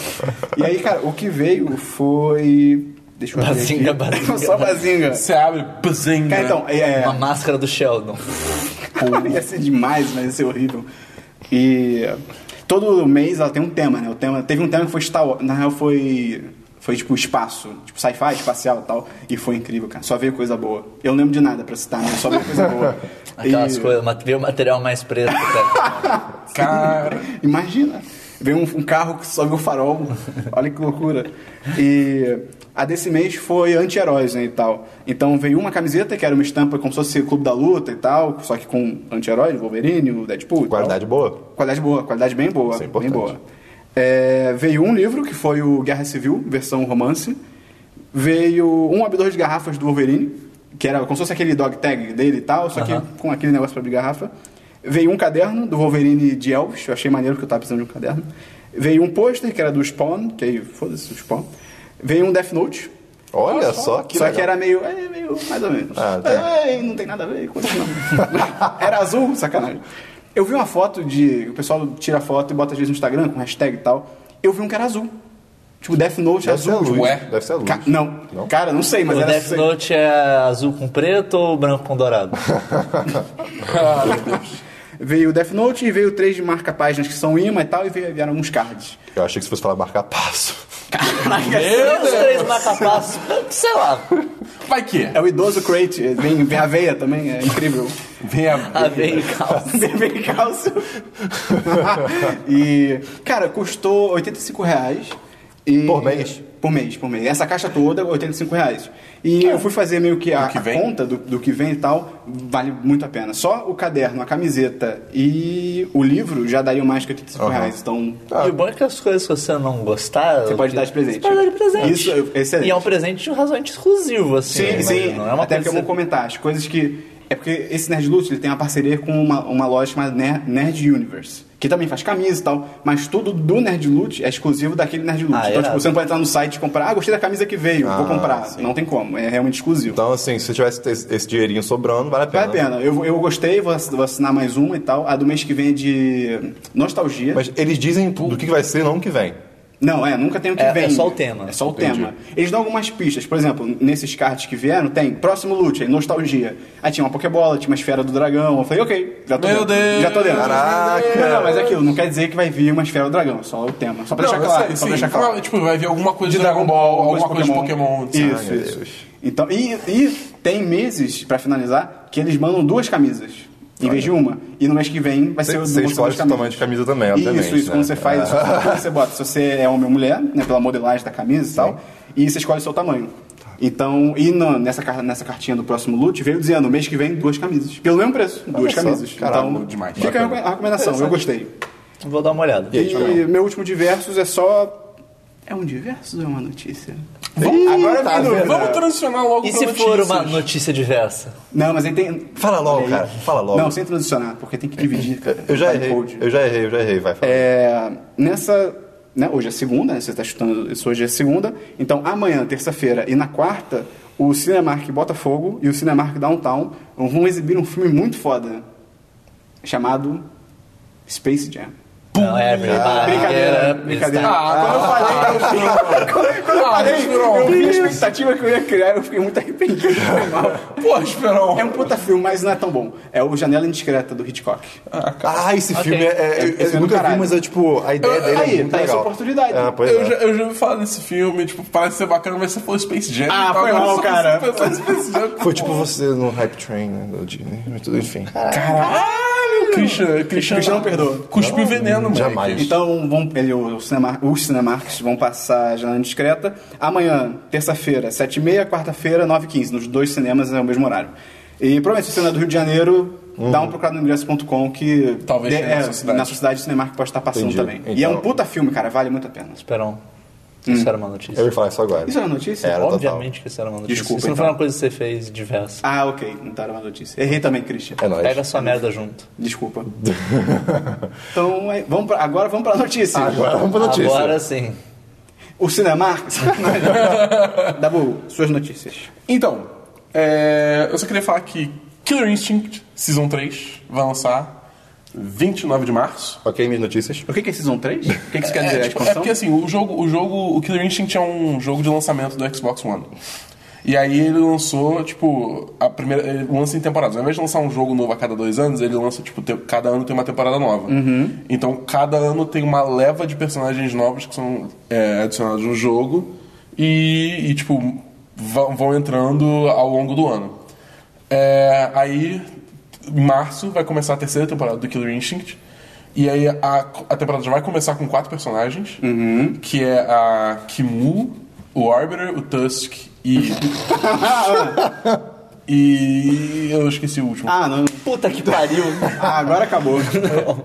Speaker 1: E aí, cara, o que veio foi. Deixa eu abrir
Speaker 3: Bazinga,
Speaker 1: aqui.
Speaker 3: bazinga,
Speaker 1: Só bazinga.
Speaker 4: Você abre, bazinga.
Speaker 1: Cara, então, é.
Speaker 3: Uma máscara do Sheldon.
Speaker 1: ia ser demais, mas ia ser horrível. E. Todo mês ela tem um tema, né? O tema, teve um tema que foi Star Wars. Na real, foi. Foi tipo espaço, tipo sci-fi, espacial e tal. E foi incrível, cara. Só veio coisa boa. Eu não lembro de nada pra citar, mas só veio coisa boa.
Speaker 3: Aquelas
Speaker 1: E-
Speaker 3: coisas, mat- vê o material mais preto. Cara.
Speaker 4: é- Cara,
Speaker 1: Imagina! Vem um, um carro que sobe o farol. Olha que loucura. E a desse mês foi anti-heróis, né, e tal. Então veio uma camiseta que era uma estampa como se fosse o Clube da Luta e tal, só que com anti-heróis, Wolverine, o Deadpool. e tal.
Speaker 2: Qualidade boa?
Speaker 1: Qualidade boa, qualidade bem boa.
Speaker 2: Isso é
Speaker 1: bem
Speaker 2: importante.
Speaker 1: boa. É, veio um livro, que foi o Guerra Civil, versão romance. Veio um abridor de garrafas do Wolverine, que era como se fosse aquele dog tag dele e tal, só
Speaker 3: Aham.
Speaker 1: que com aquele negócio pra abrir garrafa. Veio um caderno do Wolverine de Elvis, eu achei maneiro porque eu tava precisando de um caderno. Veio um pôster, que era do Spawn, que aí, foda-se o Spawn. Veio um Death Note,
Speaker 2: Olha só que.
Speaker 1: só
Speaker 2: legal.
Speaker 1: que era meio, é, meio mais ou menos.
Speaker 2: Ah, tá.
Speaker 1: É, não tem nada a ver, coisa não. era azul, sacanagem. Eu vi uma foto de. O pessoal tira foto e bota às vezes no Instagram com hashtag e tal. Eu vi um que era azul. Tipo, Death Note
Speaker 2: Deve ser a
Speaker 1: azul.
Speaker 2: luz.
Speaker 4: ué.
Speaker 2: Deve ser a luz.
Speaker 1: Ca- não.
Speaker 2: Não?
Speaker 1: cara, não sei, mas
Speaker 3: O
Speaker 1: era assim.
Speaker 3: Death Note é azul com preto ou branco com dourado?
Speaker 1: veio o Death Note e veio três de marca páginas que são imã e tal, e veio- vieram alguns cards.
Speaker 2: Eu achei que você fosse falar marcar passo.
Speaker 3: Tem assim, os três macapassos, sei lá.
Speaker 4: Vai que?
Speaker 1: É o idoso crate, vem, vem a veia também, é incrível.
Speaker 4: Vem a...
Speaker 3: Ah, vem calça.
Speaker 1: Bebê calça. e, cara, custou 85 reais. E,
Speaker 2: Por mês?
Speaker 1: Por mês, por mês. Essa caixa toda, 85 reais. E eu fui fazer meio que a,
Speaker 4: que
Speaker 1: a
Speaker 4: vem?
Speaker 1: conta do, do que vem e tal, vale muito a pena. Só o caderno, a camiseta e o livro já dariam mais que 85 reais. Então,
Speaker 3: E o bom é que as coisas que você não gostar.
Speaker 1: Você pode dar de presente.
Speaker 3: Você pode dar de presente.
Speaker 1: Isso é excelente.
Speaker 3: E é um presente razoavelmente exclusivo,
Speaker 1: Sim,
Speaker 3: assim. eu
Speaker 1: sim.
Speaker 3: imagino. Não é uma
Speaker 1: Até
Speaker 3: coisa
Speaker 1: porque eu vou comentar as coisas que. É porque esse Nerd Loot ele tem uma parceria com uma, uma loja chamada Ner- Nerd Universe, que também faz camisa e tal, mas tudo do Nerd Loot é exclusivo daquele Nerd Loot.
Speaker 3: Ah,
Speaker 1: então,
Speaker 3: irado.
Speaker 1: tipo, você não pode entrar no site e comprar, ah, gostei da camisa que veio, vou comprar. Não tem como, é realmente
Speaker 3: Tá
Speaker 1: exclusivo.
Speaker 2: Então, assim, se tivesse esse esse dinheirinho sobrando, vale a pena.
Speaker 1: Vale a pena, eu, eu gostei, vou, ass- vou assinar mais uma e tal. A do mês que vem é de nostalgia.
Speaker 2: Mas eles dizem do que que vai ser não que vem.
Speaker 1: Não, é, nunca tem o que
Speaker 3: É-
Speaker 1: vem.
Speaker 3: é só o tema.
Speaker 1: É só o
Speaker 2: Entendi.
Speaker 1: tema. Eles dão algumas pistas, por exemplo, nesses cards que vieram, tem próximo loot, aí, nostalgia. Aí tinha uma Pokébola, tinha uma esfera do dragão. Eu falei, ok, já tô
Speaker 4: Meu
Speaker 1: dentro.
Speaker 4: Deus!
Speaker 1: Já tô dentro.
Speaker 2: Caraca!
Speaker 1: Não, não, mas é aquilo, não quer dizer que vai vir uma esfera do dragão, só o tema. Só pra deixar claro.
Speaker 4: sério,
Speaker 1: só
Speaker 4: sim.
Speaker 1: pra deixar claro.
Speaker 4: Não, tipo, vai vir alguma coisa de Dragon Ball, alguma coisa de Pokémon. sabe?
Speaker 1: Isso,
Speaker 2: Ai, meu
Speaker 1: isso.
Speaker 2: Deus.
Speaker 1: Então, e, e tem meses, pra finalizar, que eles mandam duas camisas. Em vez de uma. E no mês que vem vai ser o
Speaker 2: Você
Speaker 1: do
Speaker 2: escolhe o tamanho de camisa também, obviamente.
Speaker 1: isso, isso.
Speaker 2: né?
Speaker 1: Quando você faz, isso, você bota se você é homem ou mulher, né, pela modelagem da camisa e tal, e você escolhe o seu tamanho.
Speaker 2: Tá.
Speaker 1: Então, e na- nessa, car- nessa cartinha do próximo loot, veio dizendo, mês que vem, duas camisas. Pelo mesmo preço, duas
Speaker 2: só,
Speaker 1: camisas.
Speaker 2: caralho,
Speaker 1: então,
Speaker 4: demais.
Speaker 1: fica a
Speaker 2: Bacana.
Speaker 1: recome- a recomendação, eu gostei.
Speaker 3: Vou dar uma olhada.
Speaker 1: E, meu último diversos é só... É um diversos ou é uma notícia? Agora eu
Speaker 2: tá
Speaker 1: tenho dúvida.
Speaker 4: Vamos transicionar logo
Speaker 3: E
Speaker 4: pra
Speaker 3: se for
Speaker 4: notícias.
Speaker 3: uma notícia diversa?
Speaker 1: Não, mas aí tem...
Speaker 2: Fala logo,
Speaker 1: Olha aí.
Speaker 2: cara, fala logo.
Speaker 1: Não, sem transicionar, porque tem que dividir, cara.
Speaker 2: Eu já
Speaker 1: Vale
Speaker 2: errei,
Speaker 1: code.
Speaker 2: eu já errei, eu já errei, vai, fala.
Speaker 1: É, nessa. né, hoje é segunda, né, você está chutando isso hoje é segunda. Então, amanhã, terça-feira e na quarta, o Cinemark Botafogo e o Cinemark Downtown vão exibir um filme muito foda chamado Space Jam.
Speaker 3: Não, é
Speaker 2: Ah,
Speaker 3: brincadeira. é,
Speaker 1: brincadeira,
Speaker 2: né?
Speaker 1: brincadeira.
Speaker 4: Ah,
Speaker 1: quando eu falei, eu fiquei- quando, quando eu
Speaker 4: Ah,
Speaker 1: falei,
Speaker 4: Esperon.
Speaker 1: eu vi a expectativa que eu ia criar, eu fiquei muito arrependido, foi mal.
Speaker 4: Pô, Esperão.
Speaker 1: É um puta filme, mas não é tão bom. É o Janela Indiscreta do Hitchcock.
Speaker 2: Ah, esse filme é. é-
Speaker 1: Esse
Speaker 2: eu
Speaker 1: filme é do
Speaker 2: nunca vi,
Speaker 1: caralho.
Speaker 2: mas é tipo, a ideia dele
Speaker 1: aí,
Speaker 2: é muito
Speaker 1: tá essa
Speaker 2: legal.
Speaker 1: oportunidade.
Speaker 2: Ah, pois
Speaker 4: Eu
Speaker 2: é.
Speaker 4: já, eu já ouvi falar desse filme, tipo, parece ser bacana, mas se for Space Jam...
Speaker 1: Ah,
Speaker 4: então
Speaker 1: foi
Speaker 4: agora
Speaker 1: mal,
Speaker 4: só
Speaker 1: cara.
Speaker 4: pensar em Space Jam.
Speaker 2: Foi tipo você no Hype Train, né? do Disney, mas tudo- Enfim.
Speaker 4: Caralho! Christian, Christian,
Speaker 1: Christian não perdoa.
Speaker 4: Cuspiu veneno, mano.
Speaker 2: jamais.
Speaker 1: Então, vão, ele- o cinema- os Cinemarks vão passar a janela discreta. Amanhã, terça-feira, 7h30, quarta-feira, 9h15. Nos dois cinemas é o mesmo horário. E provavelmente se você não é do Rio de Janeiro,
Speaker 2: Uhum.
Speaker 1: dá um procurado no ingresso.com que
Speaker 4: Talvez
Speaker 1: de-
Speaker 4: tenha na
Speaker 1: é,
Speaker 4: sua cidade.
Speaker 1: na sua cidade o Cinemark pode estar passando
Speaker 2: Entendi.
Speaker 1: também. E é um
Speaker 2: Então-
Speaker 1: puta filme, cara, vale muito a pena.
Speaker 3: Esperão. um. Isso era uma notícia.
Speaker 2: Hum. Eu ia falar isso agora.
Speaker 1: Isso é era notícia?
Speaker 2: Era
Speaker 3: Obviamente que isso era uma notícia.
Speaker 1: Desculpa,
Speaker 3: Isso não
Speaker 1: então.
Speaker 3: foi uma coisa que você fez diversa.
Speaker 1: Ah, ok, não tá uma notícia. Errei também, Christian.
Speaker 2: total. É nóis.
Speaker 3: Pega a sua merda junto.
Speaker 1: Desculpa. então, é- vamos pra- agora vamos pra notícia.
Speaker 2: Agora vamos pra notícia.
Speaker 3: Agora sim.
Speaker 1: O Cinemark. Dabu, suas notícias.
Speaker 4: Então, é, eu só queria falar que Killer Instinct Season 3 vai lançar 29 de março.
Speaker 2: Ok, minhas notícias.
Speaker 1: O que que é Season 3? O que que isso quer dizer?
Speaker 4: É,
Speaker 1: A
Speaker 4: tipo, é
Speaker 1: expansão?
Speaker 4: porque assim, o jogo, o jogo, o Killer Instinct é um jogo de lançamento do Xbox One. E aí ele lançou, tipo, a primeira. Ele lança em temporadas. Ao invés de lançar um jogo novo a cada dois anos, ele lança, tipo, te- cada ano tem uma temporada nova. Então cada ano tem uma leva de personagens novos que são é, adicionados no jogo e, e, tipo, vão, vão entrando ao longo do ano. É, aí, em março, vai começar a terceira temporada do Killer Instinct. E aí a, a temporada já vai começar com quatro personagens, que é a Kimu, o Arbiter, o Tusk e. e. Eu esqueci o último.
Speaker 1: Ah, não.
Speaker 3: Puta que pariu.
Speaker 1: Ah, agora acabou.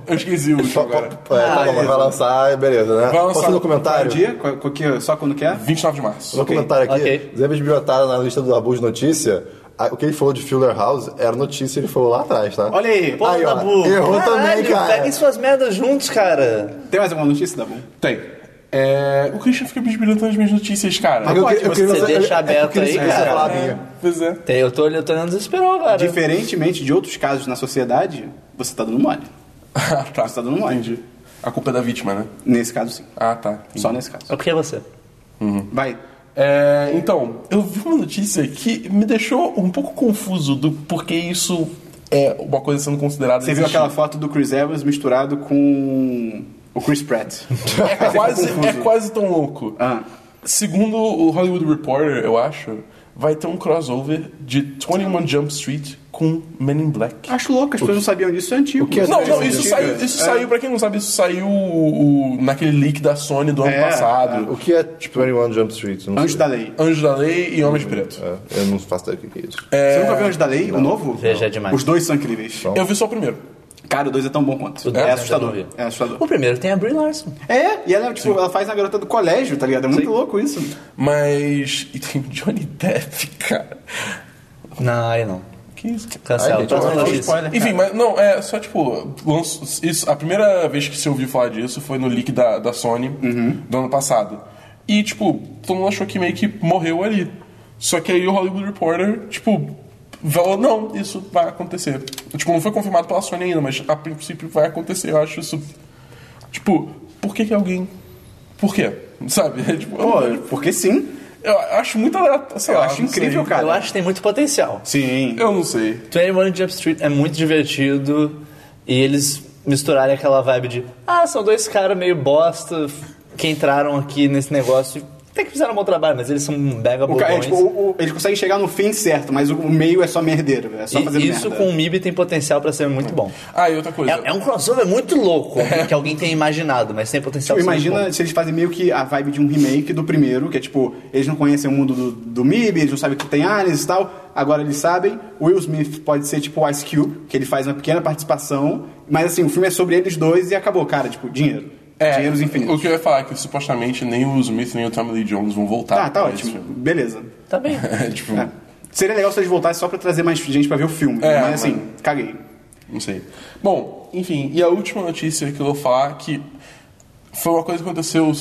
Speaker 4: Eu esqueci o último
Speaker 2: É,
Speaker 4: agora.
Speaker 2: tá bom, mas vai lançar, beleza, né?
Speaker 4: Vai lançar.
Speaker 2: Posso fazer um
Speaker 1: Qual
Speaker 2: comentário?
Speaker 1: dia? Qual- qual que- só quando quer?
Speaker 4: 29 de março.
Speaker 2: Só um comentário aqui.
Speaker 3: ok.
Speaker 2: Zé Bisbiotara na lista do Dabu de notícia. a- O que ele falou de Fuller House era notícia, ele falou lá atrás, tá?
Speaker 1: Olha aí.
Speaker 3: Pô,
Speaker 2: Aí, ó,
Speaker 3: Dabu.
Speaker 2: errou também, cara.
Speaker 3: Peguem suas merdas juntos, cara.
Speaker 1: Tem mais alguma notícia, Dabu?
Speaker 4: Tem. É, o Christian fica bisbilhotando as minhas notícias, cara.
Speaker 2: Mas eu,
Speaker 1: pode,
Speaker 2: que- eu
Speaker 1: você
Speaker 2: queria
Speaker 3: deixa
Speaker 2: eu-
Speaker 3: aberto
Speaker 2: eu queria
Speaker 3: aí,
Speaker 2: que você
Speaker 3: cara.
Speaker 2: falasse a
Speaker 4: É,
Speaker 2: minha.
Speaker 4: pois é.
Speaker 3: Tem- Eu tô olhando, eu tô olhando desesperou agora.
Speaker 1: Diferentemente de outros casos na sociedade, você tá dando mole.
Speaker 4: Ah, tá.
Speaker 1: Você tá dando mole.
Speaker 4: Entendi. A culpa é da vítima, né?
Speaker 1: Nesse caso, sim.
Speaker 4: Ah, tá.
Speaker 1: Só nesse caso.
Speaker 3: É porque é você.
Speaker 1: Vai.
Speaker 4: É, então, eu vi uma notícia que me deixou um pouco confuso do porquê isso é uma coisa sendo considerada.
Speaker 1: Você viu
Speaker 4: existir.
Speaker 1: aquela foto do Chris Evans misturado com o Chris Pratt.
Speaker 4: É quase,
Speaker 1: confuso.
Speaker 4: é quase tão louco.
Speaker 1: Ah.
Speaker 4: Segundo o Hollywood Reporter, eu acho, vai ter um crossover de 21 Jump Street com Men in Black.
Speaker 1: Acho louco, as pessoas não sabiam disso, é antigo.
Speaker 2: que é
Speaker 4: Não, não,
Speaker 2: Sim,
Speaker 4: isso
Speaker 2: sim.
Speaker 4: saiu, isso saiu, pra quem não sabe, isso saiu o- o- naquele leak da Sony do ano
Speaker 1: É,
Speaker 4: passado.
Speaker 2: O que é tipo 21 Jump Street? Eu Não
Speaker 1: Anjo
Speaker 2: sei.
Speaker 1: da Lei.
Speaker 4: Anjo da Lei e Homem de Preto.
Speaker 2: É, eu não faço ideia do que é isso.
Speaker 1: Você nunca viu Anjo da Lei, o novo?
Speaker 3: Veja, é demais.
Speaker 1: Os dois são incríveis.
Speaker 4: Eu vi só o primeiro.
Speaker 1: Cara, o dois é tão bom quanto.
Speaker 3: O dois
Speaker 1: É
Speaker 3: eu
Speaker 1: assustador.
Speaker 3: ainda não vi.
Speaker 1: É assustador.
Speaker 3: O primeiro tem a Brie Larson.
Speaker 1: É, e ela, tipo, ela faz na garota do colégio, tá ligado? É muito louco isso.
Speaker 4: Mas. E tem o Johnny Depp, cara.
Speaker 3: Não, aí não.
Speaker 4: Que isso, cara?
Speaker 3: Cancela.
Speaker 2: Ai, gente,
Speaker 3: Próxima
Speaker 2: eu- eu-
Speaker 3: notícia.
Speaker 4: Enfim, mas não, é só tipo, lanço- isso, a primeira vez que se ouviu falar disso foi no leak da, da Sony
Speaker 1: Uhum.
Speaker 4: do ano passado. E, tipo, todo mundo achou que meio que morreu ali. Só que aí o Hollywood Reporter, tipo, falou, não, isso vai acontecer. Tipo, não foi confirmado pela Sony ainda, mas a princípio vai acontecer, eu acho isso. Tipo, por que, que alguém. Por quê? Sabe? É, tipo,
Speaker 1: Pô,
Speaker 4: eu,
Speaker 1: porque sim.
Speaker 4: eu acho muito aleatório. sei
Speaker 1: Eu
Speaker 4: lá,
Speaker 1: acho
Speaker 4: não sei.
Speaker 2: um
Speaker 1: incrível, cara.
Speaker 3: Eu acho que tem muito potencial.
Speaker 1: Sim.
Speaker 4: Eu não sei.
Speaker 3: 21 Jump Street é muito divertido e eles misturarem aquela vibe de ah, são dois caras meio bosta que entraram aqui nesse negócio e até que fizeram um bom trabalho, mas eles são mega
Speaker 1: O
Speaker 3: bobões.
Speaker 1: cara, é, tipo, o- o- eles conseguem chegar no fim certo, mas o, o meio é só merdeiro, é só fazendo
Speaker 3: e isso
Speaker 1: merda.
Speaker 3: com o MIB tem potencial pra ser muito bom.
Speaker 4: Ah, e outra coisa.
Speaker 3: É, é um crossover muito louco que alguém tenha imaginado, mas tem potencial
Speaker 1: Tipo,
Speaker 3: pra ser muito
Speaker 1: imagina
Speaker 3: bom.
Speaker 1: se eles fazem meio que a vibe de um remake do primeiro, que é tipo, eles não conhecem o mundo do, do MIB, eles não sabem o que tem aliens e tal, agora eles sabem. Will Smith pode ser tipo Ice Cube, que ele faz uma pequena participação, mas assim, o filme é sobre eles dois e acabou, cara, tipo, dinheiro. Dinheiros infinitos.
Speaker 4: É, O que eu ia falar é que supostamente nem o Smith nem o Tommy Lee Jones vão voltar.
Speaker 1: Tá, tá
Speaker 4: pra esse
Speaker 1: ótimo.
Speaker 4: filme.
Speaker 1: Beleza.
Speaker 3: Tá bem.
Speaker 4: É, tipo,
Speaker 1: É. Seria legal se eles voltassem só pra trazer mais gente pra ver o filme,
Speaker 4: É,
Speaker 1: mas assim,
Speaker 4: mano.
Speaker 1: caguei.
Speaker 4: não sei. Bom, enfim, e a última notícia que eu vou falar é que foi uma coisa que aconteceu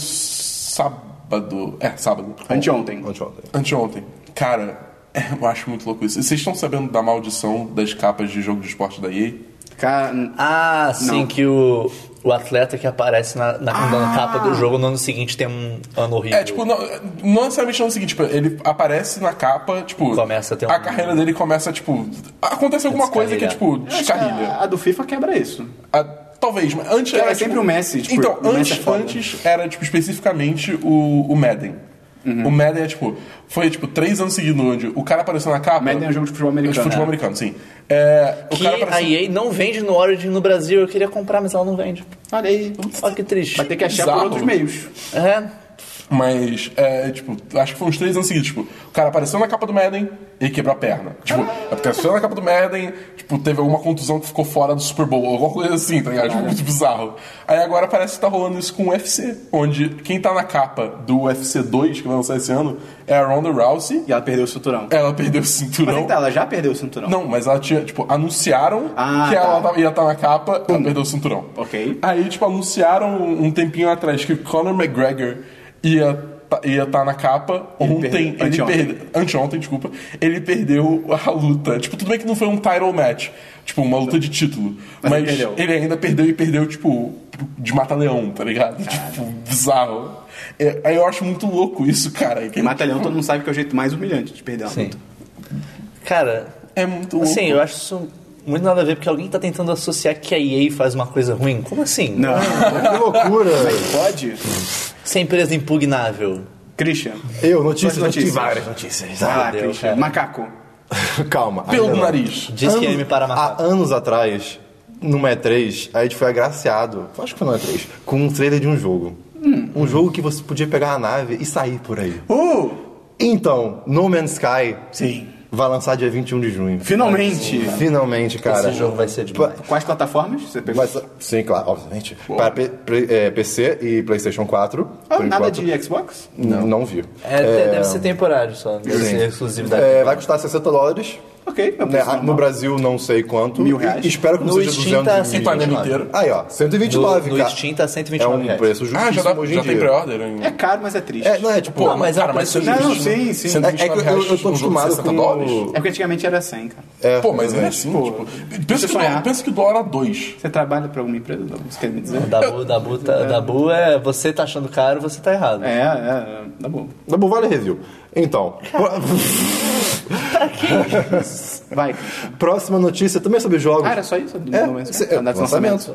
Speaker 4: sábado. É, sábado.
Speaker 1: Anteontem.
Speaker 2: Anteontem.
Speaker 4: Anteontem. Cara, é, eu acho muito louco isso. Vocês estão sabendo da maldição das capas de jogo de esporte da EA?
Speaker 1: Cara,
Speaker 3: Ah, sim,
Speaker 1: Não.
Speaker 3: que o, o atleta que aparece na, na,
Speaker 1: Ah!
Speaker 3: na capa do jogo no ano seguinte tem um ano horrível.
Speaker 4: É, tipo, não, não necessariamente não é o seguinte, tipo, ele aparece na capa, tipo.
Speaker 3: Começa a ter um-
Speaker 4: carreira dele começa, tipo. Acontece alguma coisa que é, tipo,
Speaker 1: acho que
Speaker 4: descarrilha.
Speaker 1: a, a do FIFA quebra isso.
Speaker 4: Ah, talvez, mas antes
Speaker 1: Era
Speaker 4: era.
Speaker 1: sempre
Speaker 4: tipo,
Speaker 1: o Messi, tipo,
Speaker 4: então,
Speaker 1: o Messi
Speaker 4: antes,
Speaker 1: é foda.
Speaker 4: antes era, tipo, especificamente o, o Madden.
Speaker 1: Uhum.
Speaker 4: O Madden é, tipo. Foi, tipo, três anos seguidos onde o cara apareceu na capa.
Speaker 1: Madden é um jogo de futebol americano,
Speaker 4: De futebol
Speaker 1: né?
Speaker 4: americano, sim. É, o
Speaker 3: que
Speaker 4: cara apareceu.
Speaker 3: a EA não vende no Origin no Brasil. Eu queria comprar, mas ela não vende.
Speaker 1: Olha aí.
Speaker 3: Olha que triste.
Speaker 1: Vai ter que achar por
Speaker 4: Bizarro.
Speaker 1: outros meios.
Speaker 3: É.
Speaker 4: Mas, é, tipo, acho que foi uns três anos seguidos. Tipo, o cara apareceu na capa do Madden e quebrou a perna. Tipo,
Speaker 1: Ah.
Speaker 4: apareceu na capa do Madden, tipo, teve alguma contusão que ficou fora do Super Bowl, alguma coisa assim, tá ligado? Tipo, muito bizarro. Aí agora parece que tá rolando isso com o UFC, onde quem tá na capa do UFC 2, que vai lançar esse ano, é a Ronda Rousey.
Speaker 1: E ela perdeu o cinturão.
Speaker 4: Ela perdeu o
Speaker 1: Mas
Speaker 4: cinturão.
Speaker 1: então, ela já perdeu o cinturão.
Speaker 4: É, Não, mas ela tinha, tipo, anunciaram
Speaker 1: Ah,
Speaker 4: que ela
Speaker 1: tá. Hum.
Speaker 4: tava- ia estar na capa, ela perdeu o cinturão.
Speaker 1: Ok.
Speaker 4: Aí, tipo, anunciaram um tempinho atrás que o Conor McGregor ia tá- ia estar na capa
Speaker 1: Ele
Speaker 4: ontem.
Speaker 1: perdeu-
Speaker 4: ele
Speaker 1: anteontem.
Speaker 4: perde- anteontem, desculpa. Ele perdeu a luta. Tipo, tudo bem que não foi um title match, tipo, uma luta de título.
Speaker 1: Mas
Speaker 4: Mas,
Speaker 1: ele perdeu.
Speaker 4: ele ainda perdeu e perdeu, tipo, de mata-leão, tá ligado? Tipo, bizarro. É, aí eu acho muito louco isso, cara. Que-
Speaker 1: E Matalhão, todo mundo sabe que é o jeito mais humilhante de perder a
Speaker 3: Sim.
Speaker 1: luta.
Speaker 3: Cara,
Speaker 4: É muito louco.
Speaker 3: assim, eu acho isso muito nada a ver, porque alguém tá tentando associar que a EA faz uma coisa ruim. Como assim?
Speaker 1: Não.
Speaker 2: Que loucura!
Speaker 1: Pode?
Speaker 3: Essa empresa impugnável.
Speaker 1: Christian.
Speaker 2: Eu, notícias,
Speaker 1: Suas notícias.
Speaker 2: notícias. várias notícias.
Speaker 1: Vai lá,
Speaker 3: Deus,
Speaker 1: Christian.
Speaker 3: cara.
Speaker 1: Macaco.
Speaker 2: Calma.
Speaker 4: Pelo
Speaker 2: ainda não.
Speaker 4: nariz.
Speaker 3: Diz
Speaker 2: Ah.
Speaker 3: que ele me para matar.
Speaker 2: Há anos atrás, numa E3, a gente foi agraciado, acho que foi na E3, com um trailer de um jogo.
Speaker 3: Hum.
Speaker 2: Um jogo que você podia pegar a nave e sair por aí.
Speaker 1: Uh!
Speaker 2: Então, No Man's Sky
Speaker 1: Sim.
Speaker 2: vai lançar dia 21 de junho.
Speaker 1: Finalmente.
Speaker 2: Finalmente, cara.
Speaker 3: Esse jogo vai ser demais.
Speaker 1: Quais plataformas você pegou?
Speaker 2: Mas, sim, claro, obviamente. Para P- P- é, PC e PlayStation 4.
Speaker 1: Ah,
Speaker 2: por
Speaker 1: nada
Speaker 2: enquanto.
Speaker 1: de Xbox?
Speaker 2: Não. não vi.
Speaker 3: É, Deve ser temporário só. Deve
Speaker 2: Sim.
Speaker 3: ser exclusivo da
Speaker 2: É, vai custar 60 dólares.
Speaker 1: Ok. eu
Speaker 2: né?
Speaker 1: preciso
Speaker 2: No
Speaker 1: normal.
Speaker 2: Brasil, não sei quanto.
Speaker 1: Mil reais.
Speaker 2: E Espero que não
Speaker 3: No
Speaker 2: seja
Speaker 3: Steam tá
Speaker 2: 200 mil.
Speaker 3: 129.
Speaker 4: inteiro.
Speaker 2: Aí, ó, 129,
Speaker 3: No- no
Speaker 2: cara.
Speaker 3: Steam tá 129
Speaker 2: É um
Speaker 3: reais.
Speaker 2: preço justíssimo
Speaker 4: Ah, já, dá,
Speaker 2: hoje em
Speaker 4: já
Speaker 2: dia.
Speaker 4: tem pré-order? hein?
Speaker 1: É caro, mas é triste.
Speaker 2: É, não, é tipo...
Speaker 3: Pô, mas é um preço
Speaker 1: Não, não,
Speaker 4: justo, né?
Speaker 1: sim, sim.
Speaker 2: É, é que eu, eu, eu
Speaker 4: 129
Speaker 2: tô
Speaker 4: um jogo de
Speaker 2: acostumado
Speaker 4: 60
Speaker 2: com...
Speaker 4: dólares.
Speaker 1: É porque antigamente era 100, cara.
Speaker 2: É,
Speaker 4: Pô, mas é
Speaker 2: exatamente.
Speaker 4: assim,
Speaker 1: Pô,
Speaker 4: tipo...
Speaker 1: deixa
Speaker 4: Pensa
Speaker 1: eu
Speaker 4: que, o dólar,
Speaker 1: sonhar.
Speaker 4: pensa que o dólar é a 2.
Speaker 1: Você trabalha pra alguma empresa? Não, você quer me dizer?
Speaker 3: Dabu, Dabu, tá, Dabu é você tá achando caro, você tá errado.
Speaker 1: É, é, é, tá bom.
Speaker 2: Dabu, vale review. Então...
Speaker 1: Vai.
Speaker 2: Próxima notícia também sobre jogos.
Speaker 1: Ah, era só isso? Do
Speaker 2: É,
Speaker 1: No Man's Sky?
Speaker 2: é,
Speaker 3: tá
Speaker 1: Ah, dá de
Speaker 2: lançamento.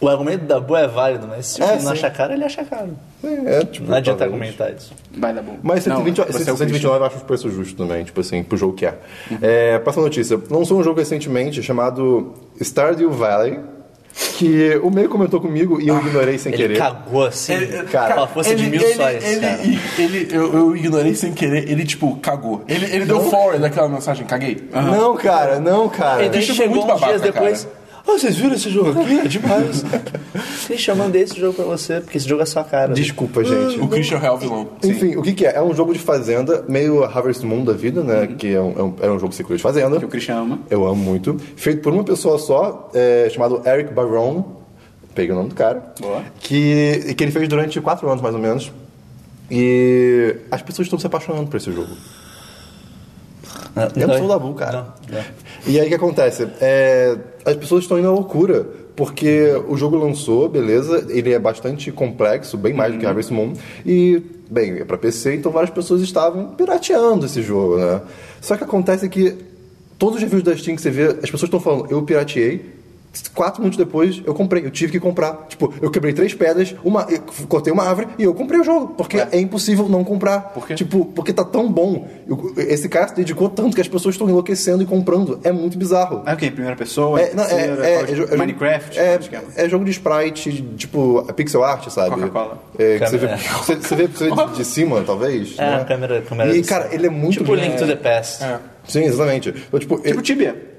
Speaker 3: O argumento da boa é válido, mas se o
Speaker 2: É,
Speaker 3: filme não
Speaker 2: sim.
Speaker 3: achar caro, ele acha caro.
Speaker 2: É, tipo,
Speaker 3: Não adianta
Speaker 2: talvez.
Speaker 3: comentar isso.
Speaker 1: Vai dar bom.
Speaker 2: Mas 120,
Speaker 1: Não, você é o
Speaker 2: 129 eu acho um preço justo também, tipo assim, pro jogo que é. é próxima notícia. Lançou um jogo recentemente chamado Stardew Valley, que o meio comentou comigo e eu ignorei sem
Speaker 3: Ele
Speaker 2: querer.
Speaker 3: cagou assim,
Speaker 4: Ele-
Speaker 3: cara, com a força de mil sóis,
Speaker 4: ele,
Speaker 3: cara.
Speaker 4: ele- eu, eu ignorei sem querer, ele tipo cagou. Ele, ele deu forward naquela mensagem, caguei.
Speaker 2: Não, cara, não, cara.
Speaker 3: Ele
Speaker 4: bicho é
Speaker 3: chegou
Speaker 4: muito
Speaker 3: uns dias
Speaker 4: babaca,
Speaker 3: depois.
Speaker 4: cara.
Speaker 3: Ah, vocês viram esse jogo aqui? É demais. Christian, eu mandei esse jogo pra você, porque esse jogo é sua
Speaker 2: né?
Speaker 3: cara.
Speaker 2: Desculpa, gente.
Speaker 4: O Christian Hell vilão. Sim.
Speaker 2: Enfim, o que, que é? É um jogo de fazenda, meio Harvest Moon da vida, né? Que é um, é um- era um jogo seguro de fazenda.
Speaker 1: Que o Christian ama.
Speaker 2: Eu amo muito. Feito por uma pessoa só, é, chamado Eric Barron. Peguei o nome do cara.
Speaker 1: Boa.
Speaker 2: Que, que ele fez durante quatro anos, mais ou menos. E as pessoas estão se apaixonando por esse jogo.
Speaker 3: Não,
Speaker 2: Eu Então, não sou o Dabu, cara. E aí o que acontece? É, as pessoas estão indo à loucura, porque o jogo lançou, beleza, ele é bastante complexo, bem mais do que Harvest Moon, e, bem, é pra PC, então várias pessoas estavam pirateando esse jogo, né? Só que acontece que todos os reviews da Steam que você vê, as pessoas estão falando, eu pirateei, Quatro minutos depois, eu comprei. Eu tive que comprar. Tipo, eu quebrei três pedras, uma, eu cortei uma árvore e eu comprei o jogo. Porque é, impossível não comprar.
Speaker 1: Por quê?
Speaker 2: Tipo, porque tá tão bom. Eu- esse cara se dedicou tanto que as pessoas estão enlouquecendo e comprando. É muito bizarro.
Speaker 1: É o quê? Primeira pessoa?
Speaker 2: não, é,
Speaker 1: terceira, qual
Speaker 2: jo-
Speaker 1: esquema?
Speaker 2: jo-
Speaker 1: Minecraft?
Speaker 2: É,
Speaker 1: qual esquema?
Speaker 2: é jogo de sprite, tipo, pixel art, sabe?
Speaker 1: Coca-Cola.
Speaker 2: É, que você vê,
Speaker 3: Câmera.
Speaker 2: você, você vê, você vê de, de cima, talvez.
Speaker 3: É,
Speaker 2: né?
Speaker 3: a câmera, a câmera
Speaker 2: E,
Speaker 3: do
Speaker 2: cara,
Speaker 3: céu.
Speaker 2: ele é muito
Speaker 3: Tipo Link to the Past.
Speaker 4: É.
Speaker 2: Sim, exatamente. Então, tipo,
Speaker 1: Tipo
Speaker 2: ele.
Speaker 1: Tibia.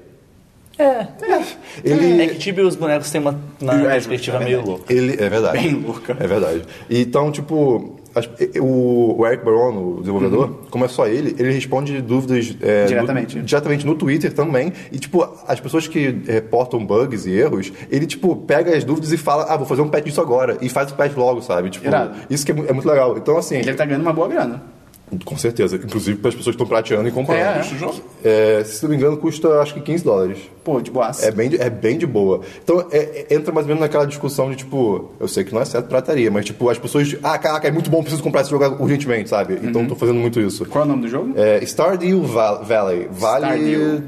Speaker 2: ele-
Speaker 3: É que Tibia os bonecos têm uma, uma
Speaker 1: E o Ezra,
Speaker 3: perspectiva
Speaker 1: é
Speaker 3: meio
Speaker 1: verdade.
Speaker 3: louca.
Speaker 2: Ele, é verdade.
Speaker 1: Bem louca.
Speaker 2: É verdade. Então, tipo, as- o, o Eric Baron, o desenvolvedor, como é só ele, ele responde dúvidas é,
Speaker 1: Uhum. Diretamente.
Speaker 2: No, diretamente no Twitter também. E, tipo, as pessoas que reportam bugs e erros, ele, tipo, pega as dúvidas e fala, ah, vou fazer um patch disso agora. E faz o patch logo, sabe? Tipo,
Speaker 1: Irado.
Speaker 2: isso que é, mu- é muito legal. Então, assim,
Speaker 1: Ele tá ganhando uma boa grana.
Speaker 2: com certeza. Inclusive para as pessoas que estão prateando e comprando.
Speaker 1: É,
Speaker 4: Esse jogo.
Speaker 2: É, se não me engano, custa acho que 15 dólares.
Speaker 1: Pô, de boaça.
Speaker 2: É bem, de- é bem de boa. Então, é- é- entra mais ou menos naquela discussão de, tipo, eu sei que não é certo pirataria, mas, tipo, as pessoas. Ah, caraca, é muito bom, preciso comprar esse jogo urgentemente, sabe? Então, tô fazendo muito isso.
Speaker 1: Qual é o nome do jogo?
Speaker 2: É, Stardew Val- Valley. Vale.
Speaker 1: Stardew.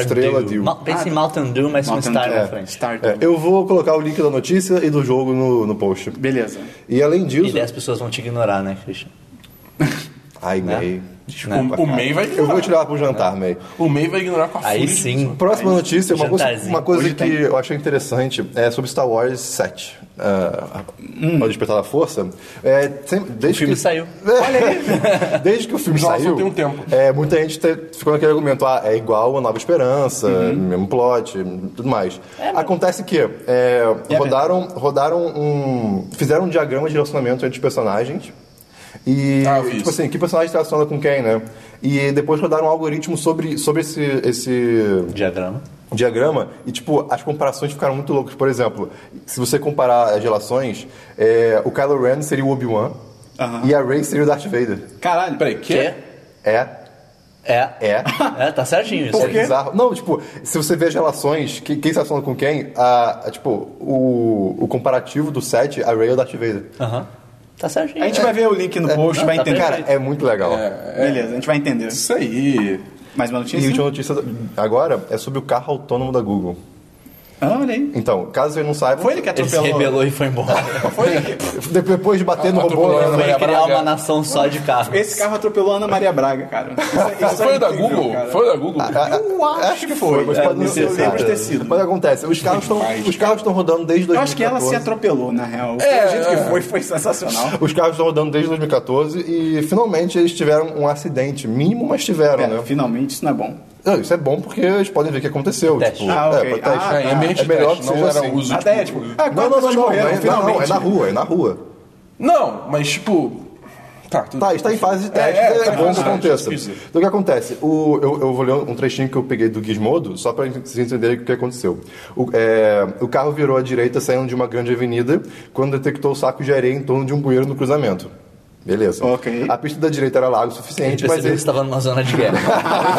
Speaker 2: Estrela Dew.
Speaker 3: Ma- Pensa em Mountain Dew, mas com
Speaker 1: Mountain
Speaker 3: Star
Speaker 1: Dew.
Speaker 2: É.
Speaker 3: na frente.
Speaker 1: Stardew.
Speaker 2: É, eu vou colocar o link da notícia e do jogo no, no post.
Speaker 1: Beleza.
Speaker 2: E além disso.
Speaker 3: E daí as pessoas vão te ignorar, né, Christian?
Speaker 2: Ai, May.
Speaker 4: O,
Speaker 3: Né?
Speaker 4: o May vai
Speaker 2: Eu vou
Speaker 4: ignorar.
Speaker 2: te levar pro jantar, May.
Speaker 4: O May vai ignorar com a
Speaker 3: Aí
Speaker 4: fúria.
Speaker 3: sim.
Speaker 2: Próxima notícia, uma coisa,
Speaker 3: jantarzinho.
Speaker 2: uma coisa
Speaker 1: Hoje
Speaker 2: que
Speaker 1: tem.
Speaker 2: eu achei interessante é sobre Star Wars 7. ah, O Despertar da Força. É, sempre- desde
Speaker 3: Hum. filme
Speaker 2: que,
Speaker 3: saiu.
Speaker 2: Olha aí. desde que o filme
Speaker 4: Já lançou
Speaker 2: saiu.
Speaker 4: tem um tempo.
Speaker 2: É, muita gente te- ficou naquele argumento: ah, é igual a Nova Esperança,
Speaker 3: Uhum.
Speaker 2: mesmo plot, tudo mais. Acontece que é, rodaram, rodaram um. Fizeram um diagrama de relacionamento entre os personagens. E,
Speaker 4: Ah, eu vi
Speaker 2: tipo
Speaker 4: isso.
Speaker 2: assim, que personagem se relaciona com quem, né? E depois rodaram um algoritmo sobre, sobre esse, esse
Speaker 3: Diagrama.
Speaker 2: diagrama e, tipo, as comparações ficaram muito loucas. Por exemplo, se você comparar as relações, é, o Kylo Ren seria o Obi-Wan
Speaker 1: Aham.
Speaker 2: e a Rey seria o Darth Vader.
Speaker 1: Caralho.
Speaker 4: Peraí, que?
Speaker 3: Que?
Speaker 2: É,
Speaker 3: É.
Speaker 2: é.
Speaker 3: É, tá certinho isso.
Speaker 2: Isso é
Speaker 3: aí.
Speaker 2: bizarro. Não, tipo, se você vê as relações, que- quem se relaciona com quem, a, a, tipo, o, o comparativo do set, a Rey é o Darth Vader.
Speaker 3: Aham. Tá certinho.
Speaker 1: A gente vai ver o link no post, vai
Speaker 3: tá
Speaker 1: entender.
Speaker 2: Cara, é muito legal.
Speaker 1: Beleza, a gente vai entender.
Speaker 4: Isso aí.
Speaker 1: Mais uma
Speaker 2: E a
Speaker 1: notícia?
Speaker 2: última notícia agora é sobre o carro autônomo da Google.
Speaker 1: Ah, olha aí.
Speaker 2: Então, caso você não saiba...
Speaker 1: Foi ele que
Speaker 3: Ele se
Speaker 1: atropelou.
Speaker 3: rebelou e foi embora.
Speaker 2: De- Depois de
Speaker 1: Ah,
Speaker 2: bater no robô...
Speaker 4: atropelou
Speaker 2: né?
Speaker 4: a
Speaker 3: Foi
Speaker 4: Maria
Speaker 3: criar
Speaker 4: Braga.
Speaker 3: uma nação só de carros.
Speaker 1: Esse carro atropelou a Ana Maria Braga, cara. Isso, isso
Speaker 4: Foi
Speaker 1: é
Speaker 4: o da
Speaker 1: incrível,
Speaker 4: Google?
Speaker 1: cara.
Speaker 4: Foi o da Google?
Speaker 1: Eu acho, que foi.
Speaker 2: mas
Speaker 1: É,
Speaker 2: pode não
Speaker 1: eu
Speaker 2: ser,
Speaker 1: lembro de
Speaker 2: cara.
Speaker 1: ter sido.
Speaker 2: Mas acontece, os carros estão
Speaker 4: demais,
Speaker 2: os carros estão rodando desde 2014.
Speaker 1: Eu acho que ela se atropelou, na real. É, o jeito que foi, foi sensacional.
Speaker 2: Os carros estão rodando desde 2014 e finalmente eles tiveram um acidente mínimo, mas tiveram,
Speaker 1: Pera,
Speaker 2: né?
Speaker 1: finalmente isso não é bom.
Speaker 2: Não, isso é bom porque eles podem ver o que aconteceu.
Speaker 3: Teste.
Speaker 2: Tipo,
Speaker 1: Ah, ok.
Speaker 2: é, pra teste.
Speaker 1: Ah,
Speaker 4: É, em ambiente
Speaker 2: é melhor
Speaker 4: de
Speaker 2: que
Speaker 4: teste, não
Speaker 2: seja
Speaker 4: era
Speaker 2: assim.
Speaker 4: uso.
Speaker 1: Até é tipo, ah,
Speaker 2: Não, não, não, não, não, é, não, não, é na rua, é na rua.
Speaker 4: Não, mas tipo. Tá, tudo
Speaker 2: Tá, está em fase de teste,
Speaker 4: É,
Speaker 2: é,
Speaker 4: é, tá em
Speaker 2: bom
Speaker 4: fase
Speaker 2: que
Speaker 4: de teste,
Speaker 2: aconteça.
Speaker 4: isso.
Speaker 2: Então o que acontece? O, eu, eu vou ler um trechinho que eu peguei do Gizmodo, só para vocês entenderem o que aconteceu. O, é, o carro virou à direita saindo de uma grande avenida quando detectou sacos de areia em torno de um bueiro no cruzamento. Beleza.
Speaker 1: Ok.
Speaker 2: A pista da direita era larga o
Speaker 3: Ele
Speaker 2: suficiente, mas
Speaker 3: percebeu que
Speaker 2: ele...
Speaker 3: estava numa zona de guerra.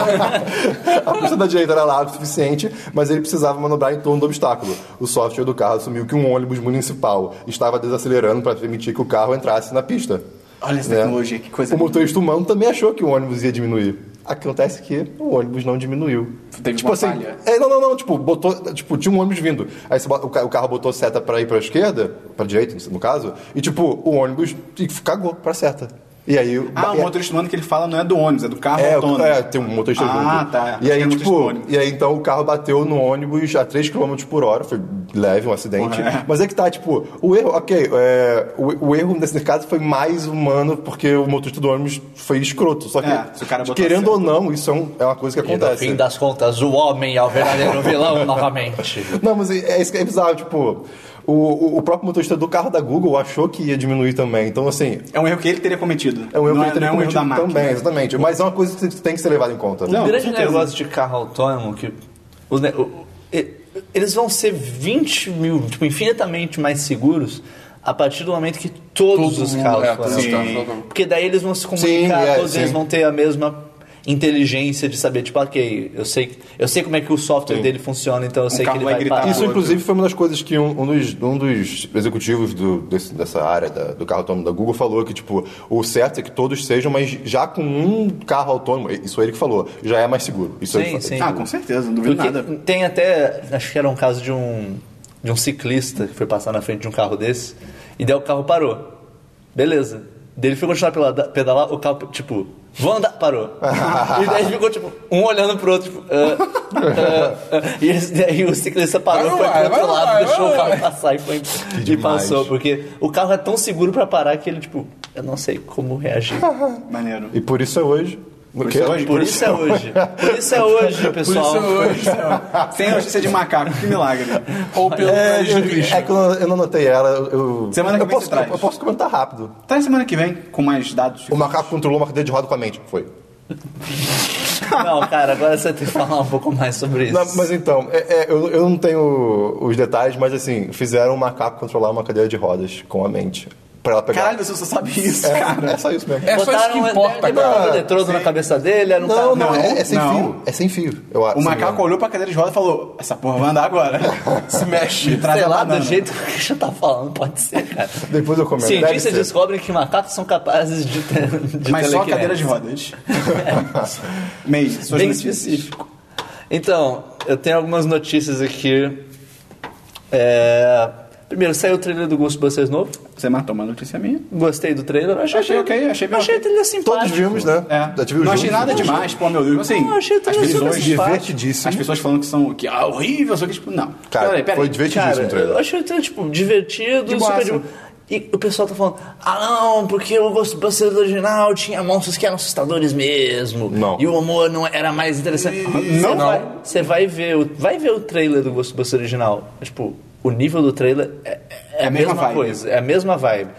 Speaker 2: a pista da direita era larga o suficiente, mas ele precisava manobrar em torno do obstáculo. O software do carro assumiu que um ônibus municipal estava desacelerando para permitir que o carro entrasse na pista.
Speaker 1: Olha essa
Speaker 2: né?
Speaker 1: tecnologia, que coisa
Speaker 2: O motorista humano também achou que o ônibus ia diminuir. Acontece que o ônibus não diminuiu.
Speaker 4: Teve
Speaker 2: tipo
Speaker 4: uma
Speaker 2: assim,
Speaker 4: falha.
Speaker 2: é, não, não, não, tipo, botou, tipo, tinha um ônibus vindo. Aí você bota- o ca- o carro botou seta pra ir pra esquerda, pra direita, no caso, e tipo, o ônibus e cagou pra seta. E aí o-
Speaker 1: Ah, o
Speaker 2: é-
Speaker 1: motorista humano que ele fala não é do ônibus, é do carro
Speaker 2: é, o-
Speaker 1: autônomo.
Speaker 2: é, tem um motorista
Speaker 1: Ah,
Speaker 2: junto.
Speaker 1: tá.
Speaker 2: E aí,
Speaker 1: Tem um motorista
Speaker 2: tipo,
Speaker 1: ônibus.
Speaker 2: e aí então o carro bateu no ônibus a 3 km por hora, foi leve, um acidente.
Speaker 1: Porra, é.
Speaker 2: Mas é que tá, tipo, o erro, ok, é, o, o erro nesse caso foi mais humano porque o motorista do ônibus foi escroto. Só que,
Speaker 1: É, se o cara botar
Speaker 2: querendo
Speaker 1: certo.
Speaker 2: ou não, isso é, um- é uma coisa que
Speaker 3: E no
Speaker 2: acontece.
Speaker 3: fim das contas, o homem é o verdadeiro vilão novamente.
Speaker 2: Não, mas é, é isso que é bizarro, tipo, o, o, o próprio motorista do carro da Google achou que ia diminuir também. Então, assim,
Speaker 1: É um erro que ele teria cometido.
Speaker 2: é um erro
Speaker 1: não
Speaker 2: que ele teria
Speaker 1: não é um erro da
Speaker 2: cometido
Speaker 1: máquina.
Speaker 2: também, exatamente. Mas é uma coisa que tem que ser levada em conta.
Speaker 1: Não,
Speaker 3: o grande
Speaker 1: com certeza.
Speaker 3: negócio de carro autônomo que os ne- o- e- eles vão ser 20 mil, tipo, infinitamente mais seguros a partir do momento que todos os carros forem
Speaker 4: é, todos os carros
Speaker 1: Sim.
Speaker 4: foram.
Speaker 3: Porque daí eles vão se
Speaker 2: Sim,
Speaker 3: comunicar,
Speaker 2: é,
Speaker 3: todos
Speaker 2: sim.
Speaker 3: eles vão ter a mesma inteligência de saber, tipo, ok, eu sei, eu sei como é que o software dele funciona, então eu sei que
Speaker 1: carro
Speaker 3: ele
Speaker 1: vai
Speaker 3: vai,
Speaker 1: gritar.
Speaker 3: parar.
Speaker 2: Isso,
Speaker 1: Outro.
Speaker 2: inclusive, foi uma das coisas que um, um dos, um dos executivos do- desse- dessa área da- do carro autônomo da Google falou que, tipo, o certo é que todos sejam, mas já com um carro autônomo, isso é ele que falou, já é mais seguro. Isso
Speaker 3: Sim,
Speaker 2: ele
Speaker 3: sim.
Speaker 1: Ah, com certeza, não duvido
Speaker 3: Porque
Speaker 1: nada.
Speaker 3: Tem até, acho que era um caso de um, de um ciclista que foi passar na frente de um carro desse, e daí o carro parou. Beleza. Daí ele foi continuar pela- pedalar, o carro, tipo, vou andar, parou. e daí ficou, tipo, um olhando pro outro, tipo, ah, ah, ah. e esse- daí o ciclista parou,
Speaker 4: Vai,
Speaker 3: foi
Speaker 4: vai,
Speaker 3: pro outro
Speaker 4: vai,
Speaker 3: lado,
Speaker 4: vai,
Speaker 3: deixou
Speaker 4: vai.
Speaker 3: o carro passar e foi. E
Speaker 2: demais.
Speaker 3: passou, porque o carro é tão seguro pra parar que ele, tipo, eu não sei como reagir.
Speaker 1: Maneiro.
Speaker 2: E por isso é hoje. Por
Speaker 1: isso é hoje?
Speaker 3: Por isso é hoje. Por isso é hoje, pessoal.
Speaker 4: Por isso hoje.
Speaker 1: Tá, Sem notícia de macaco, que milagre.
Speaker 4: Ou pelo
Speaker 2: É,
Speaker 4: é,
Speaker 2: eu, é que eu, não- eu não anotei ela. Eu, eu-
Speaker 1: Semana que
Speaker 2: eu
Speaker 1: vem
Speaker 2: posso,
Speaker 1: você traz.
Speaker 2: eu posso comentar rápido.
Speaker 1: Tá na semana que vem, com mais dados.
Speaker 2: O macaco controlou uma cadeira de roda com a mente. Foi.
Speaker 3: Não, cara, agora você tem que falar um pouco mais sobre isso.
Speaker 2: Não, mas então, é- é, eu, eu não tenho os detalhes, mas assim, fizeram o macaco controlar uma cadeira de rodas com a mente. Pra ela pegar.
Speaker 1: Caralho, você só sabe isso, cara.
Speaker 2: é, é só isso mesmo.
Speaker 4: É só isso que
Speaker 3: um-
Speaker 4: importa,
Speaker 3: ele botaram
Speaker 4: cara.
Speaker 3: um eletrodo na cabeça dele, era um
Speaker 2: Não,
Speaker 3: carro-
Speaker 2: não, é, é sem
Speaker 1: não.
Speaker 2: fio. É sem fio. Eu acho.
Speaker 1: O macaco olhou pra cadeira de roda e falou: Essa porra vai andar agora.
Speaker 4: se mexe.
Speaker 1: Traz
Speaker 3: Sei
Speaker 1: a
Speaker 3: lá, do
Speaker 1: banana.
Speaker 3: jeito que o já tá falando, pode ser, cara.
Speaker 2: Depois eu comento. Deve
Speaker 3: Cientistas
Speaker 2: ser.
Speaker 3: descobrem que macacos são capazes de ter. De
Speaker 1: Mas só a
Speaker 3: telequinese.
Speaker 1: cadeira de rodas. Mês, suas
Speaker 3: Bem
Speaker 1: notícias.
Speaker 3: específico. Então, eu tenho algumas notícias aqui. É, Primeiro, saiu o trailer do Ghostbusters novo.
Speaker 1: Você matou uma notícia minha.
Speaker 3: Gostei do trailer. Achei,
Speaker 1: Achei ok, achei bem
Speaker 3: Achei
Speaker 1: ok.
Speaker 3: o trailer simpático.
Speaker 2: Todos vimos, né?
Speaker 1: É.
Speaker 2: Já tive
Speaker 1: não
Speaker 2: os
Speaker 1: achei
Speaker 2: juntos.
Speaker 1: nada demais, pô, meu Deus. Assim,
Speaker 3: Não, achei
Speaker 1: as
Speaker 3: tudo
Speaker 1: visões
Speaker 3: super
Speaker 2: divertidíssimo.
Speaker 1: As pessoas falando que são que, ah, horrível, só que tipo, não.
Speaker 2: Cara,
Speaker 1: peraí, peraí.
Speaker 2: foi divertidíssimo
Speaker 3: Cara,
Speaker 2: o trailer.
Speaker 3: eu achei o trailer, tipo, divertido,
Speaker 1: De boaça.
Speaker 3: super de... E o pessoal tá falando, ah não, porque o Ghostbusters original tinha monstros que eram assustadores mesmo.
Speaker 2: Não.
Speaker 3: E o humor não era mais interessante.
Speaker 1: Não, não.
Speaker 3: Você vai, ver o- vai ver o trailer do Ghostbusters original. Tipo, o nível do trailer é, é
Speaker 1: É a
Speaker 3: a
Speaker 1: mesma
Speaker 3: mesma,
Speaker 1: vibe.
Speaker 3: coisa, é a mesma vibe.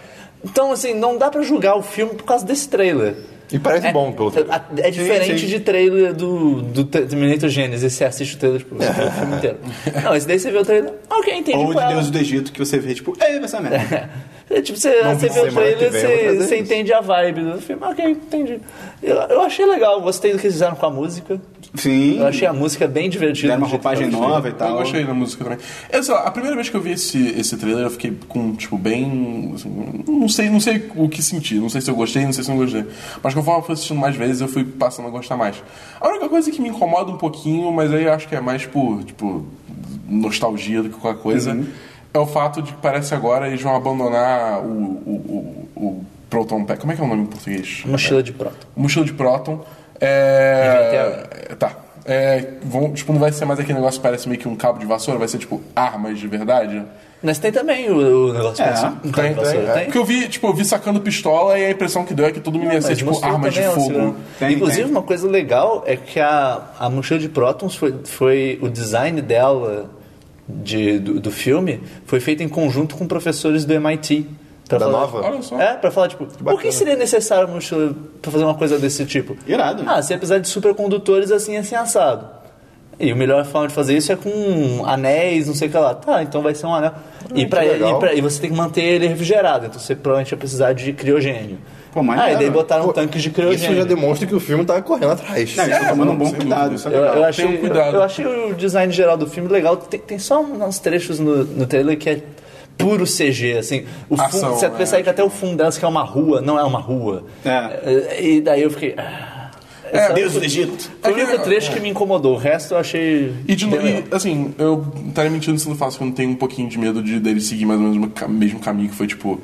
Speaker 3: Então, assim, não dá pra julgar o filme por causa desse trailer.
Speaker 2: E parece
Speaker 3: é,
Speaker 2: bom pelo trailer.
Speaker 3: É, é diferente
Speaker 1: sim.
Speaker 3: de trailer do, do Terminator Genesis. Você assiste o trailer, tipo, você vê o filme inteiro. Não, esse daí você vê o trailer. Ok, entendi.
Speaker 1: Ou
Speaker 3: qual
Speaker 1: de
Speaker 3: é.
Speaker 1: Deus do Egito, que você vê, tipo, ei, vai ser merda.
Speaker 3: É, tipo, você,
Speaker 2: Não,
Speaker 3: você vê o
Speaker 2: semana que
Speaker 3: trailer,
Speaker 2: vem eu vou
Speaker 3: você,
Speaker 2: trazer
Speaker 3: você
Speaker 2: isso.
Speaker 3: entende a vibe do filme. Ok, entendi. Eu, eu achei legal, gostei do que eles fizeram com a música.
Speaker 1: Sim.
Speaker 3: Eu achei a música bem divertida.
Speaker 1: Deram uma
Speaker 3: do jeito que
Speaker 1: roupagem
Speaker 3: ela foi
Speaker 1: nova e tal.
Speaker 4: Eu gostei da música também. Eu, sei lá, a primeira vez que eu vi esse, esse trailer, eu fiquei com, tipo, bem. assim, não, sei, não sei o que sentir. Não sei se eu gostei, não sei se eu não gostei. Mas conforme eu fui assistindo mais vezes, eu fui passando a gostar mais. A única coisa que me incomoda um pouquinho, mas aí eu acho que é mais por, tipo, nostalgia do que qualquer coisa,
Speaker 2: Uhum.
Speaker 4: é o fato de que parece agora eles vão abandonar o. o, o, o Proton Pack. Como é que é o nome em português?
Speaker 3: Mochila de próton.
Speaker 4: Mochila Um de próton. É...
Speaker 3: Inventei
Speaker 4: Tá. É, vão- tipo, não vai ser mais aquele negócio que parece meio que um cabo de vassoura, vai ser tipo armas de verdade.
Speaker 3: Mas tem também o, o negócio
Speaker 1: É,
Speaker 3: assim,
Speaker 1: tem,
Speaker 3: um cara de vassoura, tem.
Speaker 4: Porque eu vi, tipo, eu vi sacando pistola e a impressão que deu é que todo mundo ia ser
Speaker 3: Mas
Speaker 4: tipo
Speaker 3: mostrou
Speaker 4: armas de
Speaker 3: também é um ela
Speaker 4: fogo.
Speaker 3: segurando.
Speaker 1: Tem,
Speaker 3: Inclusive,
Speaker 1: tem.
Speaker 3: uma coisa legal é que a, a mochila de prótons foi, foi o design dela de, do, do filme foi feito em conjunto com professores do MIT. Pra
Speaker 2: Da
Speaker 3: falar,
Speaker 2: nova?
Speaker 4: Olha só.
Speaker 3: É, pra falar, tipo, por que
Speaker 2: bacana.
Speaker 3: seria necessário uma mochila pra fazer uma coisa desse tipo?
Speaker 1: Irado.
Speaker 3: Ah, você ia precisar de supercondutores assim, assim, assado. E a melhor forma de fazer isso é com anéis, não sei o que lá. Tá, então vai ser um anel. e,
Speaker 2: Ah, que
Speaker 3: pra, e,
Speaker 2: legal.
Speaker 3: pra- e você tem que manter ele refrigerado, então você provavelmente vai precisar de criogênio.
Speaker 1: Pô, maneiro.
Speaker 3: ah, e daí botaram
Speaker 2: Pô,
Speaker 3: tanques de
Speaker 2: Isso já
Speaker 3: criogênio.
Speaker 2: demonstra que o filme tá correndo atrás.
Speaker 1: Não, eles estão
Speaker 4: É,
Speaker 1: tomando um
Speaker 4: não,
Speaker 1: bom
Speaker 4: sem
Speaker 1: cuidado,
Speaker 4: dúvida.
Speaker 1: isso é
Speaker 3: Eu,
Speaker 1: legal.
Speaker 3: eu achei,
Speaker 4: Tenham cuidado.
Speaker 3: eu achei o design geral do filme legal. Tem, tem só uns trechos no, no trailer que é puro CG, assim. O fundo,
Speaker 4: Ação,
Speaker 3: você
Speaker 4: né?
Speaker 3: percebe que até o fundo delas, que é uma rua, não é uma rua.
Speaker 1: É.
Speaker 3: E daí eu fiquei. ah,
Speaker 1: É, Deus do Egito.
Speaker 3: Foi o único trecho que me incomodou. O resto eu achei.
Speaker 4: E de
Speaker 3: bem
Speaker 4: novo,
Speaker 3: legal.
Speaker 4: e, assim, eu estaria mentindo se não faço quando tenho um pouquinho de medo de dele seguir mais ou menos o ca- mesmo caminho que foi tipo.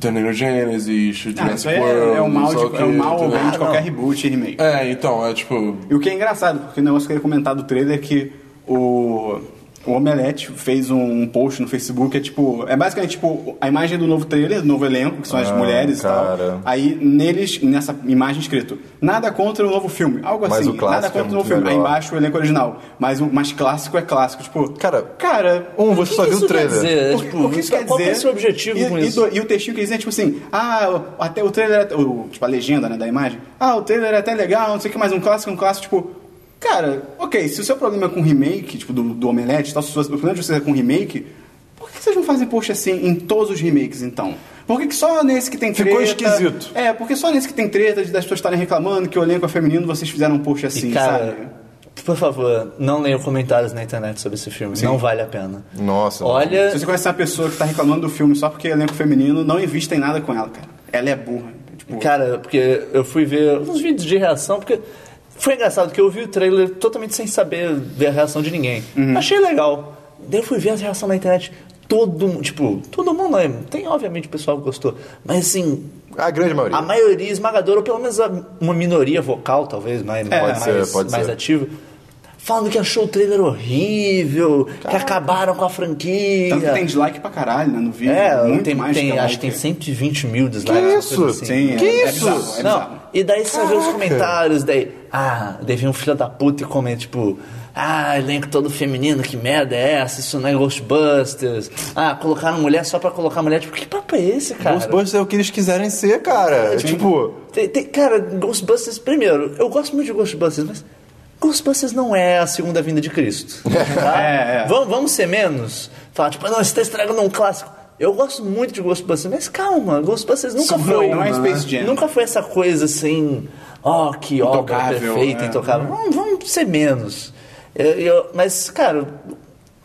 Speaker 4: Tornado Genesis,
Speaker 1: Ah,
Speaker 4: Jurassic
Speaker 1: isso aí
Speaker 4: World.
Speaker 1: é, é o mal,
Speaker 4: só
Speaker 1: de, é o
Speaker 4: que-
Speaker 1: mal
Speaker 4: entendeu?
Speaker 1: de qualquer reboot e remake.
Speaker 4: É, então, é tipo.
Speaker 1: E o que é engraçado, porque o negócio que eu ia comentar do trailer é que o, o Omelete fez um, um post no Facebook, é tipo. É basicamente tipo a imagem do novo trailer, do novo elenco, que são as
Speaker 2: Ah,
Speaker 1: mulheres e
Speaker 2: cara.
Speaker 1: tal. Aí neles, nessa imagem escrito, nada contra o novo filme. Algo
Speaker 2: Mas
Speaker 1: assim,
Speaker 2: o clássico
Speaker 1: nada
Speaker 2: é
Speaker 1: contra o novo
Speaker 2: muito
Speaker 1: filme. Aí
Speaker 2: melhor.
Speaker 1: embaixo o elenco original. Mas o mais clássico é clássico, tipo.
Speaker 2: Cara,
Speaker 1: Cara,
Speaker 2: Um, você só
Speaker 3: que
Speaker 2: viu o
Speaker 3: isso quer
Speaker 2: trailer.
Speaker 3: dizer?
Speaker 1: o que,
Speaker 3: Tipo,
Speaker 1: o que isso quer dizer?
Speaker 3: Qual que é o seu objetivo
Speaker 1: e,
Speaker 3: com
Speaker 1: e
Speaker 3: isso?
Speaker 1: do- e o textinho que eles dizem é tipo assim: ah, o- até o trailer, é- o, tipo a legenda né, da imagem, ah, o trailer é até legal, não sei o que, mas um clássico, é um clássico, tipo. Cara, ok, se o seu problema é com remake, tipo do, do Omelete e tal, se o seu- o problema de vocês é com remake, por que vocês não fazem post assim em todos os remakes então? Por que, que só nesse que tem treta?
Speaker 2: Ficou esquisito.
Speaker 1: É, porque só nesse que tem treta de- das pessoas estarem reclamando que o elenco é feminino, vocês fizeram um post assim,
Speaker 3: E, cara,
Speaker 1: sabe?
Speaker 3: por favor, não leiam comentários na internet sobre esse filme. Não vale a pena.
Speaker 2: Nossa,
Speaker 3: Olha.
Speaker 1: Se você conhece uma pessoa que tá reclamando do filme só porque é elenco feminino, não invista em nada com ela, cara. Ela é burra. Tipo,
Speaker 3: Cara, porque eu fui ver uns vídeos de reação, porque foi engraçado que eu vi o trailer totalmente sem saber ver a reação de ninguém. Achei legal. Daí eu fui ver a reação na internet, todo mundo, tipo, todo mundo, né? tem obviamente o pessoal que gostou, mas assim,
Speaker 2: A grande maioria.
Speaker 3: a maioria esmagadora, ou pelo menos a- uma minoria vocal, talvez, mais,
Speaker 1: É,
Speaker 3: mais,
Speaker 2: pode ser, pode
Speaker 3: mais
Speaker 2: ser.
Speaker 3: ativa, falando que achou o trailer horrível, que acabaram com a franquia.
Speaker 1: Tanto que tem dislike pra caralho, né? No vídeo.
Speaker 3: É,
Speaker 1: muito
Speaker 3: tem,
Speaker 1: mais
Speaker 3: tem,
Speaker 1: que
Speaker 3: acho que tem 120 mil dislikes. uma
Speaker 2: isso?
Speaker 3: coisa assim.
Speaker 1: Sim,
Speaker 2: Que
Speaker 1: é,
Speaker 2: isso?
Speaker 1: É bizarro, é
Speaker 3: Não,
Speaker 1: bizarro.
Speaker 3: e daí você vê os
Speaker 2: Caraca.
Speaker 3: comentários, daí, ah, daí vem um filho da puta e comenta, tipo, ah, elenco todo feminino, que merda é essa? Isso não é Ghostbusters. Ah, colocaram mulher só pra colocar mulher. Tipo, que papo é esse, cara?
Speaker 2: Ghostbusters é o que eles quiserem ser, cara. É, tipo,
Speaker 3: Tem- tem- cara, Ghostbusters, primeiro, eu gosto muito de Ghostbusters, mas Ghostbusters não é a segunda vinda de Cristo. tá?
Speaker 1: É, é.
Speaker 3: Vamos, vamos ser menos? Falar, tipo, não, você tá estragando um clássico. Eu gosto muito de Ghostbusters, mas calma, Ghostbusters nunca
Speaker 1: Não,
Speaker 3: foi.
Speaker 1: não é Space Jam.
Speaker 3: Nunca foi essa coisa assim, ó, que obra
Speaker 1: Intocável,
Speaker 3: perfeita,
Speaker 1: é.
Speaker 3: intocável. Vamos, vamos ser menos. Eu- eu- mas, cara,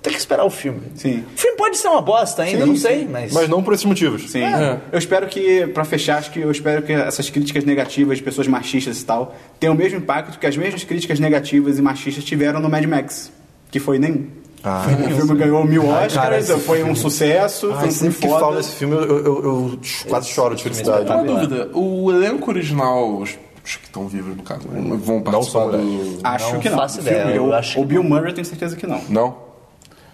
Speaker 3: tem que esperar o filme.
Speaker 1: Sim.
Speaker 3: O filme pode ser uma bosta ainda,
Speaker 1: Sim,
Speaker 3: não
Speaker 1: sim.
Speaker 3: sei, mas.
Speaker 2: mas não por esses motivos.
Speaker 1: Sim.
Speaker 3: É.
Speaker 1: Eu espero que, pra fechar, acho que eu espero que essas críticas negativas de pessoas machistas e tal tenham o mesmo impacto que as mesmas críticas negativas e machistas tiveram no Mad Max, que foi nenhum.
Speaker 2: Ah.
Speaker 1: o filme ganhou mil Oscars,
Speaker 2: cara, esse
Speaker 1: foi um sucesso,
Speaker 2: Ai,
Speaker 1: foi um filme
Speaker 2: sempre que fala
Speaker 1: foda.
Speaker 2: desse filme, eu, eu- eu quase choro de
Speaker 3: é
Speaker 2: felicidade.
Speaker 4: Uma
Speaker 1: Tá bem.
Speaker 4: dúvida, o elenco original, os os que estão vivos no caso, né, vão participar
Speaker 2: são
Speaker 4: do.
Speaker 1: Acho
Speaker 3: Não
Speaker 1: que não.
Speaker 3: faço
Speaker 1: do filme.
Speaker 3: ideia, eu
Speaker 1: Eu-
Speaker 3: acho que
Speaker 1: o Bill Murray eu tenho certeza que não.
Speaker 4: Não?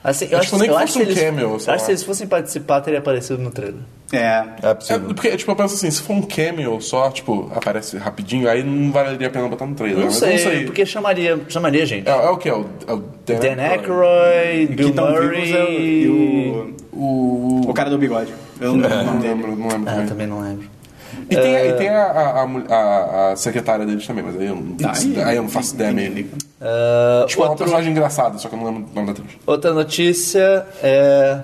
Speaker 3: Assim, eu acho,
Speaker 4: Tipo, nem
Speaker 3: eu
Speaker 4: que
Speaker 3: acho
Speaker 4: fosse um
Speaker 3: que eles,
Speaker 4: cameo,
Speaker 3: eu
Speaker 4: sei
Speaker 3: acho que
Speaker 4: lá.
Speaker 3: se eles fossem participar, teria aparecido no trailer.
Speaker 1: É.
Speaker 2: É
Speaker 4: É,
Speaker 2: possível.
Speaker 4: porque, tipo, eu penso assim, se for um cameo só, tipo, aparece rapidinho, aí não valeria a pena botar no trailer. né?
Speaker 3: Não,
Speaker 4: mas
Speaker 3: sei,
Speaker 4: eu não sei.
Speaker 3: porque chamaria, chamaria gente.
Speaker 4: É, é o que? É o, é o Dan,
Speaker 3: Dan Aykroyd,
Speaker 1: que
Speaker 3: Bill
Speaker 1: tão vivos é o-
Speaker 3: Murray...
Speaker 1: e o,
Speaker 4: O, É.
Speaker 1: o cara do bigode. Eu não lembro o
Speaker 4: Não
Speaker 1: nome dele.
Speaker 4: lembro, não lembro
Speaker 3: Ah,
Speaker 1: é.
Speaker 3: É.
Speaker 4: também.
Speaker 3: também não lembro.
Speaker 4: E tem, e tem a, a, a mul- a- a secretária deles também, mas aí eu não,
Speaker 1: Tá, e-
Speaker 4: aí eu não faço ideia
Speaker 1: ninguém
Speaker 4: mesmo.
Speaker 1: liga.
Speaker 3: Ah,
Speaker 4: Tipo, é uma
Speaker 3: outro-
Speaker 4: personagem engraçada, só que eu não lembro o nome da atriz.
Speaker 3: outra notícia é...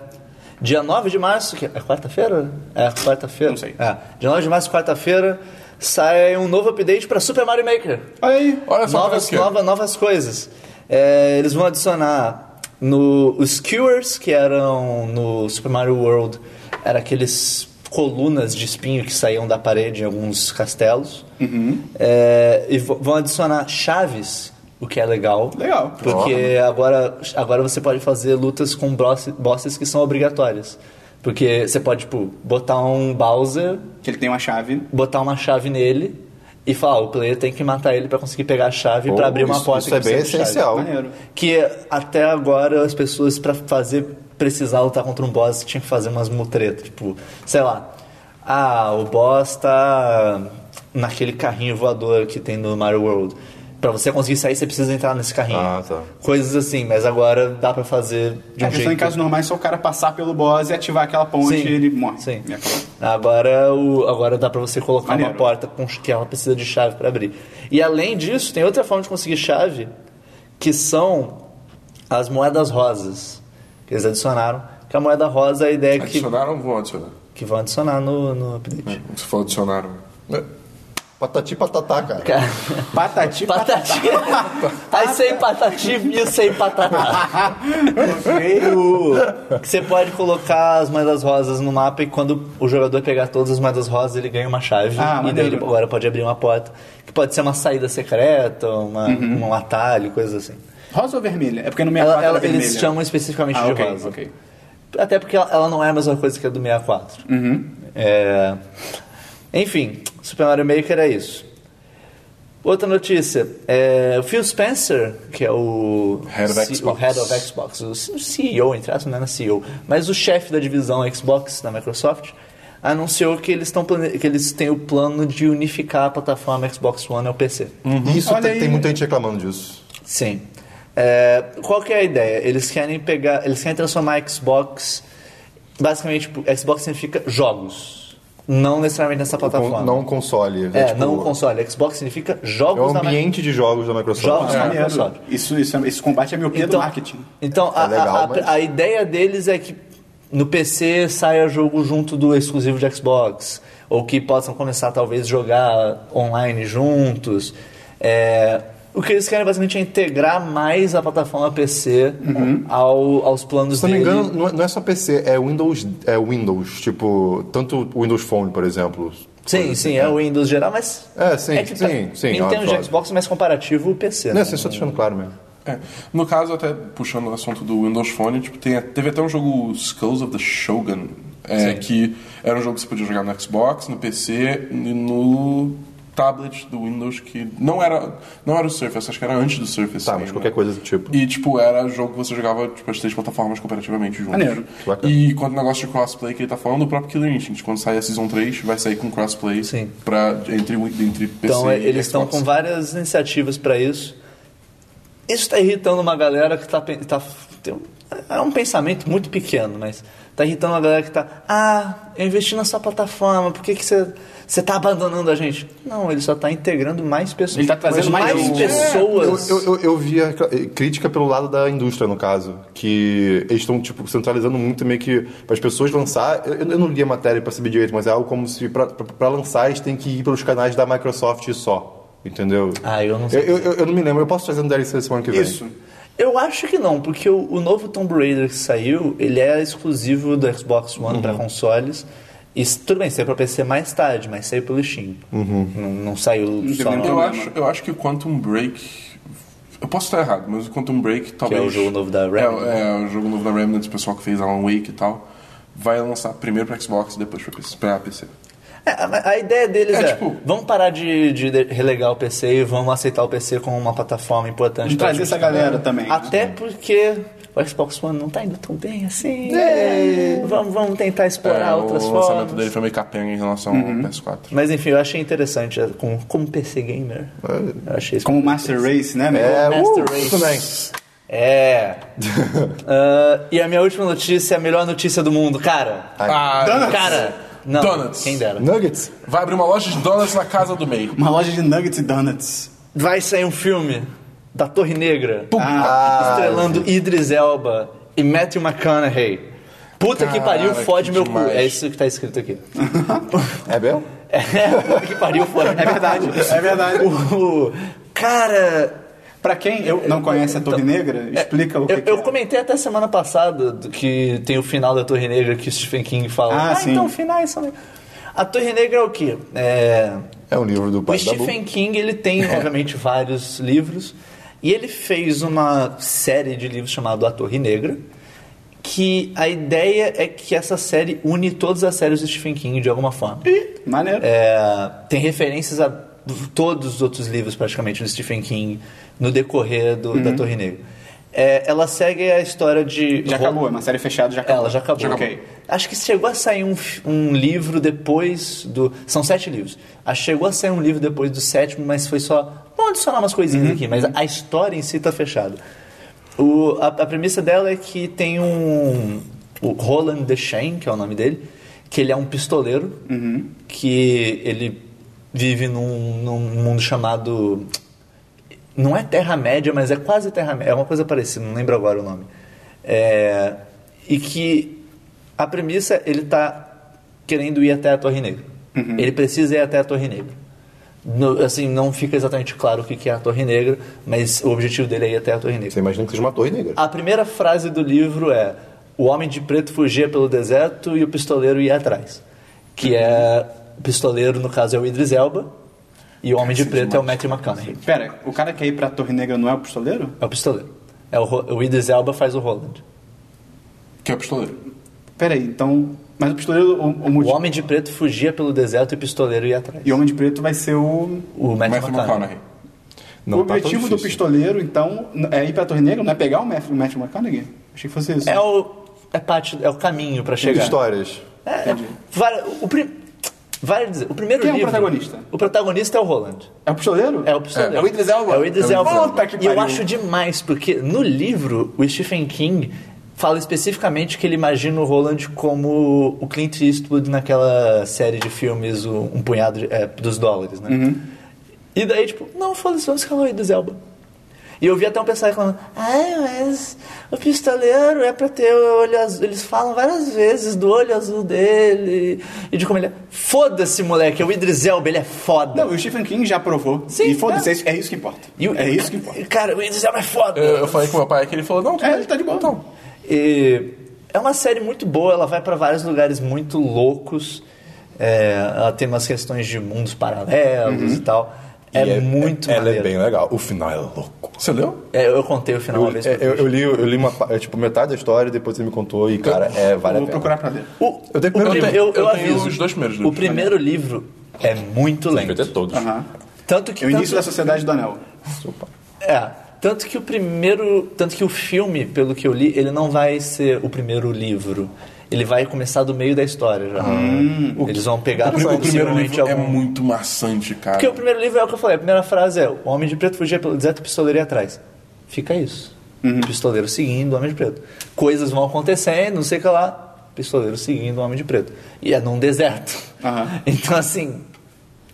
Speaker 3: Dia 9 de março, que é quarta-feira? É, quarta-feira.
Speaker 1: Não sei.
Speaker 3: É, dia 9 de março, quarta-feira, sai um novo update para Super Mario Maker.
Speaker 1: Olha aí.
Speaker 4: Olha só,
Speaker 3: novas,
Speaker 4: parece que é.
Speaker 3: nova- novas coisas. É, eles vão adicionar no, os skewers, que eram no Super Mario World, eram aqueles colunas de espinho que saíam da parede em alguns castelos.
Speaker 4: Uhum.
Speaker 3: É, e vo- vão adicionar chaves, o que é legal.
Speaker 1: Legal.
Speaker 3: Porque agora, agora você pode fazer lutas com boss- bosses que são obrigatórias. Porque você pode, tipo, botar um Bowser
Speaker 1: Que ele tem uma chave.
Speaker 3: botar uma chave nele e falar, o player tem que matar ele pra conseguir pegar a chave pra
Speaker 2: Pô,
Speaker 3: abrir uma
Speaker 2: isso-
Speaker 3: porta.
Speaker 2: isso
Speaker 3: que
Speaker 2: é bem
Speaker 3: precisa de chave.
Speaker 2: essencial.
Speaker 1: Maneiro.
Speaker 3: Que até agora as pessoas pra fazer precisar lutar contra um boss tinham que fazer umas mutretas, tipo, sei lá. Ah, o boss tá naquele carrinho voador que tem no Mario World. Pra você conseguir sair, você precisa entrar nesse carrinho.
Speaker 2: Ah, tá.
Speaker 3: Coisas assim, mas agora dá pra fazer de
Speaker 1: a
Speaker 3: um
Speaker 1: questão
Speaker 3: jeito.
Speaker 1: em casos normais é só o cara passar pelo boss e ativar aquela ponte e
Speaker 3: Sim.
Speaker 1: ele morre.
Speaker 3: Sim.
Speaker 1: E acabou.
Speaker 3: Agora, o, agora dá pra você colocar
Speaker 1: Maneiro.
Speaker 3: uma porta com ch- que ela precisa de chave pra abrir. E além disso, tem outra forma de conseguir chave, que são as moedas rosas. Que eles adicionaram. Que a moeda rosa é a ideia que,
Speaker 4: Adicionaram ou vão adicionar?
Speaker 3: que vão adicionar no, no update.
Speaker 4: Se for adicionaram.
Speaker 2: Patati patatá, cara.
Speaker 3: Cara,
Speaker 1: Patati,
Speaker 3: patati. Aí sem patati, mil sem patatá. O- que Você pode colocar as moedas rosas no mapa e quando o jogador pegar todas as moedas rosas, ele ganha uma chave.
Speaker 1: Ah,
Speaker 3: e daí ele
Speaker 1: maneiro.
Speaker 3: agora pode abrir uma porta. Que pode ser uma saída secreta, uma,
Speaker 1: Uhum.
Speaker 3: um atalho, coisas assim.
Speaker 1: Rosa ou vermelha? É porque no 64
Speaker 3: Ela, ela-
Speaker 1: era vermelha.
Speaker 3: eles chamam especificamente
Speaker 1: ah,
Speaker 3: de
Speaker 1: ok,
Speaker 3: rosa.
Speaker 1: ok.
Speaker 3: Até porque ela, ela não é a mesma coisa que a do 64.
Speaker 1: Uhum.
Speaker 3: É... Enfim, Super Mario Maker é isso. Outra notícia. É, o Phil Spencer, que é o
Speaker 4: Head of
Speaker 3: C-
Speaker 4: Xbox.
Speaker 3: o head of Xbox, o C- o CEO, entre aspas, não é CEO, mas o chefe da divisão Xbox da Microsoft, anunciou que eles, tão plane... que eles têm o plano de unificar a plataforma Xbox One ao PC.
Speaker 2: E Isso
Speaker 1: Olha
Speaker 2: tem,
Speaker 1: aí.
Speaker 2: tem muita gente reclamando disso.
Speaker 3: Sim. É, qual que é a ideia? Eles querem pegar, eles querem transformar a Xbox. Basicamente, tipo, Xbox significa jogos, não necessariamente nessa plataforma.
Speaker 2: Con- não um console.
Speaker 3: é,
Speaker 2: tipo,
Speaker 3: não o console. Xbox significa
Speaker 2: É um
Speaker 3: jogos da Mi-
Speaker 2: ambiente de jogos da Microsoft.
Speaker 3: Jogos da
Speaker 1: É. Maneiro.
Speaker 3: Microsoft.
Speaker 1: Isso, isso, esse combate é miopia do
Speaker 3: Então,
Speaker 1: marketing.
Speaker 3: então a,
Speaker 2: É legal,
Speaker 3: a- a-
Speaker 2: mas-
Speaker 3: a ideia deles é que no PC saia jogo junto do exclusivo de Xbox, ou que possam começar talvez jogar online juntos. É, o que eles querem basicamente é integrar mais a plataforma PC ao- aos planos
Speaker 2: Uhum. Se não me
Speaker 3: dele.
Speaker 2: engano, não é- não é só PC, é Windows, é Windows, tipo, tanto o Windows Phone, por exemplo.
Speaker 3: Sim, sim, é o Windows geral, mas.
Speaker 2: É, sim,
Speaker 3: que
Speaker 2: sim,
Speaker 3: tá-
Speaker 2: sim,
Speaker 3: Em termos de
Speaker 2: óbvio.
Speaker 3: Xbox, mais comparativo o PC.
Speaker 2: Não,
Speaker 3: né?
Speaker 2: assim, só deixando claro mesmo.
Speaker 4: É. No caso, até puxando o assunto do Windows Phone, tipo, tem- teve até um jogo Skulls of the Shogun, é, que era um jogo que você podia jogar no Xbox, no PC e no tablet do Windows, que não era, não era o Surface, acho que era antes do Surface.
Speaker 2: Tá,
Speaker 4: ainda.
Speaker 2: mas qualquer coisa do tipo.
Speaker 4: E, tipo, era jogo que você jogava tipo, as três plataformas cooperativamente juntos.
Speaker 1: Maneiro.
Speaker 2: Que bacana.
Speaker 4: E quanto ao negócio de crossplay que ele tá falando, o próprio Killer Instinct, quando sair a Season 3, vai sair com crossplay
Speaker 3: Sim.
Speaker 4: pra, entre, entre PC
Speaker 3: Então
Speaker 2: é,
Speaker 4: e
Speaker 3: eles estão
Speaker 4: Xbox.
Speaker 3: com várias iniciativas para isso. Isso está irritando uma galera que tá está é um pensamento muito pequeno, mas está irritando uma galera que está ah eu investi na sua plataforma, por que que você você está abandonando a gente? Não, ele só está integrando mais pessoas.
Speaker 1: Ele tá trazendo
Speaker 3: Mas
Speaker 1: mais gente.
Speaker 3: pessoas.
Speaker 2: Eu, eu, eu vi a cri- crítica pelo lado da indústria, no caso. Que eles estão, tipo, centralizando muito meio que para as pessoas lançar. Eu, eu não li a matéria para saber direito, mas é algo como se para lançar eles têm que ir pelos canais da Microsoft só. Entendeu?
Speaker 3: Ah, eu não sei.
Speaker 2: Eu, eu, eu não me lembro. Eu posso trazer um no DLC semana que vem.
Speaker 1: Isso.
Speaker 3: Eu acho que não, porque o, o novo Tomb Raider que saiu, ele é exclusivo do Xbox One
Speaker 1: Uhum.
Speaker 3: para consoles. Isso, tudo bem, saiu pra PC mais tarde, mas saiu pelo Steam.
Speaker 1: Uhum.
Speaker 3: Não, não saiu só...
Speaker 1: nem
Speaker 3: no-
Speaker 4: Eu
Speaker 1: problema.
Speaker 4: acho, eu acho que o Quantum Break. Eu posso estar errado, mas o Quantum Break talvez.
Speaker 3: é o jogo novo da Remnant. né?
Speaker 4: É, é, o jogo novo da Remnant, o pessoal que fez Alan Wake e tal. Vai lançar primeiro pra Xbox e depois pra PC. pra PC.
Speaker 3: É, a, a ideia deles é,
Speaker 4: É, tipo-
Speaker 3: vamos parar de, de relegar o PC e vamos aceitar o PC como uma plataforma importante.
Speaker 1: De
Speaker 3: pra
Speaker 1: trazer
Speaker 3: gente
Speaker 1: essa galera também, né?
Speaker 3: Até porque o Xbox One não tá indo tão bem assim.
Speaker 1: É.
Speaker 3: Vamos, vamos tentar explorar
Speaker 4: É, o
Speaker 3: outras
Speaker 4: lançamento
Speaker 3: formas.
Speaker 4: dele foi meio capenga em relação
Speaker 3: Uhum.
Speaker 4: ao PS4.
Speaker 3: Mas enfim, eu achei interessante é, como, como PC gamer.
Speaker 1: É.
Speaker 3: Eu achei isso
Speaker 1: Como Master Race, né? meu?
Speaker 2: É,
Speaker 3: Master
Speaker 2: uh,
Speaker 3: Race.
Speaker 2: isso também.
Speaker 3: É. Ah, e a minha última notícia é a melhor notícia do mundo, cara.
Speaker 4: Ah,
Speaker 3: Cara, não.
Speaker 4: Donuts.
Speaker 3: Quem dera.
Speaker 2: Nuggets.
Speaker 4: vai abrir uma loja de donuts na casa do meio.
Speaker 1: Uma loja de nuggets e donuts.
Speaker 3: Vai sair um filme da Torre Negra.
Speaker 1: Ah,
Speaker 3: Ah, estrelando Idris Elba e Matthew McConaughey. Puta que
Speaker 4: Cara,
Speaker 3: pariu, fode
Speaker 4: que
Speaker 3: meu
Speaker 4: demais.
Speaker 3: cu. É isso que tá escrito aqui.
Speaker 2: É mesmo?
Speaker 3: É, puta que pariu, fode.
Speaker 1: É verdade, é verdade.
Speaker 3: O- cara.
Speaker 1: Pra quem eu- não conhece a Torre Negra, explica o que
Speaker 3: Então, eu,
Speaker 1: que
Speaker 3: eu
Speaker 1: é.
Speaker 3: comentei até semana passada do- que tem o final da Torre Negra que o Stephen King fala.
Speaker 1: Ah,
Speaker 3: Ah,
Speaker 1: sim.
Speaker 3: então finais são. A Torre Negra é o quê? É,
Speaker 2: É um livro do
Speaker 3: O
Speaker 2: pai da Bu.
Speaker 3: Stephen King, ele tem, obviamente, vários livros. E ele fez uma série de livros chamado A Torre Negra, que a ideia é que essa série une todas as séries do Stephen King de alguma forma.
Speaker 1: Maneiro.
Speaker 3: É, tem referências a todos os outros livros, praticamente, do Stephen King no decorrer do-
Speaker 1: Uhum.
Speaker 3: da Torre Negra. É, ela segue a história de...
Speaker 1: já acabou, é uma série fechada, já acabou.
Speaker 3: Ela já acabou.
Speaker 1: Ok.
Speaker 3: Acho que chegou a sair um, fi- um livro depois do. São sete livros. Acho que chegou a sair um livro depois do sétimo, mas foi só. Vamos adicionar umas coisinhas aqui, mas a história em si tá fechada. O- a, a premissa dela é que tem um. O Roland Deschamps, que é o nome dele, que ele é um pistoleiro, que ele vive num, num mundo chamado. Não é Terra-média, mas é quase Terra-média. É uma coisa parecida, não lembro agora o nome. É, e que a premissa, ele tá querendo ir até a Torre Negra. Ele precisa ir até a Torre Negra. No- assim, não fica exatamente claro o que que é a Torre Negra, mas o objetivo dele é ir até a Torre Negra.
Speaker 2: Você imagina que seja uma torre negra.
Speaker 3: A primeira frase do livro é: O homem de preto fugia pelo deserto e o pistoleiro ia atrás. Que é. O pistoleiro, no caso, é o Idris Elba. E o homem de preto é o Matthew McConaughey.
Speaker 1: Pera, o cara que ia ir pra Torre Negra não é o pistoleiro?
Speaker 3: É o pistoleiro. É o, Ro- o Idris Elba faz o Roland.
Speaker 4: Que é o pistoleiro.
Speaker 1: Pera aí, então. Mas o pistoleiro. O, o,
Speaker 3: O
Speaker 1: motivo-
Speaker 3: homem de preto fugia pelo deserto e o pistoleiro ia atrás.
Speaker 1: E o Homem de Preto vai ser o.
Speaker 3: O Matthew,
Speaker 4: Matthew
Speaker 3: McConaughey.
Speaker 4: McConaughey.
Speaker 2: Não
Speaker 1: o
Speaker 2: tá tão
Speaker 1: objetivo do
Speaker 2: difícil.
Speaker 1: pistoleiro, então, n- é ir pra Torre Negra, não é pegar o Matthew, o Matthew McConaughey? Achei que fosse isso.
Speaker 3: É o. É, parte, é o caminho pra
Speaker 2: Tem
Speaker 3: chegar.
Speaker 2: histórias.
Speaker 3: É, é, vale, o prim, vale dizer, o primeiro
Speaker 1: Quem é o
Speaker 3: livro-
Speaker 1: protagonista?
Speaker 3: O protagonista é o Roland.
Speaker 1: É o pistoleiro?
Speaker 3: É o pistoleiro.
Speaker 4: É, é o Idris Elba.
Speaker 3: É o Idris
Speaker 4: É o
Speaker 3: Elba.
Speaker 1: Puta que
Speaker 3: e eu
Speaker 1: pariu.
Speaker 3: acho demais, porque no livro, o Stephen King fala especificamente que ele imagina o Roland como o Clint Eastwood naquela série de filmes o- Um Punhado de- é, dos Dólares, né?
Speaker 4: Uhum.
Speaker 3: E daí, tipo, não, foda-se, vamos escalar o Idris Elba. E eu vi até um pessoal reclamando, ai, mas o pistoleiro é pra ter o olho azul. Eles falam várias vezes do olho azul dele e de como ele é. Foda-se, moleque, é o Idris Elba, ele é foda.
Speaker 1: Não, o Stephen King já provou.
Speaker 3: Sim,
Speaker 1: e foda-se,
Speaker 3: é.
Speaker 1: é. isso- é isso que importa.
Speaker 3: E o-
Speaker 1: É isso que importa.
Speaker 3: Cara, o Idris Elba é foda.
Speaker 4: Eu, eu falei com meu pai que ele falou, não,
Speaker 1: É, ele tá de boa.
Speaker 4: Então,
Speaker 3: E é uma série muito boa, ela vai pra vários lugares muito loucos. É, ela tem umas questões de mundos paralelos e tal. É,
Speaker 2: E
Speaker 3: muito
Speaker 2: Ela é
Speaker 3: maneiro.
Speaker 2: bem legal. O final é louco.
Speaker 4: você leu?
Speaker 3: É, eu contei o final uma
Speaker 2: Eu,
Speaker 3: vez.
Speaker 2: é,
Speaker 3: pra
Speaker 2: eu-
Speaker 3: vocês.
Speaker 2: eu li, eu li uma, pa- é, tipo, metade da história, depois você me contou e, cara, é, vale a
Speaker 1: Vou
Speaker 2: pena.
Speaker 1: procurar pra ler.
Speaker 3: O-
Speaker 2: eu tenho-
Speaker 3: o
Speaker 2: eu
Speaker 3: prim-
Speaker 2: tenho-
Speaker 3: eu- eu
Speaker 4: eu tenho
Speaker 3: aviso,
Speaker 4: os dois primeiros
Speaker 3: O
Speaker 4: livros.
Speaker 3: primeiro livro é muito
Speaker 2: Devia ter
Speaker 3: lento.
Speaker 2: todos.
Speaker 1: Aham.
Speaker 3: Tanto que
Speaker 1: É o
Speaker 3: tanto-
Speaker 1: início da Sociedade do Anel.
Speaker 3: É, tanto que o primeiro, tanto que o filme, pelo que eu li, ele não vai ser o primeiro livro. Ele vai começar do meio da história já. Eles vão pegar
Speaker 4: Hum, O, pri- o primeiro
Speaker 3: possivelmente
Speaker 4: livro é
Speaker 3: algum-
Speaker 4: muito maçante, cara.
Speaker 3: um Porque o primeiro livro é o que eu falei, a primeira frase é: O homem de preto fugia pelo deserto, o pistoleiro ia atrás. Fica isso.
Speaker 4: Uhum.
Speaker 3: Pistoleiro seguindo o homem de preto. Coisas vão acontecendo, não sei o que lá. Pistoleiro seguindo o homem de preto. E é num deserto.
Speaker 1: Aham.
Speaker 3: Então, assim,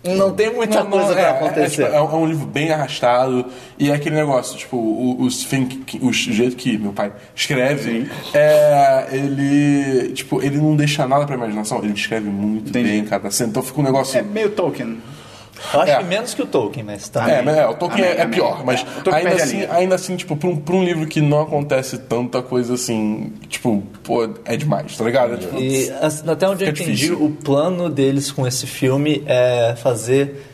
Speaker 3: não tem muita
Speaker 4: Não, não,
Speaker 3: coisa
Speaker 4: é,
Speaker 3: pra
Speaker 4: é,
Speaker 3: acontecer.
Speaker 4: É, tipo, é um é um livro bem arrastado e é aquele negócio, tipo, o, o Stephen King- o jeito que meu pai escreve, é, ele, tipo, ele não deixa nada pra imaginação, ele escreve muito
Speaker 1: Entendi.
Speaker 4: bem, cara. Assim, então fica um negócio...
Speaker 1: É meio Tolkien.
Speaker 3: Eu acho
Speaker 4: é.
Speaker 3: que menos que o Tolkien, mas tá também.
Speaker 4: É, mas é, o Tolkien
Speaker 1: Amém,
Speaker 4: é, é
Speaker 1: amém.
Speaker 4: pior, mas
Speaker 1: O Tolkien
Speaker 4: ainda,
Speaker 1: perde a
Speaker 4: assim,
Speaker 1: linha.
Speaker 4: ainda assim, tipo, pra um, pra um livro que não acontece tanta coisa assim, tipo, pô, é demais, tá ligado? É, tipo,
Speaker 3: E assim, até onde eu
Speaker 4: Fica
Speaker 3: entendi,
Speaker 4: difícil.
Speaker 3: o plano deles com esse filme é fazer.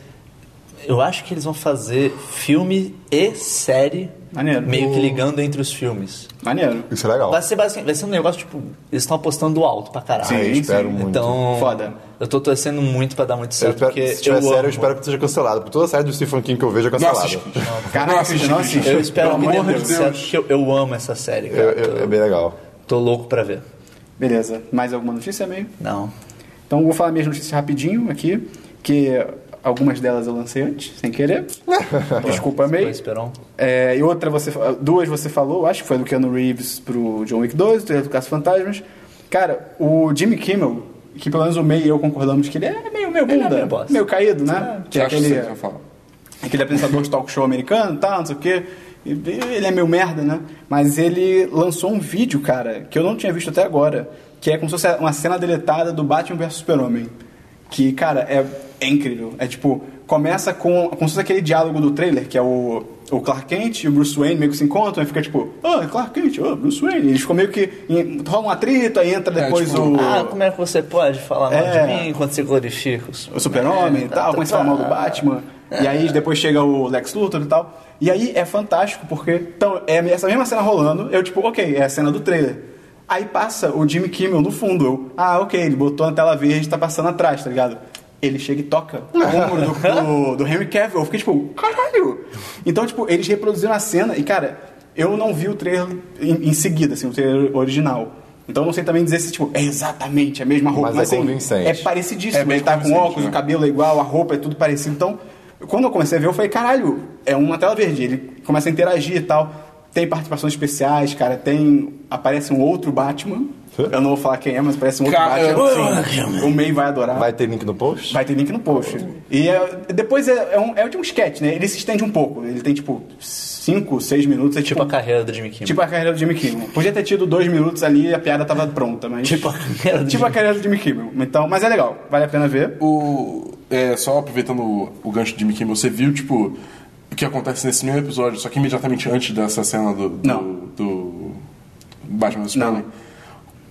Speaker 3: Eu acho que eles vão fazer filme e série
Speaker 1: Maneiro.
Speaker 3: meio que ligando entre os filmes.
Speaker 1: Maneiro.
Speaker 2: Isso é legal.
Speaker 3: Vai ser basicamente, vai ser um negócio tipo, eles estão apostando alto pra caralho.
Speaker 2: Ah, eu
Speaker 1: Sim,
Speaker 2: espero
Speaker 1: sim.
Speaker 2: muito.
Speaker 3: Então,
Speaker 1: Foda.
Speaker 3: eu tô torcendo muito pra dar muito
Speaker 2: Eu
Speaker 3: certo,
Speaker 2: espero-
Speaker 3: porque
Speaker 2: se tiver
Speaker 3: eu
Speaker 2: sério,
Speaker 3: amo.
Speaker 2: eu espero que seja cancelado. Porque toda série do Stephen King que eu vejo é
Speaker 4: Nossa,
Speaker 2: cancelada.
Speaker 1: Caraca, Christian, não assiste.
Speaker 3: Eu espero
Speaker 1: Pelo
Speaker 3: que dê
Speaker 1: amor
Speaker 3: muito
Speaker 1: de Deus.
Speaker 3: certo, porque eu, eu amo essa série, cara.
Speaker 2: Eu- eu- é
Speaker 3: tô,
Speaker 2: bem legal.
Speaker 3: tô louco pra ver.
Speaker 1: Beleza. Mais alguma notícia, meio?
Speaker 3: Não.
Speaker 1: Então eu vou falar minhas notícias rapidinho aqui, que algumas delas eu lancei antes, sem querer. Desculpa,
Speaker 3: Foi
Speaker 1: meio.
Speaker 3: Esperon.
Speaker 1: É, e outra, você, duas você falou, acho que foi do Keanu Reeves pro John Wick 2, o trailer do Caça Fantasmas. Cara, o Jimmy Kimmel, que pelo menos o May e eu concordamos que ele é meio, meio
Speaker 3: Ele é
Speaker 1: bunda,
Speaker 3: meio bosta.
Speaker 1: meio caído, né? que é
Speaker 4: acho que
Speaker 1: aquele,
Speaker 4: você vai falar.
Speaker 1: aquele apresentador de talk show americano e tal, não sei o quê. E- e Ele é meio merda, né? Mas ele lançou um vídeo, cara, que eu não tinha visto até agora, que é como se fosse uma cena deletada do Batman vs Super-Homem. Que, cara, é, é incrível. É tipo, começa com como se fosse aquele diálogo do trailer, que é o, o Clark Kent e o Bruce Wayne meio que se encontram e fica tipo, ah, Clark Kent, ah, Bruce Wayne. Eles ficam meio que. em- rola uma treta e entra
Speaker 4: É,
Speaker 1: depois
Speaker 4: tipo,
Speaker 1: o.
Speaker 3: Ah, como é que você pode falar mal
Speaker 1: É.
Speaker 3: de mim enquanto você glorifica os...
Speaker 1: o Super-Homem
Speaker 2: É,
Speaker 1: e
Speaker 3: tá,
Speaker 1: tal,
Speaker 3: tá,
Speaker 1: começa a falar mal do
Speaker 3: tá.
Speaker 1: Batman. E aí depois chega o Lex Luthor e tal. E aí é fantástico, porque então, é essa mesma cena rolando, eu tipo, ok, é a cena do trailer. Aí passa o Jimmy Kimmel no fundo. Eu, ah, ok, ele botou na tela verde, tá passando atrás, tá ligado? Ele chega e toca o ombro do, do, do Henry Cavill. Eu fiquei tipo, caralho! Então, tipo, eles reproduziram a cena e, cara, eu não vi o trailer em, em seguida, assim, o trailer original. Então eu não sei também dizer se, tipo, é exatamente a mesma roupa.
Speaker 2: Mas é
Speaker 1: assim,
Speaker 2: convincente.
Speaker 1: É parecidíssimo.
Speaker 4: É bem
Speaker 1: ele tá com
Speaker 4: convincente,
Speaker 1: óculos,
Speaker 4: né?
Speaker 1: o cabelo é igual, a roupa é tudo parecido. Então, quando eu comecei a ver, eu falei, caralho, é uma tela verde. Ele começa a interagir e tal. Tem participações especiais, cara. Tem. Aparece um outro Batman. Eu não vou falar quem é, mas parece um outro
Speaker 4: Cara,
Speaker 1: Batman.
Speaker 4: é,
Speaker 1: O May vai adorar.
Speaker 2: Vai ter link no post?
Speaker 1: Vai ter link no post. E é- depois é, é, um, é de um sketch, né? Ele se estende um pouco. Ele tem tipo 5, 6 minutos. É tipo,
Speaker 3: Tipo a carreira do Jimmy Kimmel.
Speaker 1: tipo a carreira do Jimmy Kimmel. Podia ter tido dois minutos ali e a piada tava pronta, mas.
Speaker 3: Tipo a carreira do
Speaker 1: Tipo a carreira do Jimmy Kimmel. Então, mas é legal, vale a pena ver.
Speaker 4: O, é, só aproveitando o, o gancho de Jimmy Kimmel, você viu, tipo, o que acontece nesse mesmo episódio, só que imediatamente antes dessa cena do, do,
Speaker 1: Não.
Speaker 4: do Batman vs
Speaker 1: Não.
Speaker 4: Superman?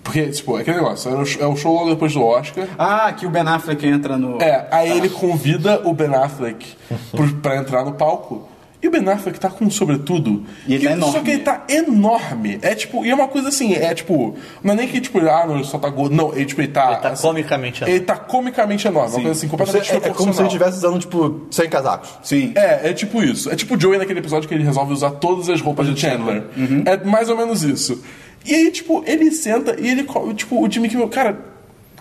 Speaker 4: Porque, tipo, é aquele negócio, era o sh- é o show logo depois do Oscar.
Speaker 1: Ah, que o Ben Affleck entra no.
Speaker 4: É, aí ele convida o Ben Affleck pro- pra entrar no palco. E o Ben Affleck tá com um sobretudo.
Speaker 1: E ele tá
Speaker 4: que- Só
Speaker 1: enorme.
Speaker 4: que ele tá enorme. É tipo, e é uma coisa assim, é tipo, não é nem que tipo, ah, não, ele só tá gordo. Não, ele, tipo, ele tá.
Speaker 3: Ele tá
Speaker 4: assim,
Speaker 3: comicamente
Speaker 4: Ele tá comicamente enorme. Uma coisa assim, completamente
Speaker 2: Você- é, é como se ele
Speaker 4: desproporcional.
Speaker 2: estivesse usando, tipo, 100 casacos.
Speaker 1: Sim.
Speaker 4: É, é tipo isso. É tipo o Joey naquele episódio que ele resolve usar todas as roupas do Chandler.
Speaker 1: Uhum.
Speaker 4: É mais ou menos isso. E aí, tipo, ele senta e ele. co- Tipo, o Jimmy Kimmel, cara,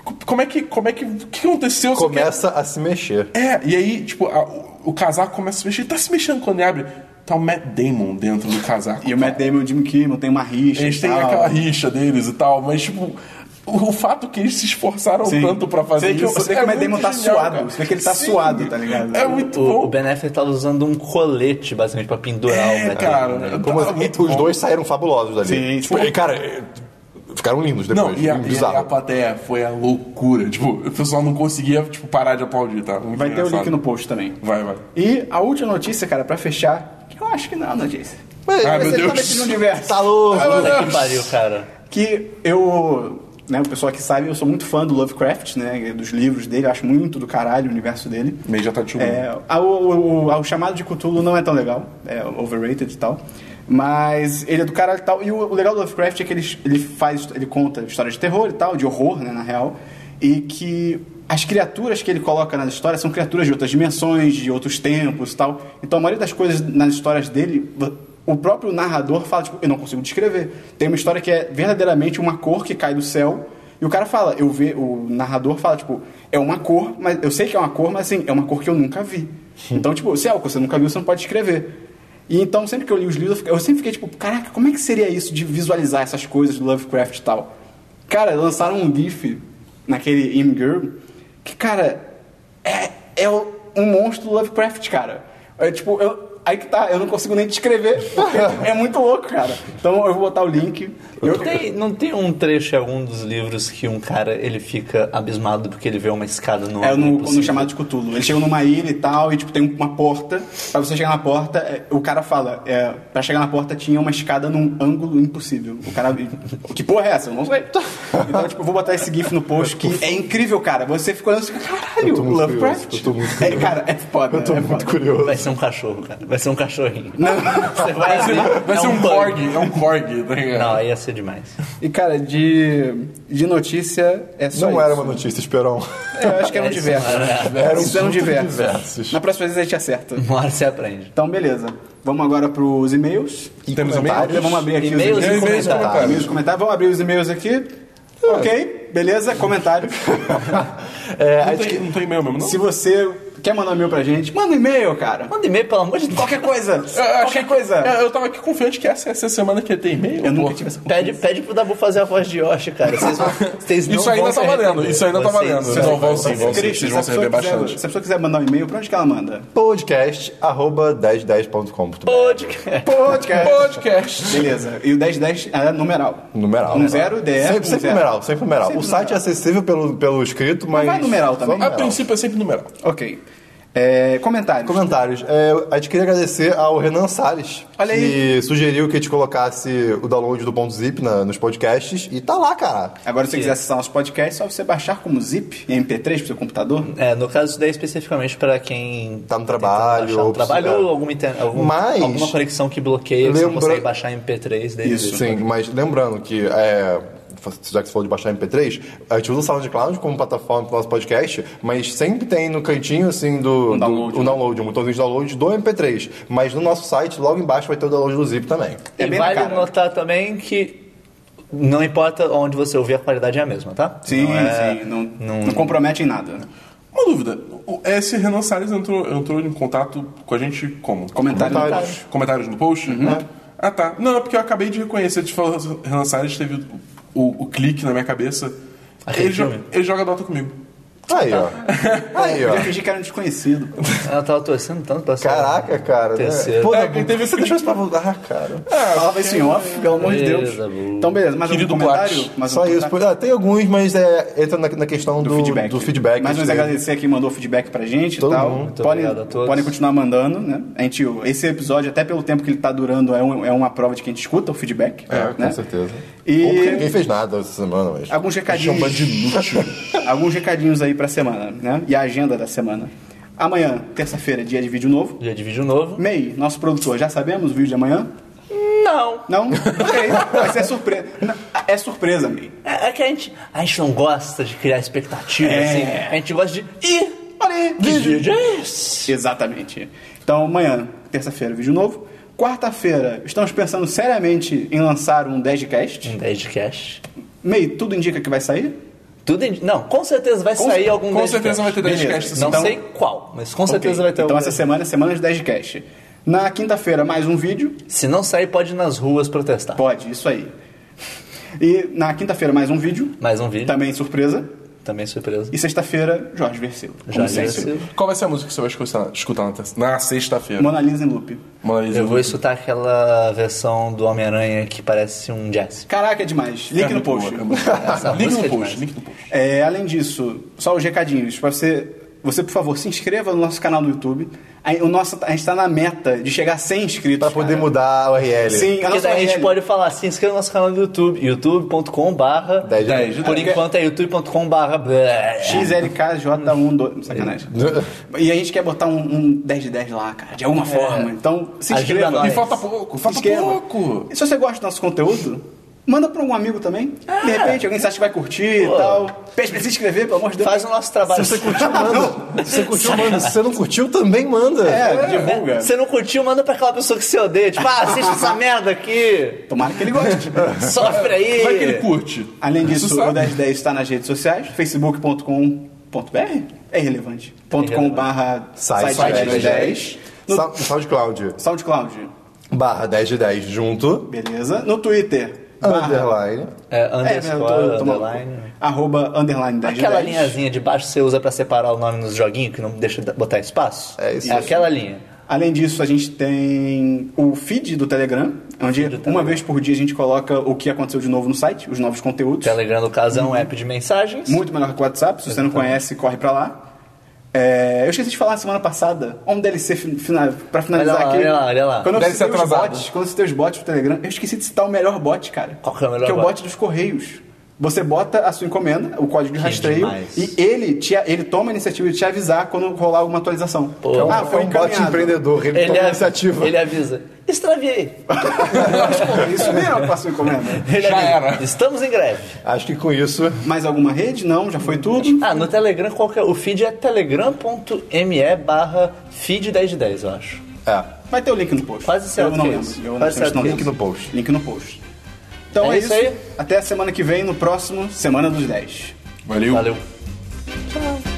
Speaker 4: co- como é que. Como é que. O que aconteceu? Só que-
Speaker 2: Começa a se mexer.
Speaker 4: É, e aí, tipo, a- o, o casaco começa a se mexer. Ele tá se mexendo quando ele abre. Tá o Matt Damon dentro do casaco.
Speaker 1: E o
Speaker 4: cara.
Speaker 1: Matt Damon e o Jimmy Kimmel tem uma rixa.
Speaker 4: Eles
Speaker 1: e
Speaker 4: têm
Speaker 1: tal.
Speaker 4: aquela rixa deles e tal, mas, tipo. O o fato que eles se esforçaram
Speaker 1: Sim.
Speaker 4: tanto pra fazer
Speaker 1: Sei que o-
Speaker 4: isso. é
Speaker 1: sei que o Matt
Speaker 4: muito
Speaker 1: Damon tá
Speaker 4: genial,
Speaker 1: suado.
Speaker 4: cara.
Speaker 1: Sei que ele tá suado, tá ligado?
Speaker 4: É muito
Speaker 3: O,
Speaker 4: bom.
Speaker 3: o Ben Affleck tava usando um colete, basicamente, pra pendurar o
Speaker 4: É,
Speaker 3: Ben
Speaker 4: cara.
Speaker 3: Affleck, né?
Speaker 2: Como
Speaker 4: tava
Speaker 2: os-
Speaker 4: muito
Speaker 2: os
Speaker 4: bom.
Speaker 2: dois saíram fabulosos ali.
Speaker 1: Sim,
Speaker 2: tipo,
Speaker 1: tipo-
Speaker 2: e, cara, é, ficaram lindos
Speaker 4: Não,
Speaker 2: depois.
Speaker 4: e a,
Speaker 2: um
Speaker 4: e a
Speaker 2: bizarro.
Speaker 4: plateia foi a loucura. Tipo, o pessoal não conseguia tipo, parar de aplaudir, tá? Muito
Speaker 1: Vai ter o
Speaker 4: engraçado.
Speaker 1: link no post também.
Speaker 4: Vai, vai.
Speaker 1: E a última notícia, cara, pra fechar, que eu acho que não é uma notícia.
Speaker 2: Mas,
Speaker 4: Ai, Ah, meu
Speaker 2: você
Speaker 4: Deus.
Speaker 2: tá mexendo
Speaker 1: No
Speaker 2: de-
Speaker 1: universo.
Speaker 2: Tá louco.
Speaker 3: Puta que pariu, cara.
Speaker 1: que eu, né, o pessoal que sabe, eu sou muito fã do Lovecraft, né, dos livros dele, eu acho muito do caralho o universo dele.
Speaker 4: Meio já tá te julgando.
Speaker 1: É, a- o, o- a- o chamado de Cthulhu não é tão legal, é overrated e tal. Mas ele é do caralho e tal. E o, o legal do Lovecraft é que ele, ele faz, ele conta histórias de terror e tal, de horror, né, na real. E que as criaturas que ele coloca nas histórias são criaturas de outras dimensões, de outros tempos e tal. Então a maioria das coisas nas histórias dele, o próprio narrador fala, tipo, eu não consigo descrever. Tem uma história que é verdadeiramente uma cor que cai do céu e o cara fala, eu ve, o narrador fala, tipo, é uma cor, mas eu sei que é uma cor, mas assim, é uma cor que eu nunca vi. Então, tipo, se é algo que você nunca viu, você não pode escrever. E então, sempre que eu li os livros, eu fica- eu sempre fiquei tipo, caraca, como é que seria isso de visualizar essas coisas do Lovecraft e tal? Cara, lançaram um GIF naquele Imgur, que, cara, é, é o- um monstro do Lovecraft, cara. É tipo, eu. Aí que tá, eu não consigo nem descrever, porque é muito louco, cara. Então eu vou botar o link. Eu,
Speaker 3: Não tem, não tem um trecho em algum dos livros que um cara ele fica abismado porque ele vê uma escada no assim.
Speaker 1: É
Speaker 3: ângulo
Speaker 1: no,
Speaker 3: impossível?
Speaker 1: no chamado de Cthulhu. Ele chega numa ilha e tal, e tipo, tem uma porta. Pra você chegar na porta, é, o cara fala, é, pra chegar na porta tinha uma escada num ângulo impossível. O cara. Que porra é essa? Eu não sei. Então, tipo, eu vou botar esse GIF no post que é incrível, cara. Você ficou olhando e fica, caralho,
Speaker 2: Eu tô muito
Speaker 1: Lovecraft.
Speaker 2: curioso, eu tô muito
Speaker 1: é, cara, é foda.
Speaker 2: Eu tô
Speaker 1: é
Speaker 2: muito
Speaker 1: foda.
Speaker 2: curioso.
Speaker 3: Vai ser um cachorro, cara. Vai ser um cachorrinho.
Speaker 1: Não.
Speaker 3: Você vai
Speaker 4: Vai
Speaker 3: abrir,
Speaker 4: ser, vai
Speaker 3: é
Speaker 4: ser um,
Speaker 3: bug.
Speaker 4: Korg, é um Korg, tá ligado?
Speaker 3: Não, aí ia ser demais.
Speaker 1: E, cara, de, de notícia é só.
Speaker 2: Não
Speaker 1: isso.
Speaker 2: era uma notícia, Esperão.
Speaker 1: É, eu acho que era um
Speaker 3: É isso,
Speaker 1: diverso.
Speaker 3: era-
Speaker 2: Era um
Speaker 1: Isso era um
Speaker 2: surto de
Speaker 1: diverso.
Speaker 2: diversos.
Speaker 1: Na próxima vez a gente acerta.
Speaker 3: Uma hora você aprende.
Speaker 1: Então, beleza. Vamos agora pros e-mails.
Speaker 2: E
Speaker 4: Temos
Speaker 2: comentários.
Speaker 1: Vamos abrir aqui os
Speaker 3: E-mails e
Speaker 1: e-mails.
Speaker 4: comentários.
Speaker 1: Tá, e-mails e comentários. Vamos abrir os e-mails aqui. Ok, beleza, comentários.
Speaker 2: É, a
Speaker 4: Não
Speaker 2: gente-
Speaker 4: tem, não tem e-mail mesmo, não?
Speaker 1: Se você quer mandar um e-mail pra gente, manda um e-mail, cara.
Speaker 3: Manda e-mail, pelo amor de Deus.
Speaker 1: Qualquer coisa.
Speaker 4: Eu achei
Speaker 1: Qualquer coisa.
Speaker 2: é
Speaker 4: Eu, eu tava aqui confiante que essa, essa semana que ia ter e-mail.
Speaker 1: Eu
Speaker 4: pô.
Speaker 1: nunca tive essa
Speaker 3: Pede, pede pro Dabu fazer a voz de Yoshi, cara. Vocês vão, vocês não
Speaker 4: Isso ainda
Speaker 3: vão se
Speaker 4: tá valendo,
Speaker 3: arrepender.
Speaker 4: isso ainda tá valendo. Vocês não vão
Speaker 2: assim,
Speaker 4: sim, vão sim.
Speaker 1: Cristo,
Speaker 4: Vocês vão
Speaker 1: se
Speaker 4: se
Speaker 1: a pessoa
Speaker 4: arrepender
Speaker 1: quiser-
Speaker 4: bastante.
Speaker 1: Se a pessoa quiser mandar um e-mail, pra onde que ela manda?
Speaker 2: Podcast, arroba 1010.com.br.
Speaker 3: Podcast.
Speaker 1: Podcast.
Speaker 4: Podcast.
Speaker 1: Beleza. E o 1010 é numeral.
Speaker 2: Numeral.
Speaker 1: Um zero, DE, um
Speaker 2: Sempre, sempre
Speaker 1: zero.
Speaker 2: numeral, sempre numeral.
Speaker 1: Sempre
Speaker 2: o site é
Speaker 1: numeral.
Speaker 2: acessível pelo, pelo escrito, mas.
Speaker 1: vai numeral
Speaker 2: só
Speaker 1: também.
Speaker 4: A
Speaker 2: numeral.
Speaker 4: princípio é sempre numeral.
Speaker 1: Ok. É, comentários.
Speaker 2: Comentários. É, a gente queria agradecer ao Renan Salles,
Speaker 1: Olha
Speaker 2: que
Speaker 1: aí.
Speaker 2: sugeriu que a gente colocasse o download do ponto zip na- nos podcasts. E tá lá, cara.
Speaker 1: Agora, se você quiser acessar nosso podcast, é só você baixar como zip em MP3 pro seu computador.
Speaker 3: É, no caso isso daí especificamente para quem
Speaker 2: Tá
Speaker 3: tentando
Speaker 2: no trabalho,
Speaker 3: baixar
Speaker 2: ou
Speaker 3: um trabalho
Speaker 2: precisa-
Speaker 3: ou alguma, inter- algum-
Speaker 2: Mas-
Speaker 3: alguma conexão que bloqueia, você não
Speaker 2: Lembra- É
Speaker 3: consegue baixar MP3 dele. É
Speaker 1: Isso.
Speaker 2: Sim, mas lembrando que, é, já que você falou de baixar MP3, a gente usa o SoundCloud como plataforma para nosso podcast, mas sempre tem no cantinho, assim, do, do-
Speaker 1: download,
Speaker 2: o
Speaker 1: né?
Speaker 2: download, um botãozinho de download do MP3. Mas no nosso site, logo embaixo, vai ter o download do Zip também.
Speaker 1: É
Speaker 3: e
Speaker 1: bem na
Speaker 3: vale
Speaker 1: cara.
Speaker 3: notar também que não importa onde você ouvir, a qualidade é a mesma, tá?
Speaker 1: Sim,
Speaker 3: Não é-
Speaker 1: sim. Não, não compromete em nada.
Speaker 4: Uma dúvida. o- Esse Renan Salles entrou, entrou em contato com a gente como?
Speaker 1: Comentário no post.
Speaker 2: Comentários.
Speaker 4: Uhum. né? Comentários no post? Ah, tá. Não, é porque eu acabei de reconhecer. Tipo, o Renan Salles teve o, o clique na minha cabeça.
Speaker 3: Aquele
Speaker 4: Ele, jo-
Speaker 3: filme?
Speaker 4: ele joga Dota comigo.
Speaker 2: Aí, ó. Aí, ó.
Speaker 1: Eu fingi que era um desconhecido.
Speaker 3: Ela tava torcendo tanto pra essa-
Speaker 2: Caraca, cara. né?
Speaker 3: Terceiro.
Speaker 2: Pô,
Speaker 4: É,
Speaker 2: Dabu,
Speaker 4: teve
Speaker 2: você
Speaker 4: esse-
Speaker 2: deixou isso pra voltar, cara.
Speaker 1: Falava isso em off, pelo amor de Deus.
Speaker 3: Beleza, boa.
Speaker 1: Então, beleza, mais
Speaker 4: Querido
Speaker 1: um comentário?
Speaker 4: Duarte.
Speaker 1: Mais um
Speaker 2: Só isso.
Speaker 1: comentário?
Speaker 2: Ah, tem alguns, mas é, entra na, na questão do,
Speaker 1: do feedback.
Speaker 2: do feedback,
Speaker 1: Mais uma vez
Speaker 2: isso aí.
Speaker 1: agradecer quem mandou feedback pra gente
Speaker 2: Todo
Speaker 1: e tal.
Speaker 2: mundo.
Speaker 1: Muito podem,
Speaker 3: obrigado a todos.
Speaker 1: podem continuar mandando, né? A gente, esse episódio, até pelo tempo que ele tá durando, é, um- é uma prova de que a gente escuta o feedback.
Speaker 2: É,
Speaker 1: né?
Speaker 2: com certeza.
Speaker 1: E-
Speaker 2: Ou porque ninguém fez nada essa semana, mas.
Speaker 1: Alguns recadinhos.
Speaker 2: Chama de inútil.
Speaker 1: Alguns recadinhos aí pra semana, né? E a agenda da semana. Amanhã, terça-feira, dia de vídeo novo.
Speaker 3: Já divide um de novo.
Speaker 1: May, nosso produtor, já sabemos o vídeo de amanhã?
Speaker 3: Não.
Speaker 1: Não? Ok. Vai ser surpresa. Não, É surpresa, May.
Speaker 3: É, é que a gente, a gente não gosta de criar expectativa,
Speaker 1: É.
Speaker 3: assim. A gente gosta de. Ih!
Speaker 1: Olha aí.
Speaker 3: Que vídeo é esse?
Speaker 1: Exatamente. Então, amanhã, terça-feira, vídeo novo. Quarta-feira, estamos pensando seriamente em lançar um 10 de cast.
Speaker 3: Um 10 de cash.
Speaker 1: Meio, tudo indica que vai sair?
Speaker 3: Tudo em... Não, com certeza vai
Speaker 1: Com-
Speaker 3: sair algum
Speaker 4: com
Speaker 3: 10 de
Speaker 4: certeza vai
Speaker 3: cash.
Speaker 4: ter 10
Speaker 1: Beleza.
Speaker 4: casts.
Speaker 3: Não
Speaker 1: Então-
Speaker 3: sei qual, mas com certeza
Speaker 1: Ok.
Speaker 3: vai ter um
Speaker 1: Então,
Speaker 3: algum.
Speaker 1: essa semana é semana de 10 de cast. Na quinta-feira, mais um vídeo.
Speaker 3: Se não sair, pode ir nas ruas protestar.
Speaker 1: Pode, isso aí. E na quinta-feira, mais um vídeo.
Speaker 3: Mais um vídeo.
Speaker 1: Também surpresa.
Speaker 3: Também surpresa.
Speaker 1: E sexta-feira, Jorge Versilo. como
Speaker 3: Já
Speaker 1: sempre.
Speaker 3: já-
Speaker 4: Qual vai ser a música que você vai escutar, escutar na, terça- na sexta-feira?
Speaker 1: Mona Lisa em loop.
Speaker 4: Mona Lisa.
Speaker 3: Eu vou escutar aquela versão do Homem-Aranha que parece um jazz.
Speaker 1: Caraca, é demais. Link
Speaker 4: É
Speaker 1: no
Speaker 4: muito
Speaker 1: post.
Speaker 4: boa, é muito boa.
Speaker 3: Essa
Speaker 4: Link
Speaker 3: música
Speaker 4: no
Speaker 3: é
Speaker 4: post,
Speaker 3: demais.
Speaker 4: link no post.
Speaker 1: É, além disso, só os recadinhos. Pra você, você, por favor, se inscreva no nosso canal no YouTube. A, o nosso, a gente tá na meta de chegar a 100 inscritos.
Speaker 2: pra poder
Speaker 1: cara.
Speaker 2: mudar a URL.
Speaker 1: Sim, a
Speaker 3: Porque
Speaker 1: nossa
Speaker 3: daí a gente
Speaker 1: URL.
Speaker 3: pode falar, se inscreva no nosso canal do YouTube, youtube.com barra...
Speaker 2: 10 de
Speaker 4: Dez.
Speaker 3: Por enquanto é youtube.com barra...
Speaker 1: XLKJ12. Sacanagem. E a gente quer botar um, um 10 de 10 lá, cara, de alguma forma. Então, se
Speaker 3: É. Ajuda
Speaker 1: inscreva.
Speaker 3: nós.
Speaker 4: E falta pouco, falta
Speaker 1: Esquema.
Speaker 4: pouco.
Speaker 1: E se você gosta do nosso conteúdo, manda pra um amigo também.
Speaker 3: É.
Speaker 1: De repente, alguém você acha que vai curtir e tal. Pede pra se inscrever, pelo amor de Deus.
Speaker 3: Faz o nosso trabalho.
Speaker 2: Se você curtiu, manda. Se você curtiu, manda. Se você não curtiu, também manda.
Speaker 1: É, divulga.
Speaker 3: Você Né? não curtiu, manda pra aquela pessoa que você odeia. Tipo, ah, assiste essa merda aqui.
Speaker 1: Tomara que ele goste.
Speaker 3: Sofre aí.
Speaker 4: Vai que ele curte.
Speaker 1: Além
Speaker 4: Isso
Speaker 1: disso, o
Speaker 4: sabe.
Speaker 1: 1010 está nas redes sociais, facebook.com.br é irrelevante. .com barra
Speaker 2: Site
Speaker 1: site 1010. No
Speaker 2: Sa- SoundCloud.
Speaker 1: SoundCloud,
Speaker 2: Barra 10 de 10 junto.
Speaker 1: beleza. No Twitter, barra...
Speaker 2: Underline.
Speaker 1: É, né,
Speaker 3: É,
Speaker 1: eu tô-
Speaker 3: underscore,
Speaker 1: eu tô maluco.
Speaker 3: underline.
Speaker 1: Arroba, underline 1010.
Speaker 3: Aquela linhazinha de baixo você usa pra separar o nome nos joguinhos, que não deixa de- botar espaço.
Speaker 2: É isso.
Speaker 3: É aquela linha.
Speaker 1: Além disso, a gente tem o feed do Telegram, onde
Speaker 3: do Telegram.
Speaker 1: uma vez por dia a gente coloca o que aconteceu de novo no site, os novos conteúdos.
Speaker 3: Telegram, no caso, é um app de mensagens.
Speaker 1: Uhum. Muito melhor que o WhatsApp. Se você não conhece, corre pra lá. É, eu esqueci de falar semana passada. Um DLC fin- fina- pra finalizar
Speaker 3: Olha lá,
Speaker 1: aqui.
Speaker 3: olha lá, olha lá.
Speaker 1: Quando eu
Speaker 4: Deve
Speaker 1: citei
Speaker 4: ser
Speaker 1: os
Speaker 4: atrasado.
Speaker 1: bots, quando eu citei os bots do Telegram, eu esqueci de citar o melhor bot, cara.
Speaker 3: Qual que é o melhor
Speaker 1: Que é o
Speaker 3: bot?
Speaker 1: bot dos correios. Você bota a sua encomenda, o código de rastreio,
Speaker 3: demais.
Speaker 1: e ele, te, ele toma a iniciativa de te avisar quando rolar alguma atualização.
Speaker 2: É um,
Speaker 1: ah, foi
Speaker 2: é um bot
Speaker 1: encaminhado. é-
Speaker 2: empreendedor. Ele,
Speaker 3: Ele,
Speaker 2: toma
Speaker 3: av-
Speaker 2: iniciativa.
Speaker 3: ele avisa. Extraviei.
Speaker 1: Isso nem era pra sua encomenda.
Speaker 3: Ele
Speaker 4: Já
Speaker 3: avisa,
Speaker 4: era.
Speaker 3: Estamos em greve.
Speaker 1: é-
Speaker 2: Acho que com isso...
Speaker 1: Mais alguma rede? Não, já foi tudo.
Speaker 3: Ah, no Telegram, qual que é? o feed é telegram.me barra feed 10 de 10, eu acho.
Speaker 2: É.
Speaker 1: Vai ter o link no post.
Speaker 3: Quase certo
Speaker 1: Eu não
Speaker 3: que
Speaker 1: lembro.
Speaker 3: isso.
Speaker 1: Eu não
Speaker 3: Quase
Speaker 1: sei se
Speaker 3: certo
Speaker 1: não
Speaker 3: que
Speaker 1: lembro.
Speaker 2: isso. Link no post.
Speaker 1: Link no post. Então é,
Speaker 3: É
Speaker 1: isso.
Speaker 3: isso aí.
Speaker 1: Até a semana que vem, no próximo Semana dos 10.
Speaker 4: Valeu.
Speaker 3: Valeu.